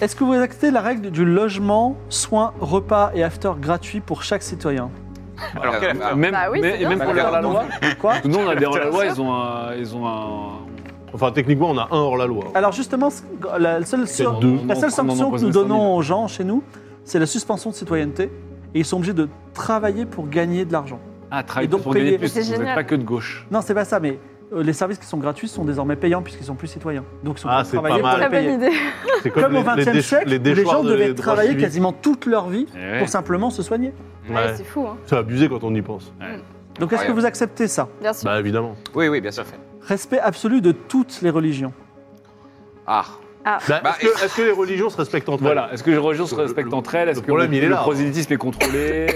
[SPEAKER 3] Est-ce que vous acceptez la règle du logement, soins, repas et after gratuit pour chaque citoyen
[SPEAKER 5] Euh,
[SPEAKER 6] Ah,
[SPEAKER 2] Alors, quelle affaire
[SPEAKER 4] Même,
[SPEAKER 7] Bah oui,
[SPEAKER 4] mais-
[SPEAKER 7] c'est
[SPEAKER 4] et même
[SPEAKER 7] bien.
[SPEAKER 4] pour les
[SPEAKER 5] Bah,
[SPEAKER 4] hors-la-loi.
[SPEAKER 3] Quoi
[SPEAKER 4] Nous, on a des hors-la-loi, ils ont un. Ils ont un...
[SPEAKER 6] Enfin, techniquement, on a un hors la loi.
[SPEAKER 3] Alors justement, la seule,
[SPEAKER 6] Peut-être
[SPEAKER 4] deux.
[SPEAKER 3] la seule
[SPEAKER 4] On- on en
[SPEAKER 3] sanction que
[SPEAKER 4] propose
[SPEAKER 3] nous
[SPEAKER 4] 200 000.
[SPEAKER 3] donnons aux gens chez nous, c'est la suspension de citoyenneté. Et ils sont obligés de travailler pour gagner de l'argent.
[SPEAKER 4] Ah, travail
[SPEAKER 3] Et donc
[SPEAKER 4] pour gagner
[SPEAKER 3] payer.
[SPEAKER 4] plus.
[SPEAKER 7] C'est
[SPEAKER 4] Vous n'êtes
[SPEAKER 7] génial.
[SPEAKER 4] pas que de gauche.
[SPEAKER 3] Non, c'est pas ça, mais euh, les services qui sont gratuits sont désormais payants puisqu'ils sont plus citoyens. Donc ils sont
[SPEAKER 6] Ah,
[SPEAKER 3] obligés de
[SPEAKER 6] c'est pas
[SPEAKER 3] travailler pour
[SPEAKER 6] mal.
[SPEAKER 3] les
[SPEAKER 7] Très
[SPEAKER 3] payer.
[SPEAKER 7] bonne idée.
[SPEAKER 6] C'est
[SPEAKER 3] Comme
[SPEAKER 6] les-
[SPEAKER 3] au
[SPEAKER 6] les
[SPEAKER 3] XXe
[SPEAKER 6] déch-
[SPEAKER 3] siècle, où les
[SPEAKER 6] déchoirs
[SPEAKER 3] gens
[SPEAKER 6] de-
[SPEAKER 3] devaient
[SPEAKER 6] des droits
[SPEAKER 3] travailler
[SPEAKER 6] civiques.
[SPEAKER 3] quasiment toute leur vie
[SPEAKER 4] Eh ouais.
[SPEAKER 3] pour simplement se soigner.
[SPEAKER 6] Ouais.
[SPEAKER 7] Ouais, c'est fou, hein.
[SPEAKER 6] C'est abusé quand on y pense.
[SPEAKER 3] Donc est-ce que
[SPEAKER 5] Incroyable.
[SPEAKER 3] vous acceptez ça
[SPEAKER 7] Bien sûr.
[SPEAKER 6] Bah, évidemment.
[SPEAKER 5] Oui, oui, bien sûr.
[SPEAKER 3] Respect absolu de toutes les religions.
[SPEAKER 5] Ah,
[SPEAKER 6] Bah,
[SPEAKER 5] Bah,
[SPEAKER 6] Est-ce que, est-ce que les religions se respectent entre
[SPEAKER 4] Voilà, est-ce que les religions se
[SPEAKER 6] Le-
[SPEAKER 4] respectent
[SPEAKER 6] le-
[SPEAKER 4] entre elles Est-ce que
[SPEAKER 6] problème,
[SPEAKER 4] le,
[SPEAKER 6] il est
[SPEAKER 4] le
[SPEAKER 6] là. hein.
[SPEAKER 4] prosélytisme est contrôlé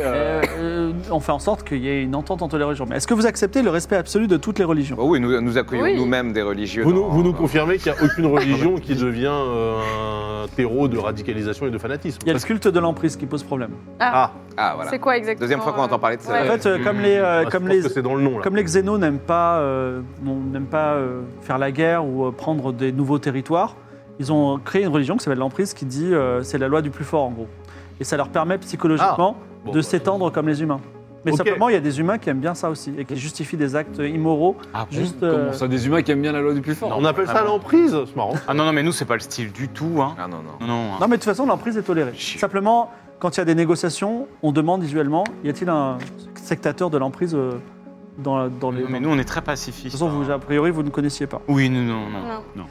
[SPEAKER 3] Euh,
[SPEAKER 4] euh,
[SPEAKER 3] euh, on fait en sorte qu'il y ait une entente entre les religions. Mais est-ce que vous acceptez le respect absolu de toutes les religions
[SPEAKER 5] Oh oui, nous, nous accueillons
[SPEAKER 7] Oui.
[SPEAKER 5] nous-mêmes des religieux.
[SPEAKER 6] elles vous, nous,
[SPEAKER 5] dans-
[SPEAKER 6] vous nous
[SPEAKER 5] dans-
[SPEAKER 6] confirmez qu'il n'y a aucune religion qui devient euh, un terreau de radicalisation et de fanatisme.
[SPEAKER 3] Il y a le culte de l'emprise qui pose problème.
[SPEAKER 6] Ah,
[SPEAKER 5] Ah, voilà.
[SPEAKER 7] C'est quoi exactement
[SPEAKER 5] Deuxième fois qu'on entend parler de ça.
[SPEAKER 3] En
[SPEAKER 7] Ouais.
[SPEAKER 3] fait, euh, comme les, euh,
[SPEAKER 6] ah, je
[SPEAKER 3] comme
[SPEAKER 6] pense
[SPEAKER 3] les,
[SPEAKER 6] que c'est dans le nom là.
[SPEAKER 3] comme les xénos n'aiment pas, euh, n'ont- n'aiment pas euh, faire la guerre ou euh, prendre des nouveaux territoires, ils ont créé une religion qui s'appelle l'emprise qui dit euh, c'est la loi du plus fort en gros. Et ça leur permet psychologiquement
[SPEAKER 6] Bon,
[SPEAKER 3] de
[SPEAKER 6] bah,
[SPEAKER 3] s'étendre comme les humains. Mais
[SPEAKER 6] Ok.
[SPEAKER 3] simplement, il y a des humains qui aiment bien ça aussi et qui justifient des actes immoraux.
[SPEAKER 4] Ah, bon,
[SPEAKER 3] Juste, euh,
[SPEAKER 4] Comment ça, des humains qui aiment bien la loi du plus fort
[SPEAKER 6] On appelle ça
[SPEAKER 2] Ah bon.
[SPEAKER 6] l'emprise, c'est marrant.
[SPEAKER 2] Ah non, non, mais nous, c'est pas le style du tout. Hein.
[SPEAKER 5] Ah non,
[SPEAKER 2] Non,
[SPEAKER 5] non.
[SPEAKER 2] non. hein.
[SPEAKER 3] Non, mais de toute façon, l'emprise est tolérée. Simplement, quand il y a des négociations, on demande visuellement y a-t-il un sectateur de l'emprise euh, dans, dans les.
[SPEAKER 2] Non, mais nous, on est très pacifistes.
[SPEAKER 3] de toute façon, vous,
[SPEAKER 2] hein.
[SPEAKER 3] a priori, vous ne connaissiez pas.
[SPEAKER 2] Oui, non, non, non.
[SPEAKER 7] Non.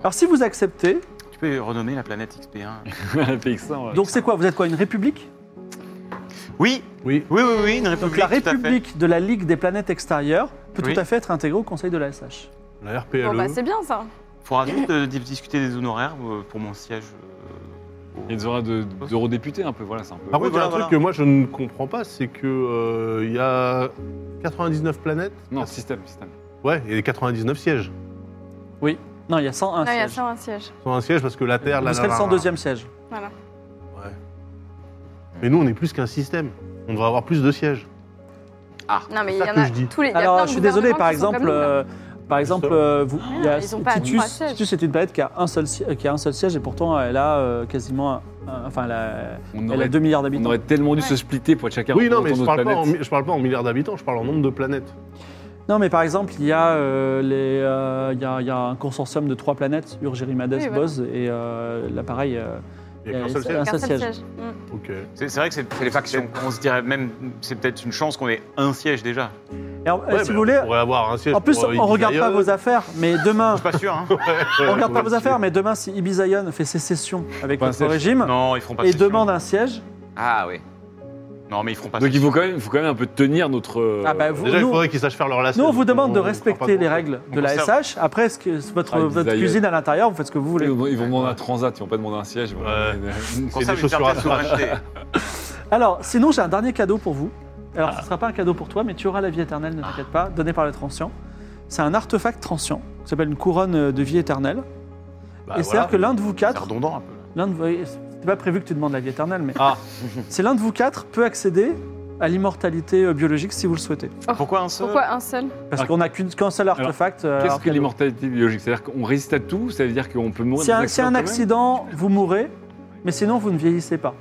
[SPEAKER 3] Alors, si vous acceptez,
[SPEAKER 2] Tu peux renommer la planète XP1.
[SPEAKER 4] PX1, ouais.
[SPEAKER 3] donc c'est quoi Vous êtes quoi Une république
[SPEAKER 2] Oui,
[SPEAKER 6] Oui.
[SPEAKER 2] oui, oui, oui, une
[SPEAKER 3] Donc
[SPEAKER 2] république.
[SPEAKER 3] la
[SPEAKER 2] tout à fait.
[SPEAKER 3] République de la Ligue des planètes extérieures peut
[SPEAKER 2] Oui.
[SPEAKER 3] tout à fait être intégrée au Conseil de la SH.
[SPEAKER 6] La RPLE.
[SPEAKER 3] euh,
[SPEAKER 7] Bon, bah, c'est bien ça.
[SPEAKER 2] Faudra juste euh, di- discuter des honoraires euh, pour mon siège. euh, au-
[SPEAKER 4] Il y a des horaires de- d'eurodéputés un peu, voilà, c'est un peu.
[SPEAKER 6] Par
[SPEAKER 2] Oui,
[SPEAKER 6] contre, il y a Ah
[SPEAKER 2] voilà,
[SPEAKER 6] un
[SPEAKER 2] voilà.
[SPEAKER 6] truc que moi je ne comprends pas, c'est que euh, il y a 99 planètes.
[SPEAKER 4] Non, système, système.
[SPEAKER 6] Ouais, et 99 sièges.
[SPEAKER 3] Non, il y a 101
[SPEAKER 7] Non, il y a
[SPEAKER 3] sièges.
[SPEAKER 7] ça un siège.
[SPEAKER 6] Sans un siège parce que la Terre, la.
[SPEAKER 3] Vous serez le
[SPEAKER 6] la- la-
[SPEAKER 3] 102e siège.
[SPEAKER 7] Voilà.
[SPEAKER 6] Ouais. Mais nous, on est plus qu'un système. On devrait avoir plus de sièges.
[SPEAKER 7] Non, mais il
[SPEAKER 6] C'est
[SPEAKER 7] y
[SPEAKER 6] ça
[SPEAKER 7] en
[SPEAKER 6] que
[SPEAKER 7] a
[SPEAKER 6] je dis.
[SPEAKER 7] tous les. il y a plein
[SPEAKER 3] Alors,
[SPEAKER 7] de
[SPEAKER 3] Ah, je suis désolé,
[SPEAKER 7] gouvernements
[SPEAKER 3] par
[SPEAKER 7] qui sont
[SPEAKER 3] exemple,
[SPEAKER 7] comme nous, là. Ah,
[SPEAKER 3] euh, par exemple, euh, vous, il y a
[SPEAKER 7] ils ont pas
[SPEAKER 3] Titus.
[SPEAKER 7] trois sièges.
[SPEAKER 3] Titus est une planète qui a un seul, si- euh, qui a un seul siège et pourtant elle a euh, quasiment, un- un- enfin, elle a,
[SPEAKER 4] On
[SPEAKER 3] elle a
[SPEAKER 4] aurait,
[SPEAKER 3] 2 milliards
[SPEAKER 4] on
[SPEAKER 3] d'habitants.
[SPEAKER 4] aurait tellement dû se
[SPEAKER 7] Ouais.
[SPEAKER 4] splitter pour être chacun
[SPEAKER 6] Oui, non,
[SPEAKER 4] autour
[SPEAKER 6] mais
[SPEAKER 4] de
[SPEAKER 6] je
[SPEAKER 4] notre
[SPEAKER 6] parle, pas en,
[SPEAKER 4] planète.
[SPEAKER 6] mi- je parle pas en milliards d'habitants, je parle en nombre de planètes.
[SPEAKER 3] Non, mais par exemple, il y a euh, les, euh, il y a, il y a un consortium de trois planètes, Urgerimades,
[SPEAKER 7] Oui, voilà.
[SPEAKER 3] Boz et euh, là pareil. euh,
[SPEAKER 6] Il n'y a
[SPEAKER 3] Euh,
[SPEAKER 6] qu'un seul
[SPEAKER 3] c'est-
[SPEAKER 6] siège.
[SPEAKER 3] un
[SPEAKER 7] Qu'un
[SPEAKER 3] seul
[SPEAKER 7] seul
[SPEAKER 3] siège.
[SPEAKER 7] siège. Mm.
[SPEAKER 6] Ok.
[SPEAKER 2] C'est c'est vrai que c'est
[SPEAKER 5] C'est les factions.
[SPEAKER 2] On se dirait même, c'est peut-être une chance qu'on ait un siège déjà.
[SPEAKER 3] et en-
[SPEAKER 6] Ouais,
[SPEAKER 3] si
[SPEAKER 6] mais
[SPEAKER 3] vous voulez,
[SPEAKER 6] On pourrait avoir un siège.
[SPEAKER 3] en plus,
[SPEAKER 6] pour,
[SPEAKER 3] on
[SPEAKER 6] euh,
[SPEAKER 3] ne regarde pas
[SPEAKER 6] Ibiza.
[SPEAKER 3] vos affaires, mais demain,
[SPEAKER 2] Je suis pas sûr. Hein.
[SPEAKER 3] on regarde pas vos affaires, mais demain, si Ibizaïon fait sécession avec
[SPEAKER 4] Pas un
[SPEAKER 3] notre
[SPEAKER 4] siège.
[SPEAKER 3] régime
[SPEAKER 2] non, ils feront pas. de
[SPEAKER 3] et
[SPEAKER 2] session.
[SPEAKER 3] demande un siège,
[SPEAKER 5] Ah oui.
[SPEAKER 2] Non, mais ils feront pas
[SPEAKER 4] Donc
[SPEAKER 2] ça.
[SPEAKER 4] il faut quand même, il faut quand même un peu tenir notre. euh,
[SPEAKER 3] Ah bah, vous-
[SPEAKER 6] Déjà,
[SPEAKER 3] nous-
[SPEAKER 6] il faudrait qu'ils sachent faire leur lacet.
[SPEAKER 3] Nous, on vous
[SPEAKER 6] donc
[SPEAKER 3] demande de
[SPEAKER 6] on- on croit pas
[SPEAKER 3] respecter
[SPEAKER 6] trop.
[SPEAKER 3] les règles
[SPEAKER 2] On
[SPEAKER 3] de la
[SPEAKER 2] conserve.
[SPEAKER 3] SH. Après, ce que, votre,
[SPEAKER 4] Ah, ils
[SPEAKER 3] votre
[SPEAKER 4] aillent.
[SPEAKER 3] cuisine à l'intérieur, vous faites ce que vous voulez.
[SPEAKER 4] Ils vont, ils vont demander un transat, ils vont pas demander un siège. ils vont
[SPEAKER 6] Ouais.
[SPEAKER 4] demander-
[SPEAKER 2] On
[SPEAKER 6] C'est des
[SPEAKER 2] conserve une
[SPEAKER 6] chaussures à
[SPEAKER 2] certaine
[SPEAKER 6] trash.
[SPEAKER 2] souveraineté.
[SPEAKER 3] Alors, sinon, j'ai un dernier cadeau pour vous. Alors, ce ne sera pas un cadeau pour toi, mais tu auras la vie éternelle, ne t'inquiète pas, donné par le transient. C'est un artefact transient, qui s'appelle une couronne euh, de vie éternelle.
[SPEAKER 6] Bah,
[SPEAKER 3] et
[SPEAKER 6] voilà.
[SPEAKER 3] c'est-à-dire que l'un de vous
[SPEAKER 2] C'est
[SPEAKER 3] quatre,
[SPEAKER 2] redondant un peu.
[SPEAKER 3] l'un de vous, c'était pas prévu que tu demandes la vie éternelle, mais
[SPEAKER 6] Ah.
[SPEAKER 3] c'est l'un de vous quatre peut accéder à l'immortalité euh, biologique si vous le souhaitez.
[SPEAKER 2] Pourquoi un seul
[SPEAKER 7] Pourquoi un seul
[SPEAKER 3] Parce
[SPEAKER 4] Ah.
[SPEAKER 3] qu'on n'a qu'une- qu'un seul artefact. euh,
[SPEAKER 4] Qu'est-ce
[SPEAKER 3] alors
[SPEAKER 4] que
[SPEAKER 3] cadeau.
[SPEAKER 4] l'immortalité biologique C'est-à-dire qu'on résiste à tout Ça veut dire qu'on peut mourir
[SPEAKER 3] Si
[SPEAKER 4] dans
[SPEAKER 3] un, si un
[SPEAKER 4] quand même
[SPEAKER 3] accident, vous mourrez, mais sinon vous ne vieillissez pas.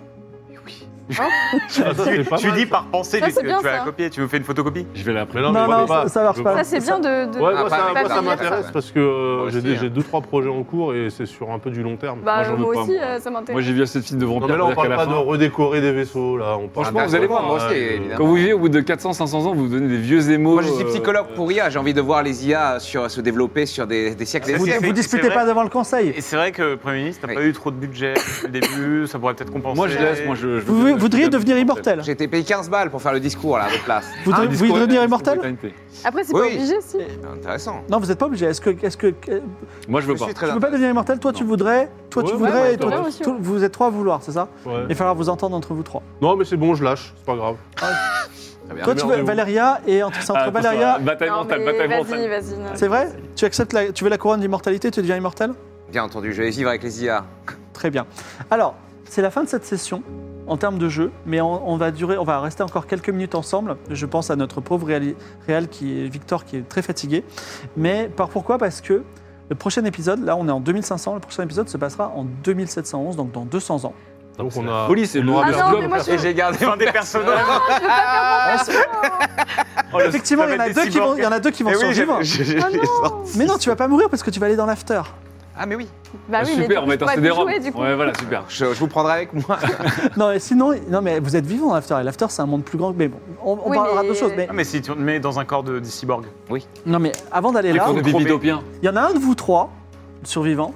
[SPEAKER 6] Ah, ça, c'est
[SPEAKER 2] tu,
[SPEAKER 6] pas
[SPEAKER 2] tu
[SPEAKER 6] mal.
[SPEAKER 2] dis par pensée,
[SPEAKER 7] Ça,
[SPEAKER 2] lui,
[SPEAKER 7] c'est
[SPEAKER 2] tu
[SPEAKER 7] bien,
[SPEAKER 2] vas la
[SPEAKER 7] ça.
[SPEAKER 2] copier, tu me fais une photocopie
[SPEAKER 4] Je vais l'appeler.
[SPEAKER 6] Mais non,
[SPEAKER 3] non,
[SPEAKER 6] mais
[SPEAKER 3] non,
[SPEAKER 6] je
[SPEAKER 3] ça,
[SPEAKER 6] pas.
[SPEAKER 3] ça marche
[SPEAKER 6] Je
[SPEAKER 7] Ça,
[SPEAKER 3] pas.
[SPEAKER 7] c'est bien de. de-
[SPEAKER 6] Ouais,
[SPEAKER 4] bah,
[SPEAKER 5] Ah,
[SPEAKER 6] moi,
[SPEAKER 5] pas-
[SPEAKER 6] ça,
[SPEAKER 5] pas
[SPEAKER 6] moi,
[SPEAKER 7] bien,
[SPEAKER 6] ça m'intéresse
[SPEAKER 5] ça.
[SPEAKER 6] parce que euh,
[SPEAKER 5] Moi
[SPEAKER 6] j'ai
[SPEAKER 5] aussi,
[SPEAKER 6] des-
[SPEAKER 5] hein.
[SPEAKER 6] j'ai deux, trois projets en cours et c'est sur un peu du long terme.
[SPEAKER 4] Moi,
[SPEAKER 7] Bah,
[SPEAKER 4] j'en
[SPEAKER 7] moi,
[SPEAKER 4] veux pas,
[SPEAKER 7] aussi,
[SPEAKER 4] moi.
[SPEAKER 7] euh, ça m'intéresse.
[SPEAKER 4] Moi j'ai vu assez de films de
[SPEAKER 6] Non,
[SPEAKER 4] vampires.
[SPEAKER 6] mais là, on
[SPEAKER 4] c'est-à-dire qu'à
[SPEAKER 6] parle
[SPEAKER 4] la
[SPEAKER 6] pas
[SPEAKER 4] fin-
[SPEAKER 6] de redécorer des vaisseaux, là. On parle-
[SPEAKER 4] Franchement,
[SPEAKER 5] Ah,
[SPEAKER 4] vous allez
[SPEAKER 5] d'accord,
[SPEAKER 4] voir, hein,
[SPEAKER 5] Moi aussi,
[SPEAKER 6] euh,
[SPEAKER 4] Quand
[SPEAKER 5] évidemment.
[SPEAKER 4] vous vivez au bout de 400-500 ans, vous vous donnez des vieux émos.
[SPEAKER 5] Moi, je suis
[SPEAKER 4] euh,
[SPEAKER 5] psychologue pour IA. J'ai envie de voir les IA sur, se développer sur des, des
[SPEAKER 6] Ah,
[SPEAKER 5] siècles et des
[SPEAKER 3] Vous
[SPEAKER 2] c'est-
[SPEAKER 5] siècles.
[SPEAKER 3] ne
[SPEAKER 2] c'est
[SPEAKER 3] discutez
[SPEAKER 2] vrai.
[SPEAKER 3] pas devant le conseil.
[SPEAKER 2] Et c'est vrai que Premier ministre, t'as
[SPEAKER 5] Oui.
[SPEAKER 2] pas eu trop de budget au début, ça pourrait peut-être compenser.
[SPEAKER 4] Moi je laisse, moi je. je-
[SPEAKER 3] Vous
[SPEAKER 4] je-
[SPEAKER 3] vous
[SPEAKER 4] je-
[SPEAKER 3] voudriez
[SPEAKER 4] je-
[SPEAKER 3] devenir immortel.
[SPEAKER 5] J'ai été payé 15 balles pour faire le discours, là, à votre place.
[SPEAKER 3] Vous
[SPEAKER 5] Ah,
[SPEAKER 3] devez-
[SPEAKER 4] Un
[SPEAKER 3] voudriez
[SPEAKER 4] discours-
[SPEAKER 3] devenir
[SPEAKER 4] un discours
[SPEAKER 3] immortel
[SPEAKER 4] d'éternité.
[SPEAKER 7] Après, c'est
[SPEAKER 5] Oui,
[SPEAKER 7] pas
[SPEAKER 5] oui.
[SPEAKER 7] obligé, si.
[SPEAKER 5] Intéressant.
[SPEAKER 3] Non, vous n'êtes pas obligé. Est-ce que, est-ce que euh,
[SPEAKER 4] Moi je veux
[SPEAKER 5] Je
[SPEAKER 4] pas.
[SPEAKER 5] suis très
[SPEAKER 3] tu peux pas devenir immortel Toi, tu
[SPEAKER 4] Non.
[SPEAKER 3] voudrais, toi, tu
[SPEAKER 6] Ouais,
[SPEAKER 3] voudrais,
[SPEAKER 6] ouais,
[SPEAKER 3] et toi,
[SPEAKER 6] ouais,
[SPEAKER 3] tu-
[SPEAKER 7] aussi,
[SPEAKER 3] tout-
[SPEAKER 7] ouais.
[SPEAKER 3] vous êtes trois à vouloir, c'est ça
[SPEAKER 6] Ouais.
[SPEAKER 3] Il va falloir vous entendre entre vous trois.
[SPEAKER 6] Non, mais c'est bon, je lâche. C'est pas grave.
[SPEAKER 5] Très bien.
[SPEAKER 3] Toi, tu veux
[SPEAKER 6] merde,
[SPEAKER 3] Valéria et entre, c'est entre
[SPEAKER 4] Ah,
[SPEAKER 3] Valéria.
[SPEAKER 4] attention, Bataille
[SPEAKER 7] Non,
[SPEAKER 4] mentale,
[SPEAKER 7] mais
[SPEAKER 4] bataille
[SPEAKER 7] Vas-y,
[SPEAKER 4] mentale.
[SPEAKER 7] vas-y. non.
[SPEAKER 3] C'est vrai Tu acceptes la, tu veux la couronne d'immortalité, tu deviens immortel
[SPEAKER 5] Bien entendu, je vais vivre avec les
[SPEAKER 7] Ah,
[SPEAKER 5] IA.
[SPEAKER 3] Très bien. Alors, c'est la fin de cette session en termes de jeu, mais on, on va durer, on va rester encore quelques minutes ensemble. Je pense à notre pauvre réal, réal qui est Victor, qui est très fatigué. Mais par pourquoi Parce que le prochain épisode, là, on est en 2500. Le prochain épisode se passera en 2711, donc dans 200 ans.
[SPEAKER 6] Donc, on a.
[SPEAKER 4] Police, c'est le
[SPEAKER 6] Ah
[SPEAKER 7] Ah non, mais
[SPEAKER 4] horoscope.
[SPEAKER 7] moi, je
[SPEAKER 5] Et j'ai gardé
[SPEAKER 2] Fin des personnages.
[SPEAKER 4] Ah,
[SPEAKER 5] Oh,
[SPEAKER 3] Effectivement, il y, en a deux qui vont, il y en a deux qui vont
[SPEAKER 5] Eh oui, j'ai-
[SPEAKER 3] survivre.
[SPEAKER 5] j'ai- j'ai-
[SPEAKER 7] Ah
[SPEAKER 5] j'ai-
[SPEAKER 7] non
[SPEAKER 3] Mais non, tu vas pas mourir parce que tu vas aller dans l'after.
[SPEAKER 5] Ah, mais oui.
[SPEAKER 7] Bah oui, mais
[SPEAKER 4] Super, on va être un
[SPEAKER 7] pourrais plus
[SPEAKER 4] CD-ROM.
[SPEAKER 7] jouer, du coup.
[SPEAKER 4] Ouais, voilà, super.
[SPEAKER 5] Je, je vous prendrai avec moi.
[SPEAKER 3] Non, mais sinon, non, mais vous êtes vivant dans l'after. Et l'after, c'est un monde plus grand. Mais bon, on, on
[SPEAKER 7] Oui,
[SPEAKER 3] parlera
[SPEAKER 7] mais-
[SPEAKER 3] d'autres choses. Mais
[SPEAKER 2] Ah, mais si tu te mets dans un corps de, de cyborg.
[SPEAKER 3] non, mais avant d'aller
[SPEAKER 4] Les
[SPEAKER 3] là,
[SPEAKER 4] comptes des
[SPEAKER 2] Trop bien.
[SPEAKER 4] bidopiens.
[SPEAKER 3] il y en a un de vous trois survivants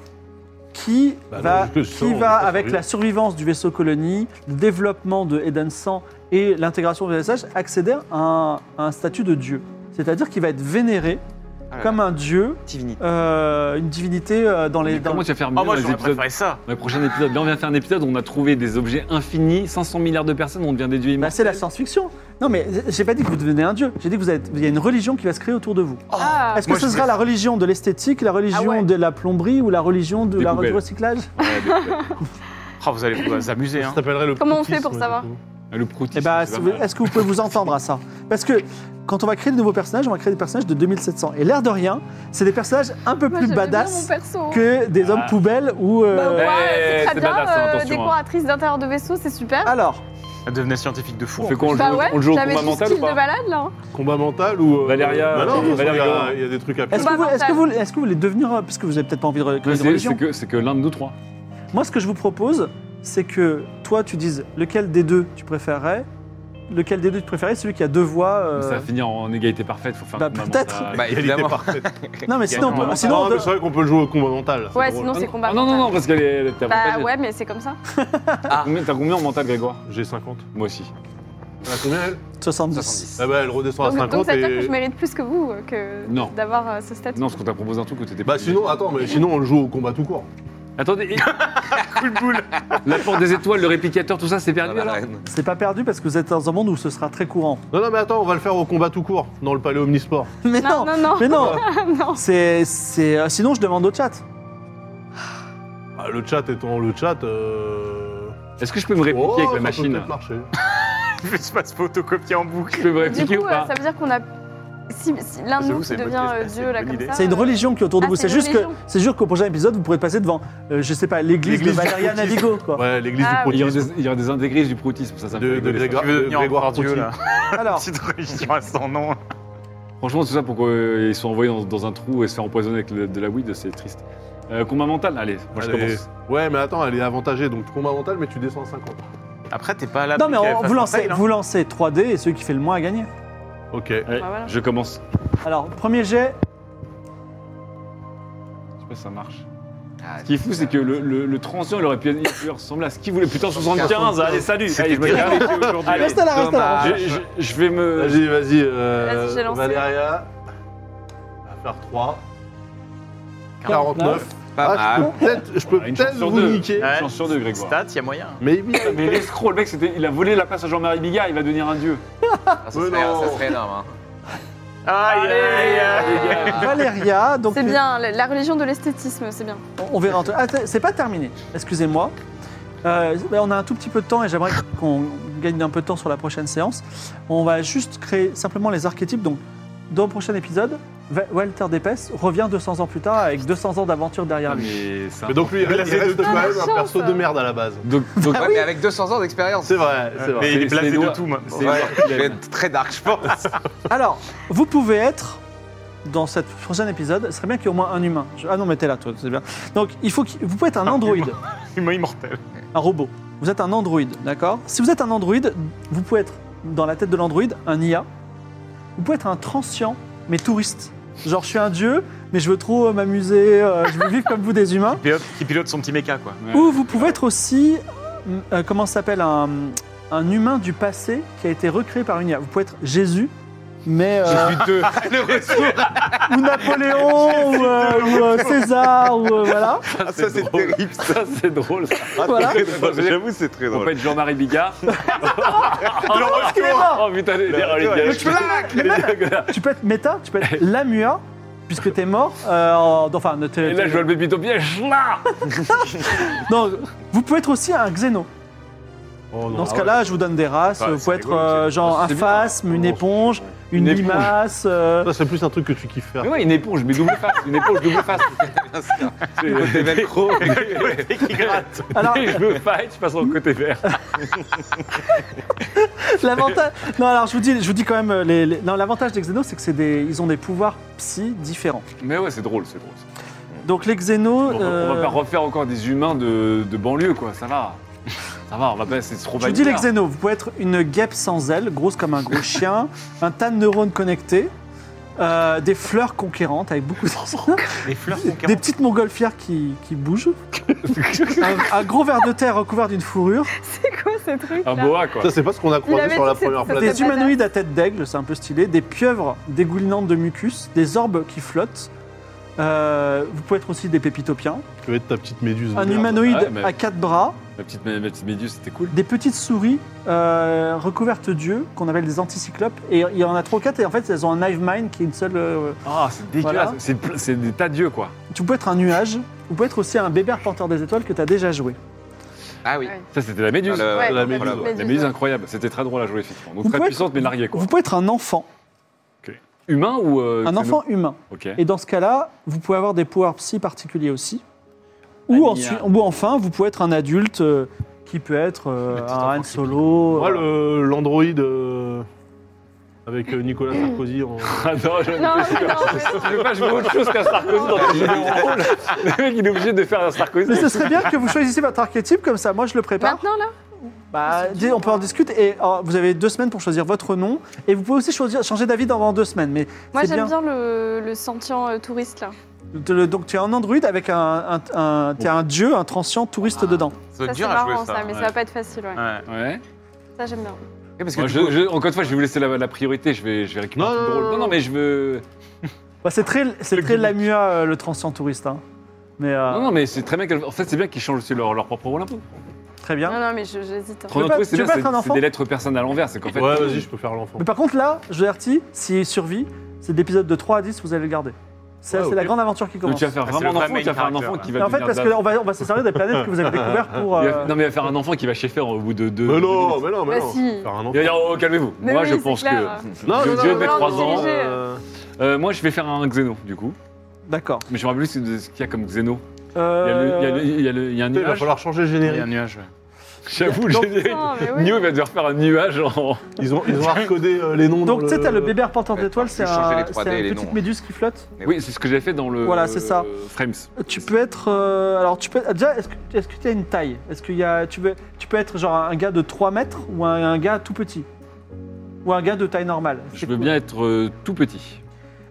[SPEAKER 3] qui
[SPEAKER 6] Bah non,
[SPEAKER 3] va,
[SPEAKER 6] je le
[SPEAKER 3] qui
[SPEAKER 6] sens,
[SPEAKER 3] va
[SPEAKER 6] je le
[SPEAKER 3] avec
[SPEAKER 6] sens.
[SPEAKER 3] la survivance du vaisseau colonie, le développement de Eden 100 et l'intégration de VSH accéder à un, à un statut de dieu. C'est-à-dire qu'il va être vénéré
[SPEAKER 5] Ah là
[SPEAKER 3] comme
[SPEAKER 5] là.
[SPEAKER 3] un dieu,
[SPEAKER 5] Tivini.
[SPEAKER 3] euh, une divinité euh, dans les.
[SPEAKER 4] Mais
[SPEAKER 3] dans-
[SPEAKER 4] Comment tu vas faire mieux
[SPEAKER 2] Ah,
[SPEAKER 4] dans
[SPEAKER 2] moi
[SPEAKER 4] les
[SPEAKER 2] j'aurais
[SPEAKER 4] épisodes
[SPEAKER 2] préféré ça.
[SPEAKER 4] Dans le prochain épisode, là on vient faire un épisode où on a trouvé des objets infinis, 500 milliards de personnes, on devient des dieux
[SPEAKER 3] Bah,
[SPEAKER 4] immortels.
[SPEAKER 3] c'est la science-fiction. Non, mais j'ai pas dit que vous devenez un dieu. J'ai dit que vous êtes- il y a une religion qui va se créer autour de vous.
[SPEAKER 7] Ah,
[SPEAKER 3] Est-ce que
[SPEAKER 2] Moi,
[SPEAKER 3] ce
[SPEAKER 2] je
[SPEAKER 3] sera
[SPEAKER 2] vais-
[SPEAKER 3] la religion de l'esthétique, la religion
[SPEAKER 7] Ah ouais.
[SPEAKER 3] de la plomberie ou la religion de
[SPEAKER 4] Des
[SPEAKER 3] la, du
[SPEAKER 4] poubelles.
[SPEAKER 3] recyclage
[SPEAKER 4] Ouais, des- ouais.
[SPEAKER 2] Oh, vous allez vous amuser. Hein. Euh,
[SPEAKER 6] Ça s'appellerait le
[SPEAKER 7] Comment on fait
[SPEAKER 6] poutisme,
[SPEAKER 7] pour
[SPEAKER 6] du
[SPEAKER 7] savoir
[SPEAKER 6] coup.
[SPEAKER 4] Le proutisme,
[SPEAKER 3] Eh ben,
[SPEAKER 4] c'est
[SPEAKER 3] si
[SPEAKER 4] pas
[SPEAKER 3] vous-
[SPEAKER 4] mal.
[SPEAKER 3] est-ce que vous pouvez vous entendre à ça Parce que quand on va créer de nouveaux personnages, on va créer des personnages de 2700. Et l'air de rien, c'est des personnages un peu
[SPEAKER 7] moi,
[SPEAKER 3] plus
[SPEAKER 7] j'aimais bien mon
[SPEAKER 3] badass
[SPEAKER 7] perso.
[SPEAKER 3] que des hommes
[SPEAKER 4] Ah.
[SPEAKER 3] poubelles ou. euh,
[SPEAKER 7] Bah, ouais,
[SPEAKER 4] Eh,
[SPEAKER 7] c'est
[SPEAKER 4] c'est
[SPEAKER 7] très bien,
[SPEAKER 4] badass, hein,
[SPEAKER 7] euh,
[SPEAKER 4] attention, hein.
[SPEAKER 7] décoratrice d'intérieur de vaisseau, c'est super.
[SPEAKER 3] Alors,
[SPEAKER 2] Elle devenait scientifique de fou.
[SPEAKER 4] On fait quoi on le
[SPEAKER 7] bah
[SPEAKER 4] joue-
[SPEAKER 7] ouais,
[SPEAKER 4] On le joue au
[SPEAKER 7] j'avais
[SPEAKER 4] combat
[SPEAKER 7] du
[SPEAKER 4] mental ou
[SPEAKER 7] style de
[SPEAKER 4] pas
[SPEAKER 7] balade là. hein.
[SPEAKER 6] Combat mental ou. euh, Bah
[SPEAKER 4] Valéria,
[SPEAKER 6] non, de
[SPEAKER 4] euh,
[SPEAKER 6] toute façon, il y,
[SPEAKER 4] Valéria.
[SPEAKER 6] a- il y a des trucs à
[SPEAKER 3] est-ce
[SPEAKER 6] faire.
[SPEAKER 3] que,
[SPEAKER 7] Combat
[SPEAKER 3] vous- est-ce
[SPEAKER 7] mental.
[SPEAKER 3] que vous, est-ce que vous les devenir. Parce que vous avez peut-être pas envie de créer
[SPEAKER 4] Ouais,
[SPEAKER 3] une
[SPEAKER 4] c'est-
[SPEAKER 3] religion.
[SPEAKER 4] C'est que, c'est que l'un de nous trois.
[SPEAKER 3] Moi, ce que je vous propose, c'est que toi, tu dises lequel des deux tu préférerais. Lequel des deux tu préférais Celui qui a deux voix. euh,
[SPEAKER 4] Mais Ça va finir en égalité parfaite, faut faire
[SPEAKER 3] Bah,
[SPEAKER 4] un combat
[SPEAKER 3] peut-être.
[SPEAKER 4] mental.
[SPEAKER 5] Bah,
[SPEAKER 6] Égalité
[SPEAKER 5] évidemment.
[SPEAKER 6] parfaite.
[SPEAKER 3] Non, mais
[SPEAKER 4] Il y a
[SPEAKER 3] sinon,
[SPEAKER 4] un moment-
[SPEAKER 3] on- sinon,
[SPEAKER 6] Non,
[SPEAKER 3] on
[SPEAKER 6] mais
[SPEAKER 3] de-
[SPEAKER 6] c'est vrai qu'on peut le jouer au combat mental. c'est
[SPEAKER 7] Ouais,
[SPEAKER 6] drôle.
[SPEAKER 7] sinon
[SPEAKER 4] Ah
[SPEAKER 7] c'est
[SPEAKER 4] non,
[SPEAKER 7] combat
[SPEAKER 4] ah non, non,
[SPEAKER 7] mental.
[SPEAKER 4] non, parce qu'elle est, elle est
[SPEAKER 7] Bah
[SPEAKER 4] avantagée.
[SPEAKER 7] ouais, mais c'est comme ça.
[SPEAKER 4] Combien- T'as combien en mental, Grégoire
[SPEAKER 6] J'ai 50.
[SPEAKER 4] Moi aussi.
[SPEAKER 6] Elle a combien, elle
[SPEAKER 3] 70.
[SPEAKER 6] Ah bah, elle redescend à
[SPEAKER 7] Donc,
[SPEAKER 6] 50.
[SPEAKER 7] donc ça veut dire que
[SPEAKER 6] et-
[SPEAKER 7] je mérite plus que vous euh, que
[SPEAKER 4] Non.
[SPEAKER 7] d'avoir euh, ce statut.
[SPEAKER 4] Non, parce qu'on t'a proposé un truc où t'étais
[SPEAKER 6] Bah
[SPEAKER 4] pas.
[SPEAKER 6] sinon, attends, mais sinon on le joue au combat tout court.
[SPEAKER 4] Attendez, et... coup de boule La porte des étoiles, le réplicateur, tout ça, c'est
[SPEAKER 5] Dans
[SPEAKER 4] perdu
[SPEAKER 6] Ah,
[SPEAKER 5] la
[SPEAKER 4] alors
[SPEAKER 5] reine.
[SPEAKER 3] C'est pas perdu parce que vous êtes dans un monde où ce sera très courant.
[SPEAKER 6] Non, non, mais attends, on va le faire au combat tout court, dans le palais omnisport.
[SPEAKER 3] Mais non,
[SPEAKER 7] Non, non, non.
[SPEAKER 3] Mais non,
[SPEAKER 7] Non.
[SPEAKER 3] c'est, c'est, euh, sinon je demande au chat.
[SPEAKER 6] Ah, le chat étant le chat. Euh...
[SPEAKER 4] Est-ce que je peux me répliquer
[SPEAKER 6] oh,
[SPEAKER 4] avec la
[SPEAKER 6] ça peut
[SPEAKER 4] machine
[SPEAKER 6] peut-être marcher.
[SPEAKER 2] Je vais se passe photocopier en boucle.
[SPEAKER 4] Je peux me
[SPEAKER 7] Du
[SPEAKER 4] répliquer
[SPEAKER 7] coup,
[SPEAKER 4] ou
[SPEAKER 7] euh,
[SPEAKER 4] pas
[SPEAKER 7] ça veut dire qu'on a. Si, si l'un de
[SPEAKER 2] J'avoue,
[SPEAKER 7] nous
[SPEAKER 2] c'est
[SPEAKER 7] qui
[SPEAKER 2] une
[SPEAKER 7] devient
[SPEAKER 2] bonne
[SPEAKER 7] euh,
[SPEAKER 2] idée, c'est
[SPEAKER 7] Dieu
[SPEAKER 2] une
[SPEAKER 7] là
[SPEAKER 2] bonne
[SPEAKER 7] comme
[SPEAKER 2] idée.
[SPEAKER 7] ça.
[SPEAKER 3] C'est une
[SPEAKER 7] euh,
[SPEAKER 3] religion qui est autour de
[SPEAKER 7] Ah,
[SPEAKER 3] vous.
[SPEAKER 7] c'est
[SPEAKER 3] C'est
[SPEAKER 7] une
[SPEAKER 3] juste que,
[SPEAKER 7] religion.
[SPEAKER 3] c'est juste qu'au prochain épisode, vous pourrez passer devant, euh, je sais pas, l'église,
[SPEAKER 6] L'église
[SPEAKER 3] de
[SPEAKER 6] du
[SPEAKER 3] Valeria
[SPEAKER 6] Christ.
[SPEAKER 3] Navigo. Quoi.
[SPEAKER 6] Ouais, l'église
[SPEAKER 7] Ah,
[SPEAKER 6] du
[SPEAKER 4] Il y, aura
[SPEAKER 6] protisme.
[SPEAKER 4] des, il y aura des intégristes du proutisme, ça, ça me
[SPEAKER 6] De-
[SPEAKER 4] fait
[SPEAKER 6] de
[SPEAKER 4] rigoler, ça.
[SPEAKER 6] Grégoire.
[SPEAKER 2] Tu veux devenir
[SPEAKER 6] Grégoire
[SPEAKER 2] encore Dieu
[SPEAKER 6] Potier.
[SPEAKER 2] là.
[SPEAKER 3] Alors,
[SPEAKER 2] Petite religion à son nom.
[SPEAKER 4] Franchement, tout ça pour qu'ils soient envoyés dans, dans un trou et se faire empoisonner avec le- de la weed, c'est triste. Euh, combat mental, allez, moi je
[SPEAKER 6] Elle est-
[SPEAKER 4] commence.
[SPEAKER 6] Ouais, mais attends, elle est avantagée, donc combat mental, mais tu descends à 50.
[SPEAKER 2] Après, t'es pas là.
[SPEAKER 3] non mais
[SPEAKER 2] pour
[SPEAKER 3] on-
[SPEAKER 2] qu'elle
[SPEAKER 3] vous
[SPEAKER 2] fasse un
[SPEAKER 3] lancez,
[SPEAKER 2] fail, hein.
[SPEAKER 3] vous lancez 3D et celui qui fait le moins a gagné.
[SPEAKER 6] Ok.
[SPEAKER 4] Allez,
[SPEAKER 7] Ah, voilà.
[SPEAKER 4] Je commence.
[SPEAKER 3] Alors premier jet,
[SPEAKER 4] Je sais pas si ça marche.
[SPEAKER 5] Ah,
[SPEAKER 4] Ce qui est fou, c'est que le, le, le transient, il aurait pu, il aurait pu ressembler à ce qu'il voulait. Putain, 75, allez, salut Allez, je me calme. Allez,
[SPEAKER 5] Reste là, reste là.
[SPEAKER 4] je, je- je vais me.
[SPEAKER 6] Vas-y, vas-y. euh,
[SPEAKER 7] Vas-y, j'ai lancé.
[SPEAKER 6] Valéria. On va faire 3. 49.
[SPEAKER 5] Pas
[SPEAKER 6] Ah, je
[SPEAKER 5] mal.
[SPEAKER 6] peux peut-être, je peux
[SPEAKER 4] Une chance
[SPEAKER 6] peut-être
[SPEAKER 4] sur
[SPEAKER 6] vous
[SPEAKER 4] deux.
[SPEAKER 6] niquer.
[SPEAKER 4] Une chance sur deux, Grégoire. Ah,
[SPEAKER 2] Stats, il y a moyen.
[SPEAKER 6] Mais oui,
[SPEAKER 4] Mais les scrolls, le mec, c'était- il a volé la place à Jean-Marie Bigard, il va devenir un dieu.
[SPEAKER 5] Ah, ça,
[SPEAKER 6] Mais
[SPEAKER 5] serait,
[SPEAKER 6] non.
[SPEAKER 5] ça serait énorme. hein.
[SPEAKER 2] Aïe,
[SPEAKER 4] Ah,
[SPEAKER 2] aïe, aïe.
[SPEAKER 3] Valéria, donc
[SPEAKER 7] C'est bien, la- la religion de l'esthétisme, c'est bien.
[SPEAKER 3] on verra. Ah, c'est pas terminé, excusez-moi. Euh, mais on a un tout petit peu de temps et j'aimerais qu'on gagne un peu de temps sur la prochaine séance. On va juste créer simplement les archétypes. Donc, dans le prochain épisode, Va- Walter Dépès revient 200 ans plus tard avec 200 ans d'aventure derrière lui.
[SPEAKER 4] Mais ça.
[SPEAKER 6] Ah, Mais donc lui, il reste, il reste quand
[SPEAKER 7] Ah,
[SPEAKER 6] même un
[SPEAKER 7] chance.
[SPEAKER 6] perso de merde à la base.
[SPEAKER 4] Donc, donc
[SPEAKER 5] Ouais, mais Ah avec 200 ans d'expérience.
[SPEAKER 6] C'est vrai, c'est vrai.
[SPEAKER 2] Mais il
[SPEAKER 4] C'est-
[SPEAKER 2] est blasé
[SPEAKER 4] c'est
[SPEAKER 2] de
[SPEAKER 4] doigt.
[SPEAKER 2] tout maintenant.
[SPEAKER 4] C'est-
[SPEAKER 5] Ouais,
[SPEAKER 4] il
[SPEAKER 5] je
[SPEAKER 4] aime.
[SPEAKER 5] vais être très dark, je pense.
[SPEAKER 3] Alors, vous pouvez être dans cette prochain épisode. Ce serait bien qu'il y ait au moins un humain. Je- Ah non, mais t'es là, toi, c'est bien. Donc, il faut qu'il- vous pouvez être un androïde.
[SPEAKER 2] Humain immortel.
[SPEAKER 3] un robot. Vous êtes un androïde, d'accord Si vous êtes un androïde, vous pouvez être dans la tête de l'androïde un IA. Vous pouvez être un transient, mais touriste. Genre, je suis un dieu, mais je veux trop euh, m'amuser, euh, je veux vivre comme vous des humains.
[SPEAKER 2] Pilote- Qui pilote son petit méca, quoi.
[SPEAKER 4] Ouais.
[SPEAKER 3] Ou vous pouvez être aussi, euh, euh, comment ça s'appelle, un, un humain du passé qui a été recréé par une IA. Vous pouvez être Jésus, mais. euh, ou Napoléon, ou, euh, ou, euh, César, ou euh, voilà.
[SPEAKER 5] Ah, ça, c'est
[SPEAKER 4] drôle.
[SPEAKER 5] terrible. ça.
[SPEAKER 4] ça, Ah, c'est drôle. Ça.
[SPEAKER 3] Voilà. Oh,
[SPEAKER 5] Très drôle. J'avoue, c'est très
[SPEAKER 4] On
[SPEAKER 5] drôle.
[SPEAKER 4] peut être Jean-Marie Bigard.
[SPEAKER 3] Il est mort.
[SPEAKER 4] Oh putain, les les- les- les-
[SPEAKER 5] Le flag
[SPEAKER 4] les- les-
[SPEAKER 3] Tu peux être méta, tu peux être Lamua, puisque t'es mort. euh, en- enfin, ne te-
[SPEAKER 4] Et là, je vois le bébé au piège. Là
[SPEAKER 3] Non, vous pouvez être aussi un xéno.
[SPEAKER 6] Oh, non,
[SPEAKER 3] Dans ce
[SPEAKER 6] ah ouais.
[SPEAKER 3] cas-là, je vous donne des races.
[SPEAKER 2] Ouais,
[SPEAKER 3] vous
[SPEAKER 2] c'est
[SPEAKER 3] pouvez être
[SPEAKER 2] rigolo,
[SPEAKER 3] euh, genre un
[SPEAKER 4] C'est bien.
[SPEAKER 3] phasme, une
[SPEAKER 6] Oh,
[SPEAKER 3] éponge, une,
[SPEAKER 4] Une éponge.
[SPEAKER 3] limace. euh,
[SPEAKER 6] Ça, c'est plus un truc que tu kiffes faire.
[SPEAKER 4] Mais ouais, une éponge, mais double face. Une éponge double face. C'est-
[SPEAKER 5] Côté velcro.
[SPEAKER 3] Alors,
[SPEAKER 4] je me fight, je passe en côté vert.
[SPEAKER 3] l'avantage. Non, alors je vous dis, je vous dis quand même. euh, Les, les- Non, l'avantage des xénos, c'est que c'est des, ils ont des pouvoirs psy différents.
[SPEAKER 4] Mais ouais, c'est drôle, c'est drôle.
[SPEAKER 3] Donc les xénos.
[SPEAKER 4] On va- On va
[SPEAKER 3] euh,
[SPEAKER 4] pas refaire encore des humains de, de banlieue, quoi. Ça va. Ça va, on va pas. C'est trop
[SPEAKER 3] Je vous dis les xénos, vous pouvez être une guêpe sans ailes, grosse comme un gros chien, un tas de neurones connectés, euh, des fleurs conquérantes avec beaucoup de
[SPEAKER 2] Des fleurs
[SPEAKER 3] Des
[SPEAKER 2] conquérantes.
[SPEAKER 3] petites montgolfières qui, qui bougent. un, un gros ver de terre recouvert d'une fourrure.
[SPEAKER 7] C'est quoi ces trucs
[SPEAKER 3] Ah
[SPEAKER 4] Un
[SPEAKER 7] là
[SPEAKER 4] boa, quoi.
[SPEAKER 6] Ça, c'est pas ce qu'on a
[SPEAKER 7] Il
[SPEAKER 6] croisé
[SPEAKER 7] avait
[SPEAKER 6] sur la
[SPEAKER 7] dit que
[SPEAKER 6] première
[SPEAKER 7] c'était-
[SPEAKER 6] planète.
[SPEAKER 3] Des humanoïdes à tête d'aigle, c'est un peu stylé. Des pieuvres dégoulinantes de mucus. Des orbes qui flottent. Euh, vous pouvez être aussi des pépitopiens.
[SPEAKER 6] Tu veux être ta petite méduse.
[SPEAKER 3] Un
[SPEAKER 6] merde.
[SPEAKER 3] humanoïde
[SPEAKER 4] Ouais, mais-
[SPEAKER 3] à quatre bras.
[SPEAKER 4] Ma petite, ma petite méduse, c'était cool.
[SPEAKER 3] Des petites souris euh, recouvertes d'yeux qu'on appelle des anticyclopes. Et il y en a trop quatre. Et en fait, elles ont un hive mind qui est une seule. euh,
[SPEAKER 4] Ah, c'est dégueulasse.
[SPEAKER 3] Voilà.
[SPEAKER 4] C'est pl- C'est des tas d'yeux, quoi.
[SPEAKER 3] Tu peux être un nuage. Vous pouvez être aussi un bébé arpenteur des étoiles que tu as déjà joué.
[SPEAKER 5] Ah oui.
[SPEAKER 4] Ça, c'était la méduse.
[SPEAKER 5] Ah, le-
[SPEAKER 7] Ouais,
[SPEAKER 6] la
[SPEAKER 7] méduse,
[SPEAKER 6] méduse,
[SPEAKER 4] La méduse incroyable, c'était très drôle à jouer effectivement. Donc
[SPEAKER 3] Vous
[SPEAKER 4] très
[SPEAKER 3] pouvez-
[SPEAKER 4] puissante mais larguée quoi.
[SPEAKER 3] Vous pouvez être un enfant,
[SPEAKER 4] Humain ou euh,
[SPEAKER 3] un
[SPEAKER 4] xéno-
[SPEAKER 3] enfant humain.
[SPEAKER 4] Ok.
[SPEAKER 3] Et dans ce cas-là, vous pouvez avoir des pouvoirs psy particuliers aussi. Ou,
[SPEAKER 4] Un
[SPEAKER 3] ensuite-
[SPEAKER 4] IA.
[SPEAKER 3] ou enfin, vous pouvez être un adulte euh, qui peut être euh,
[SPEAKER 2] Le petit
[SPEAKER 3] un
[SPEAKER 2] enfant
[SPEAKER 3] Han
[SPEAKER 2] qui
[SPEAKER 3] Solo.
[SPEAKER 6] Moi,
[SPEAKER 3] euh,
[SPEAKER 6] le- l'androïde euh, avec euh, Nicolas Sarkozy en.
[SPEAKER 4] Ah non, je
[SPEAKER 7] Non, non, non.
[SPEAKER 4] je veux pas jouer autre chose qu'un Sarkozy dans le jeu de rôle. Le mec il est obligé de faire un Sarkozy.
[SPEAKER 3] Mais ce serait bien que vous choisissiez votre archétype comme ça. Moi, je le prépare.
[SPEAKER 7] Maintenant là
[SPEAKER 3] Bah, dis- on peut en discuter. Et alors, vous avez deux semaines pour choisir votre nom. Et vous pouvez aussi choisir, changer d'avis dans deux semaines. Mais
[SPEAKER 7] Moi
[SPEAKER 3] c'est
[SPEAKER 7] j'aime bien le, le sentient euh, touriste là.
[SPEAKER 3] De le- donc, tu es un android avec un, un, un- t'es un dieu, un transient touriste
[SPEAKER 4] Ah,
[SPEAKER 3] dedans.
[SPEAKER 2] Ça doit
[SPEAKER 7] Ça
[SPEAKER 2] être
[SPEAKER 7] c'est
[SPEAKER 2] dur à jouer
[SPEAKER 7] marrant
[SPEAKER 2] ça.
[SPEAKER 7] ça, mais ça va pas être facile. Ouais.
[SPEAKER 2] Ouais.
[SPEAKER 4] Ouais.
[SPEAKER 7] Ça j'aime bien.
[SPEAKER 5] Parce que
[SPEAKER 4] Moi,
[SPEAKER 5] du
[SPEAKER 4] je-
[SPEAKER 5] coup,
[SPEAKER 4] je- encore une fois, je vais vous laisser la, la priorité. Je vais, je vais récupérer
[SPEAKER 6] Non,
[SPEAKER 4] tout le
[SPEAKER 6] non,
[SPEAKER 4] drôle.
[SPEAKER 6] non,
[SPEAKER 4] Non, non, mais je veux.
[SPEAKER 3] Bah, c'est très, c'est
[SPEAKER 4] Le
[SPEAKER 3] très
[SPEAKER 4] gimmick.
[SPEAKER 3] Lamua, euh, le transient touriste. hein. Mais euh,
[SPEAKER 4] Non, non, mais c'est très bien. qu'elle- En fait, c'est bien qu'ils changent aussi leur, leur propre rôle un peu.
[SPEAKER 3] très bien.
[SPEAKER 7] Non, non, mais je- j'hésite. hein.
[SPEAKER 3] veux
[SPEAKER 4] Trop
[SPEAKER 3] pas-
[SPEAKER 4] c'est
[SPEAKER 3] tu veux
[SPEAKER 4] bien.
[SPEAKER 3] pas
[SPEAKER 4] C'est
[SPEAKER 3] être un
[SPEAKER 4] c'est
[SPEAKER 3] enfant
[SPEAKER 4] des lettres personnes à l'envers. C'est qu'en fait.
[SPEAKER 6] Ouais, vas-y, je peux faire l'enfant.
[SPEAKER 3] Mais par contre, là, je l'avertis, si sur vie, c'est d'épisode de 3 à 10, vous allez le garder. C'est
[SPEAKER 6] Ouais,
[SPEAKER 3] c'est
[SPEAKER 6] ok.
[SPEAKER 3] la grande aventure qui
[SPEAKER 4] Donc
[SPEAKER 3] commence.
[SPEAKER 4] tu vas faire
[SPEAKER 2] Ah,
[SPEAKER 4] vraiment
[SPEAKER 2] c'est
[SPEAKER 4] un
[SPEAKER 2] le
[SPEAKER 4] enfant,
[SPEAKER 2] vrai
[SPEAKER 4] tu vas faire un
[SPEAKER 2] main
[SPEAKER 4] enfant qui va
[SPEAKER 3] Mais en fait,
[SPEAKER 4] devenir
[SPEAKER 3] parce
[SPEAKER 4] dame.
[SPEAKER 3] qu'on va, on va se servir des planètes que vous avez découvertes pour.
[SPEAKER 4] Il
[SPEAKER 3] euh,
[SPEAKER 4] va- Non, mais il va faire un enfant qui va chez faire au bout de deux.
[SPEAKER 6] Mais
[SPEAKER 4] deux
[SPEAKER 6] non,
[SPEAKER 4] minutes.
[SPEAKER 6] mais non, mais
[SPEAKER 7] Bah
[SPEAKER 6] non.
[SPEAKER 7] si.
[SPEAKER 6] Faire un
[SPEAKER 4] Il va
[SPEAKER 6] enfant.
[SPEAKER 4] dire, oh, calmez-vous.
[SPEAKER 7] Mais
[SPEAKER 4] Moi,
[SPEAKER 7] oui,
[SPEAKER 4] je
[SPEAKER 7] c'est
[SPEAKER 4] pense
[SPEAKER 7] clair.
[SPEAKER 4] que.
[SPEAKER 6] Non,
[SPEAKER 4] Dieu-
[SPEAKER 6] non,
[SPEAKER 4] Dieu
[SPEAKER 6] non,
[SPEAKER 4] met
[SPEAKER 6] non,
[SPEAKER 4] trois
[SPEAKER 6] non,
[SPEAKER 4] ans.
[SPEAKER 6] euh,
[SPEAKER 4] Euh, moi, je vais faire un xéno, du coup.
[SPEAKER 3] D'accord.
[SPEAKER 4] Mais je me rappelle plus de ce qu'il y a comme xéno. Il y a
[SPEAKER 3] Euh,
[SPEAKER 4] le- il y a le- il y a le- il y a un
[SPEAKER 6] Il va
[SPEAKER 4] nuage.
[SPEAKER 6] falloir changer le
[SPEAKER 2] Il y a
[SPEAKER 6] générique.
[SPEAKER 2] un nuage. ouais.
[SPEAKER 4] J'avoue, le générique.
[SPEAKER 7] Non, mais oui.
[SPEAKER 4] Nio va devoir faire un nuage en.
[SPEAKER 6] Ils ont, ils ont hardcodé euh, les noms.
[SPEAKER 3] Donc,
[SPEAKER 6] dans
[SPEAKER 3] tu sais,
[SPEAKER 6] le-
[SPEAKER 3] t'as le bébé arpenteur
[SPEAKER 5] Ouais,
[SPEAKER 3] d'étoiles,
[SPEAKER 5] tu
[SPEAKER 3] c'est
[SPEAKER 5] changes
[SPEAKER 3] un,
[SPEAKER 5] les 3D
[SPEAKER 3] c'est
[SPEAKER 5] et
[SPEAKER 3] une
[SPEAKER 5] les
[SPEAKER 3] petite
[SPEAKER 5] noms.
[SPEAKER 3] méduse qui flotte.
[SPEAKER 4] Oui, c'est ce que j'ai fait dans le.
[SPEAKER 3] Voilà, c'est ça.
[SPEAKER 4] euh, Frames.
[SPEAKER 3] Tu peux être. euh, alors, tu peux. ah, Déjà, est-ce que est-ce que tu as une taille Est-ce qu'il y a. Tu peux, tu peux être genre un gars de 3 mètres ou un, un gars tout petit Ou un gars de taille normale
[SPEAKER 4] Je
[SPEAKER 3] C'est
[SPEAKER 4] veux
[SPEAKER 3] cool.
[SPEAKER 4] bien être euh, tout petit.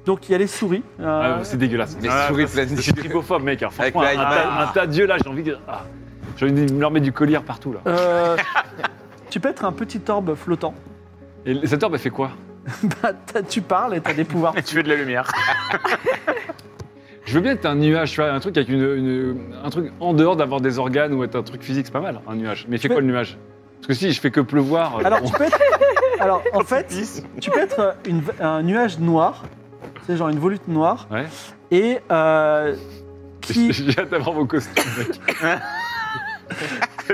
[SPEAKER 3] Donc il y a les souris. euh,
[SPEAKER 4] Ah, c'est dégueulasse.
[SPEAKER 5] Des
[SPEAKER 4] Ah,
[SPEAKER 5] souris
[SPEAKER 4] ça,
[SPEAKER 5] pleines
[SPEAKER 4] c'est-
[SPEAKER 5] de-
[SPEAKER 4] Je suis tripophobe, mec. hein. Franchement,
[SPEAKER 5] Avec
[SPEAKER 4] un,
[SPEAKER 5] la
[SPEAKER 4] tas-
[SPEAKER 5] iPad.
[SPEAKER 4] un tas d'yeux là, j'ai envie de. ah. J'ai envie de me leur mettre du collier partout là.
[SPEAKER 3] euh, tu peux être un petit orbe flottant.
[SPEAKER 4] Et cette orbe, elle fait quoi
[SPEAKER 3] Bah, t'as- tu parles et t'as des pouvoirs.
[SPEAKER 2] Tu fais de la lumière.
[SPEAKER 4] Je veux bien être un nuage, tu vois, un truc avec une, une- un truc en dehors d'avoir des organes ou être un truc physique, c'est pas mal, un nuage. Mais il fait
[SPEAKER 3] Mais-
[SPEAKER 4] quoi le nuage Parce que si je fais que pleuvoir, euh,
[SPEAKER 3] Alors
[SPEAKER 4] bon,
[SPEAKER 3] tu peux être. Alors en fait, tu peux être euh, une- un nuage noir. C'est genre une volute noire.
[SPEAKER 4] Ouais.
[SPEAKER 3] Et euh, qui
[SPEAKER 4] j'ai hâte d'avoir vos costumes. mec.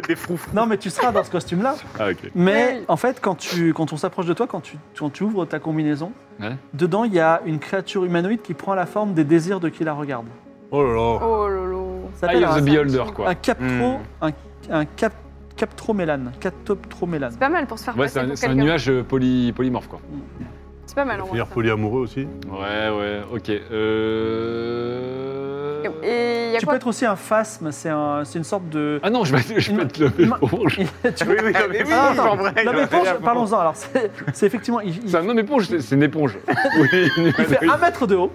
[SPEAKER 2] Des froufrous.
[SPEAKER 3] Non, mais tu seras dans ce costume-là.
[SPEAKER 4] Ah ok.
[SPEAKER 3] Mais
[SPEAKER 7] Oui.
[SPEAKER 3] en fait, quand, tu, quand on s'approche de toi, quand tu, quand tu ouvres ta combinaison,
[SPEAKER 4] Ouais.
[SPEAKER 3] dedans, il y a une créature humanoïde qui prend la forme des désirs de qui la regarde.
[SPEAKER 6] Oh là là.
[SPEAKER 7] Oh lolo.
[SPEAKER 3] Ça
[SPEAKER 4] Eye
[SPEAKER 3] s'appelle
[SPEAKER 4] of
[SPEAKER 3] un,
[SPEAKER 4] the Beholder quoi. Hmm.
[SPEAKER 3] un captro... Un, un cap, captromélane. Captoptromélane.
[SPEAKER 7] C'est pas mal pour se faire
[SPEAKER 4] Ouais, c'est
[SPEAKER 7] passer
[SPEAKER 3] Ah,
[SPEAKER 4] un,
[SPEAKER 7] pour
[SPEAKER 4] c'est un
[SPEAKER 7] quelqu'un.
[SPEAKER 4] nuage euh, poly- polymorphe quoi.
[SPEAKER 7] C'est pas mal en vrai.
[SPEAKER 6] Finir
[SPEAKER 7] ça.
[SPEAKER 6] polyamoureux aussi.
[SPEAKER 4] Ouais, ouais, ok. Euh...
[SPEAKER 7] Et il y a
[SPEAKER 3] Tu
[SPEAKER 7] quoi
[SPEAKER 3] peux être aussi un phasme, c'est un, c'est une sorte de...
[SPEAKER 4] Ah non, je vais, je vais te lever
[SPEAKER 3] Une-
[SPEAKER 4] l'éponge.
[SPEAKER 3] Tu
[SPEAKER 2] Oui,
[SPEAKER 3] vois
[SPEAKER 2] oui,
[SPEAKER 5] Ah,
[SPEAKER 2] non, mais
[SPEAKER 5] mais
[SPEAKER 2] oui,
[SPEAKER 5] oui.
[SPEAKER 2] en vrai.
[SPEAKER 3] Non,
[SPEAKER 2] il
[SPEAKER 3] mais
[SPEAKER 2] a
[SPEAKER 3] éponge,
[SPEAKER 2] l'air-
[SPEAKER 3] parlons-en. Alors, c'est c'est effectivement... Il, il-
[SPEAKER 4] C'est un homme éponge, c'est- c'est une éponge. Oui, une
[SPEAKER 3] il fait
[SPEAKER 4] humanoïde.
[SPEAKER 3] un mètre de haut.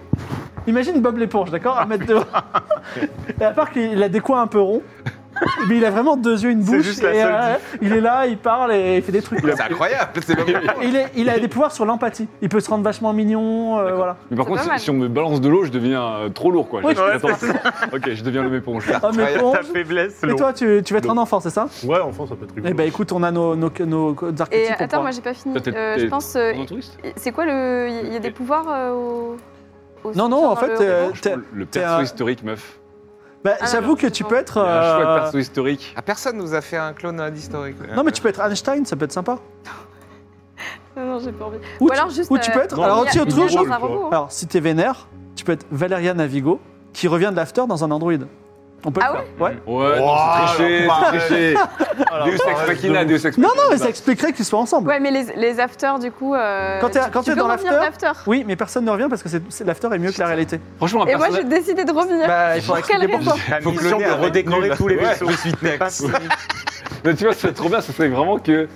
[SPEAKER 3] Imagine Bob l'éponge, d'accord Un mètre de haut. Et à part qu'il a des coins un peu ronds, mais il a vraiment deux yeux, une
[SPEAKER 2] C'est
[SPEAKER 3] bouche.
[SPEAKER 2] juste la
[SPEAKER 3] et,
[SPEAKER 2] seule
[SPEAKER 3] euh, il est là, il parle et il fait des trucs.
[SPEAKER 5] C'est incroyable, c'est même pas-
[SPEAKER 3] Et Il, est- il a des pouvoirs sur l'empathie. Il peut se rendre vachement mignon, euh, voilà.
[SPEAKER 4] Mais par
[SPEAKER 7] C'est
[SPEAKER 4] contre,
[SPEAKER 7] pas
[SPEAKER 4] si-
[SPEAKER 7] mal.
[SPEAKER 4] si on me balance de l'eau, je deviens euh, trop lourd quoi.
[SPEAKER 3] Oui,
[SPEAKER 4] Je-
[SPEAKER 2] ouais,
[SPEAKER 4] attends. ok, je deviens l'homme éponge.
[SPEAKER 3] Homme
[SPEAKER 5] Incroyable.
[SPEAKER 3] Ah, éponge.
[SPEAKER 2] Ta faiblesse,
[SPEAKER 3] Et
[SPEAKER 2] l'eau.
[SPEAKER 3] toi, tu, tu vas être
[SPEAKER 6] Non.
[SPEAKER 3] un enfant, c'est ça
[SPEAKER 6] Ouais, enfin, ça peut être rigolo.
[SPEAKER 3] Eh ben écoute, on a nos, nos, nos
[SPEAKER 7] Et
[SPEAKER 3] archétypes. on
[SPEAKER 7] attends,
[SPEAKER 3] pourra-
[SPEAKER 7] moi j'ai pas fini.
[SPEAKER 4] Toi, t'es-
[SPEAKER 7] Euh, je
[SPEAKER 4] t'es-
[SPEAKER 7] pense. euh,
[SPEAKER 4] Altruiste
[SPEAKER 7] c'est quoi le. Il y a des pouvoirs euh, au. au
[SPEAKER 3] Non, non,
[SPEAKER 7] futur
[SPEAKER 3] en
[SPEAKER 7] dans le
[SPEAKER 3] fait, euh,
[SPEAKER 7] roman
[SPEAKER 3] t'es-
[SPEAKER 4] Le
[SPEAKER 3] t'es
[SPEAKER 4] perso
[SPEAKER 3] un-
[SPEAKER 4] historique, meuf.
[SPEAKER 3] bah,
[SPEAKER 7] Ah,
[SPEAKER 3] j'avoue que tu peux être.
[SPEAKER 4] Il y a un choix de
[SPEAKER 3] euh,
[SPEAKER 4] perso historique.
[SPEAKER 5] Ah, personne nous a fait un clone euh, d'historique.
[SPEAKER 3] Non, mais tu peux être Einstein, ça peut être sympa.
[SPEAKER 7] Non, non, j'ai pas envie.
[SPEAKER 3] Ou,
[SPEAKER 7] Ou
[SPEAKER 3] tu-
[SPEAKER 7] alors juste. euh,
[SPEAKER 3] ou tu peux être- alors, aussi, autre
[SPEAKER 7] chose.
[SPEAKER 6] chose-
[SPEAKER 7] un robot. hein.
[SPEAKER 3] Alors, si t'es vénère, tu peux être Valeria Navigo, qui revient de l'after dans un Android. On peut
[SPEAKER 7] Ah
[SPEAKER 3] le faire. Ouais.
[SPEAKER 4] Ouais, non,
[SPEAKER 6] Oh,
[SPEAKER 4] c'est triché,
[SPEAKER 6] alors,
[SPEAKER 4] c'est triché.
[SPEAKER 6] Ah, la
[SPEAKER 4] Deus ex
[SPEAKER 6] paresse
[SPEAKER 4] machina,
[SPEAKER 6] de
[SPEAKER 4] Deus ex
[SPEAKER 3] Non,
[SPEAKER 4] machina.
[SPEAKER 3] non, mais ça expliquerait qu'ils soient ensemble.
[SPEAKER 7] Ouais, mais les, les afters, du coup. euh,
[SPEAKER 3] Quand t'es-
[SPEAKER 7] tu-
[SPEAKER 3] quand
[SPEAKER 7] tu
[SPEAKER 3] t'es
[SPEAKER 7] peux
[SPEAKER 3] dans
[SPEAKER 7] revenir
[SPEAKER 3] l'after
[SPEAKER 7] d'after.
[SPEAKER 3] Oui, mais personne ne revient parce que c'est- c'est- l'after est mieux que la réalité.
[SPEAKER 4] Franchement, un
[SPEAKER 7] Et moi,
[SPEAKER 4] personnage.
[SPEAKER 7] j'ai décidé de revenir.
[SPEAKER 3] Bah, il faudra
[SPEAKER 7] Pour quelle
[SPEAKER 3] expliquer pourquoi.
[SPEAKER 2] La
[SPEAKER 5] Faut
[SPEAKER 2] mission
[SPEAKER 5] cloner
[SPEAKER 2] de
[SPEAKER 5] avec
[SPEAKER 2] redécorer
[SPEAKER 5] nul.
[SPEAKER 2] tous les
[SPEAKER 5] Ouais,
[SPEAKER 2] vaisseaux.
[SPEAKER 5] je suis next.
[SPEAKER 4] Mais tu vois, ce serait trop bien, ce serait vraiment que.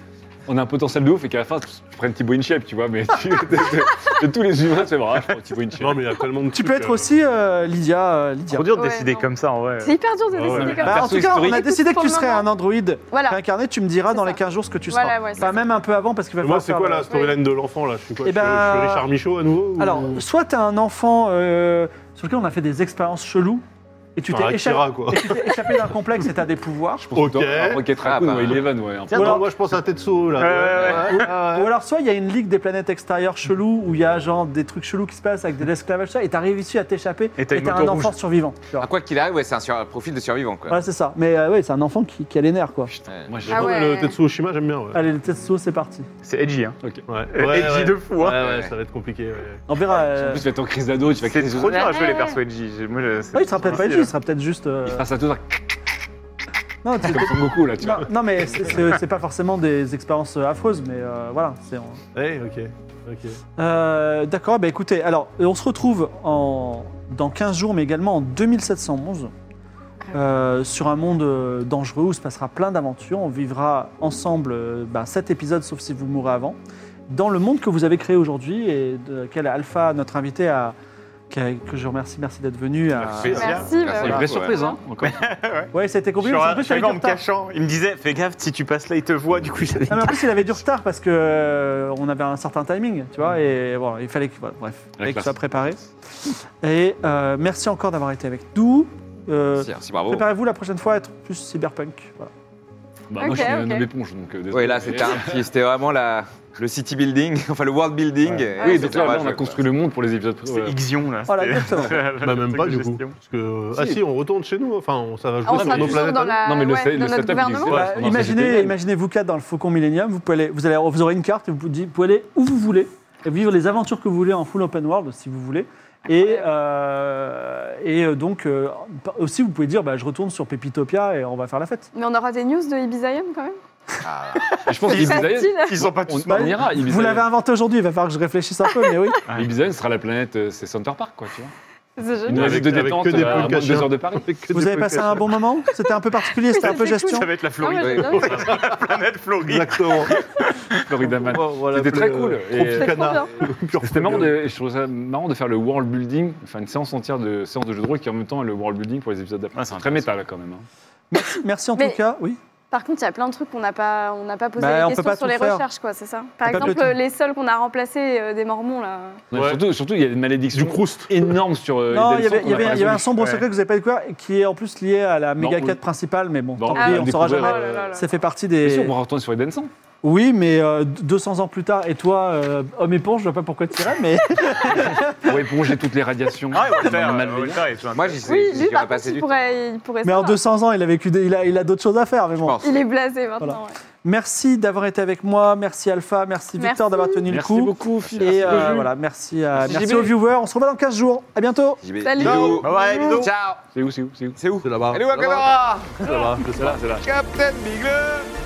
[SPEAKER 4] On a un potentiel de ouf et qu'à la fin, je prenne Thibaut InShape, tu vois, mais tu- de tous les humains, c'est vrai, je prends Thibaut InShape.
[SPEAKER 6] Non, mais il y a tellement de
[SPEAKER 3] Tu
[SPEAKER 6] trucs,
[SPEAKER 3] peux être
[SPEAKER 6] euh,
[SPEAKER 3] aussi euh, Lydia. euh, Lydia.
[SPEAKER 2] Trop dur de
[SPEAKER 7] Ouais,
[SPEAKER 2] décider
[SPEAKER 7] non.
[SPEAKER 2] comme ça, en vrai.
[SPEAKER 7] C'est hyper dur de
[SPEAKER 6] Ouais,
[SPEAKER 7] décider
[SPEAKER 6] ouais.
[SPEAKER 7] comme
[SPEAKER 3] Bah,
[SPEAKER 7] ça.
[SPEAKER 3] en
[SPEAKER 4] perso
[SPEAKER 3] tout cas, on
[SPEAKER 4] historique.
[SPEAKER 3] a décidé que
[SPEAKER 7] Pour
[SPEAKER 3] tu
[SPEAKER 7] le
[SPEAKER 3] serais un
[SPEAKER 7] moment.
[SPEAKER 3] androïde
[SPEAKER 7] Voilà.
[SPEAKER 3] réincarné. Tu me diras
[SPEAKER 7] C'est
[SPEAKER 3] dans les
[SPEAKER 7] ça.
[SPEAKER 3] 15 jours ce que tu
[SPEAKER 7] Voilà,
[SPEAKER 3] seras.
[SPEAKER 7] ouais, c'est
[SPEAKER 3] Enfin,
[SPEAKER 7] ça.
[SPEAKER 3] même un peu avant parce qu'il va
[SPEAKER 6] Moi,
[SPEAKER 3] falloir
[SPEAKER 6] c'est
[SPEAKER 3] faire
[SPEAKER 6] quoi
[SPEAKER 3] le-
[SPEAKER 6] la storyline de l'enfant là Je suis quoi
[SPEAKER 3] Eh
[SPEAKER 6] je, suis,
[SPEAKER 3] ben-
[SPEAKER 6] je suis Richard Michaud à nouveau ou-
[SPEAKER 3] Alors,
[SPEAKER 6] Enfin,
[SPEAKER 3] soit t'es un enfant euh, sur lequel on a fait des expériences cheloues et tu t'es échappé,
[SPEAKER 6] Akira, quoi.
[SPEAKER 3] et tu t'es échappé d'un complexe et t'as des pouvoirs.
[SPEAKER 6] Ok.
[SPEAKER 4] Un Rocket Raccoon
[SPEAKER 5] Ah,
[SPEAKER 4] ou
[SPEAKER 5] bah.
[SPEAKER 4] Eleven, ouais. un peu.
[SPEAKER 6] Tiens,
[SPEAKER 3] Ou
[SPEAKER 6] non,
[SPEAKER 3] alors-
[SPEAKER 6] moi je pense à Tetsuo là.
[SPEAKER 2] Ouais,
[SPEAKER 3] Ou alors, soit il y a une ligue des planètes extérieures chelou où il y a genre des trucs chelous qui se passent avec de l'esclavage ça, et t'as réussi à t'échapper
[SPEAKER 2] Et t'as une
[SPEAKER 3] un
[SPEAKER 2] moto
[SPEAKER 3] enfant survivant. tu vois.
[SPEAKER 5] Ah, quoi qu'il arrive, ouais, c'est un, sur- un profil de survivant, quoi.
[SPEAKER 3] Voilà, c'est ça. Mais euh, ouais, c'est un enfant qui, qui a les nerfs quoi.
[SPEAKER 5] Ouais.
[SPEAKER 4] Moi, j'ai-
[SPEAKER 7] Ah
[SPEAKER 6] Ah
[SPEAKER 7] ouais.
[SPEAKER 6] ouais. Le Tetsuo Shima, j'aime bien. Ouais,
[SPEAKER 3] Allez, le Tetsuo, c'est parti.
[SPEAKER 2] C'est edgy, hein.
[SPEAKER 6] ouais.
[SPEAKER 2] Euh,
[SPEAKER 6] ouais,
[SPEAKER 2] edgy
[SPEAKER 6] ouais.
[SPEAKER 2] de fou,
[SPEAKER 6] Ouais,
[SPEAKER 2] hein.
[SPEAKER 6] ouais, ça va être compliqué. ouais.
[SPEAKER 3] On verra.
[SPEAKER 4] En
[SPEAKER 3] euh,
[SPEAKER 4] plus, tu vas être en crise d'ado, tu vas
[SPEAKER 2] C'est
[SPEAKER 4] criser-
[SPEAKER 2] trop dur à jouer les
[SPEAKER 7] Ouais.
[SPEAKER 2] persos edgy. Moi, je- c'est-
[SPEAKER 3] Ouais, Ah il sera peut-être pas edgy, il sera peut-être juste. euh,
[SPEAKER 4] Il se passe à tout Ah, ça,
[SPEAKER 3] Non, tu-
[SPEAKER 4] Ah, comme Son Goku, là, tu vois.
[SPEAKER 3] non, non, mais c'est- c'est c'est pas forcément des expériences affreuses, mais euh, voilà. c'est- on-
[SPEAKER 6] Ouais, ok. Ok.
[SPEAKER 3] Euh, D'accord, bah écoutez, alors euh, on se retrouve en, dans 15 jours, mais également en 2711,
[SPEAKER 7] Ah
[SPEAKER 3] euh, sur un monde euh, dangereux où se passera plein d'aventures. On vivra ensemble euh, bah, cet épisode, sauf si vous mourrez avant, dans le monde que vous avez créé aujourd'hui et de quel Alpha, notre invité, a, qu'a- que je remercie, merci d'être venu. à-
[SPEAKER 2] Merci.
[SPEAKER 7] Merci.
[SPEAKER 5] Merci.
[SPEAKER 7] bah,
[SPEAKER 4] C'est une
[SPEAKER 7] ouais.
[SPEAKER 4] vraie surprise, hein. encore.
[SPEAKER 3] Ouais, ça a été
[SPEAKER 2] Je suis
[SPEAKER 3] compliqué. parce qu'en
[SPEAKER 2] en-
[SPEAKER 3] plus,
[SPEAKER 2] je suis
[SPEAKER 3] il avait
[SPEAKER 2] allé en
[SPEAKER 3] du
[SPEAKER 2] me
[SPEAKER 3] retard.
[SPEAKER 2] cachant. Il me disait, fais gaffe, si tu passes là, il te voit. Du coup, j'avais
[SPEAKER 3] Ah, mais en plus, il avait du retard parce que euh, on avait un certain timing, tu vois, et bon, il fallait que, voilà, bref, il fallait que
[SPEAKER 4] classe.
[SPEAKER 3] soit préparé. Et euh, merci encore d'avoir été avec nous. Euh,
[SPEAKER 5] Merci, merci, bravo.
[SPEAKER 3] Préparez-vous la prochaine fois à être plus cyberpunk. Voilà.
[SPEAKER 4] Bah, moi,
[SPEAKER 7] Ok,
[SPEAKER 4] je suis un
[SPEAKER 7] ok.
[SPEAKER 4] homme éponge, donc. euh, désolé.
[SPEAKER 5] Ouais, là, c'était un petit- c'était vraiment la, le city building, enfin le world building. Et
[SPEAKER 4] Oui,
[SPEAKER 5] c'est
[SPEAKER 4] donc là, là,
[SPEAKER 5] dommage,
[SPEAKER 4] on a
[SPEAKER 5] ouais.
[SPEAKER 4] construit le monde pour les épisodes.
[SPEAKER 2] C'est
[SPEAKER 4] Ouais.
[SPEAKER 2] Ixion, là.
[SPEAKER 3] Voilà,
[SPEAKER 2] c'était-
[SPEAKER 3] exactement.
[SPEAKER 2] le
[SPEAKER 6] Bah, même
[SPEAKER 2] truc
[SPEAKER 6] pas
[SPEAKER 2] de
[SPEAKER 6] du coup.
[SPEAKER 2] gestion.
[SPEAKER 6] Parce que... Ah
[SPEAKER 4] Si.
[SPEAKER 6] si, on retourne chez nous. Enfin, on- ça
[SPEAKER 3] Ah,
[SPEAKER 6] va
[SPEAKER 7] On
[SPEAKER 6] jouer
[SPEAKER 7] sera
[SPEAKER 6] sur nos
[SPEAKER 7] toujours
[SPEAKER 6] planètes.
[SPEAKER 7] dans la.
[SPEAKER 4] Non, mais le,
[SPEAKER 7] ouais,
[SPEAKER 4] set-
[SPEAKER 7] dans
[SPEAKER 4] le
[SPEAKER 7] notre
[SPEAKER 4] setup, il existe.
[SPEAKER 7] gouvernement.
[SPEAKER 4] Ouais,
[SPEAKER 3] Bah,
[SPEAKER 4] on a
[SPEAKER 3] imaginez,
[SPEAKER 4] société.
[SPEAKER 3] imaginez-vous quatre dans le Faucon Millenium. Vous pouvez aller, vous allez, vous aurez une carte et vous pouvez, vous pouvez aller où vous voulez et vivre les aventures que vous voulez en full open world si vous voulez. Et, euh, et euh, donc euh, aussi vous pouvez dire bah, je retourne sur Pépitopia et on va faire la fête.
[SPEAKER 7] Mais on aura des news de Ibizaïum quand même.
[SPEAKER 5] Ah,
[SPEAKER 4] Et Je pense
[SPEAKER 2] Ils-
[SPEAKER 4] qu'Ibizaïen,
[SPEAKER 2] Ils sont pas
[SPEAKER 4] on, bah,
[SPEAKER 2] tous morts.
[SPEAKER 4] on ira.
[SPEAKER 3] Vous l'avez
[SPEAKER 4] Ibizaïen Ah.
[SPEAKER 3] inventé aujourd'hui, il va falloir que je réfléchisse un peu, mais oui.
[SPEAKER 4] Ibizaïen sera la planète, euh, c'est Center Park, quoi, tu vois.
[SPEAKER 7] C'est
[SPEAKER 4] Une
[SPEAKER 7] génial.
[SPEAKER 6] Avec-
[SPEAKER 4] visite de
[SPEAKER 6] avec
[SPEAKER 4] détente
[SPEAKER 6] que des
[SPEAKER 4] à
[SPEAKER 6] poules
[SPEAKER 4] moins de
[SPEAKER 6] cachées.
[SPEAKER 4] deux heures de Paris.
[SPEAKER 3] Vous avez passé un bon moment C'était un peu particulier, c'était un peu
[SPEAKER 7] C'était cool.
[SPEAKER 3] gestion.
[SPEAKER 2] Ça va être la
[SPEAKER 7] Non,
[SPEAKER 2] Floride.
[SPEAKER 7] mais c'est dingue.
[SPEAKER 2] Planète Floride.
[SPEAKER 6] Exactement.
[SPEAKER 4] Floridaman.
[SPEAKER 6] On va- on va
[SPEAKER 4] C'était très
[SPEAKER 6] l'appeler,
[SPEAKER 4] cool.
[SPEAKER 6] euh,
[SPEAKER 4] Et-
[SPEAKER 6] Tropicana.
[SPEAKER 4] C'était marrant de, je trouve ça marrant de faire le world building, enfin une séance entière de séance de jeu de rôle qui en même temps est le world building pour les épisodes d'après.
[SPEAKER 6] Ah,
[SPEAKER 2] Ouais, c'est
[SPEAKER 4] c'est très
[SPEAKER 2] intéressant.
[SPEAKER 4] métal quand même. hein.
[SPEAKER 3] Merci en
[SPEAKER 7] Mais-
[SPEAKER 3] tout cas, oui.
[SPEAKER 7] Par contre, il y a plein de trucs qu'on n'a pas, on n'a pas posé
[SPEAKER 3] Bah, on
[SPEAKER 7] des
[SPEAKER 3] peut
[SPEAKER 7] questions
[SPEAKER 3] pas
[SPEAKER 7] sur
[SPEAKER 3] tout
[SPEAKER 7] les
[SPEAKER 3] faire.
[SPEAKER 7] recherches, quoi, c'est ça. Par
[SPEAKER 3] peut pas
[SPEAKER 7] exemple,
[SPEAKER 3] tout-
[SPEAKER 7] les seuls qu'on a remplacés euh, des Mormons là.
[SPEAKER 4] Ouais, Surtout, surtout, il y a des
[SPEAKER 6] Du
[SPEAKER 4] malédictions
[SPEAKER 6] croust.
[SPEAKER 4] énormes sur. euh,
[SPEAKER 3] Non,
[SPEAKER 4] les
[SPEAKER 3] il y avait,
[SPEAKER 4] Daleks
[SPEAKER 3] il y avait-
[SPEAKER 4] qu'on a
[SPEAKER 3] il y avait
[SPEAKER 4] pas
[SPEAKER 3] un sombre
[SPEAKER 4] résolu.
[SPEAKER 3] secret que vous n'avez pas découvert, et qui est en plus lié à la méga
[SPEAKER 4] Non,
[SPEAKER 3] quête
[SPEAKER 4] oui.
[SPEAKER 3] principale, mais bon,
[SPEAKER 4] Bon,
[SPEAKER 3] tant
[SPEAKER 4] on
[SPEAKER 3] pis,
[SPEAKER 4] va
[SPEAKER 3] on ne saura
[SPEAKER 4] découvrir,
[SPEAKER 2] Oh
[SPEAKER 3] jamais.
[SPEAKER 4] euh,
[SPEAKER 3] Ça fait partie
[SPEAKER 4] Bien sûr,
[SPEAKER 3] des...
[SPEAKER 4] on pourra retourner sur Eden 100.
[SPEAKER 3] Oui, mais euh, 200 ans plus tard, et toi, euh, homme éponge, je vois pas pourquoi tu irais, mais...
[SPEAKER 4] Pour éponger toutes les radiations.
[SPEAKER 2] Ah, et Walter,
[SPEAKER 4] Dans le
[SPEAKER 2] euh,
[SPEAKER 4] Malveillant.
[SPEAKER 2] Walter est tout un-
[SPEAKER 5] Moi, j'y sais.
[SPEAKER 7] Oui,
[SPEAKER 5] j'y
[SPEAKER 7] lui,
[SPEAKER 5] aurais
[SPEAKER 7] par contre,
[SPEAKER 5] passé
[SPEAKER 7] il
[SPEAKER 5] du
[SPEAKER 7] pourrait, il pourrait.
[SPEAKER 3] mais
[SPEAKER 7] se
[SPEAKER 3] en
[SPEAKER 7] faire.
[SPEAKER 3] 200 ans, il a vécu, des- il a, il a d'autres choses à faire, mais bon.
[SPEAKER 5] temps.
[SPEAKER 7] Il est blasé maintenant. ouais.
[SPEAKER 3] Merci d'avoir été avec moi, merci Alpha, merci Victor
[SPEAKER 7] Merci.
[SPEAKER 3] d'avoir tenu le
[SPEAKER 4] Merci
[SPEAKER 3] coup.
[SPEAKER 4] beaucoup, Phil.
[SPEAKER 3] Et
[SPEAKER 4] Merci,
[SPEAKER 3] euh,
[SPEAKER 4] Jules.
[SPEAKER 3] voilà, merci, à,
[SPEAKER 4] Merci,
[SPEAKER 3] merci
[SPEAKER 4] JB.
[SPEAKER 3] aux viewers. On se revoit dans 15 jours. À bientôt.
[SPEAKER 5] J'y vais.
[SPEAKER 7] Salut.
[SPEAKER 5] Bisous.
[SPEAKER 2] Bye bye, bisous.
[SPEAKER 5] Ciao.
[SPEAKER 4] C'est où, c'est où, c'est où
[SPEAKER 5] C'est où
[SPEAKER 6] C'est là-bas.
[SPEAKER 5] Hello, Akadara
[SPEAKER 6] C'est là-bas. C'est là-bas.
[SPEAKER 5] Captain Bigleux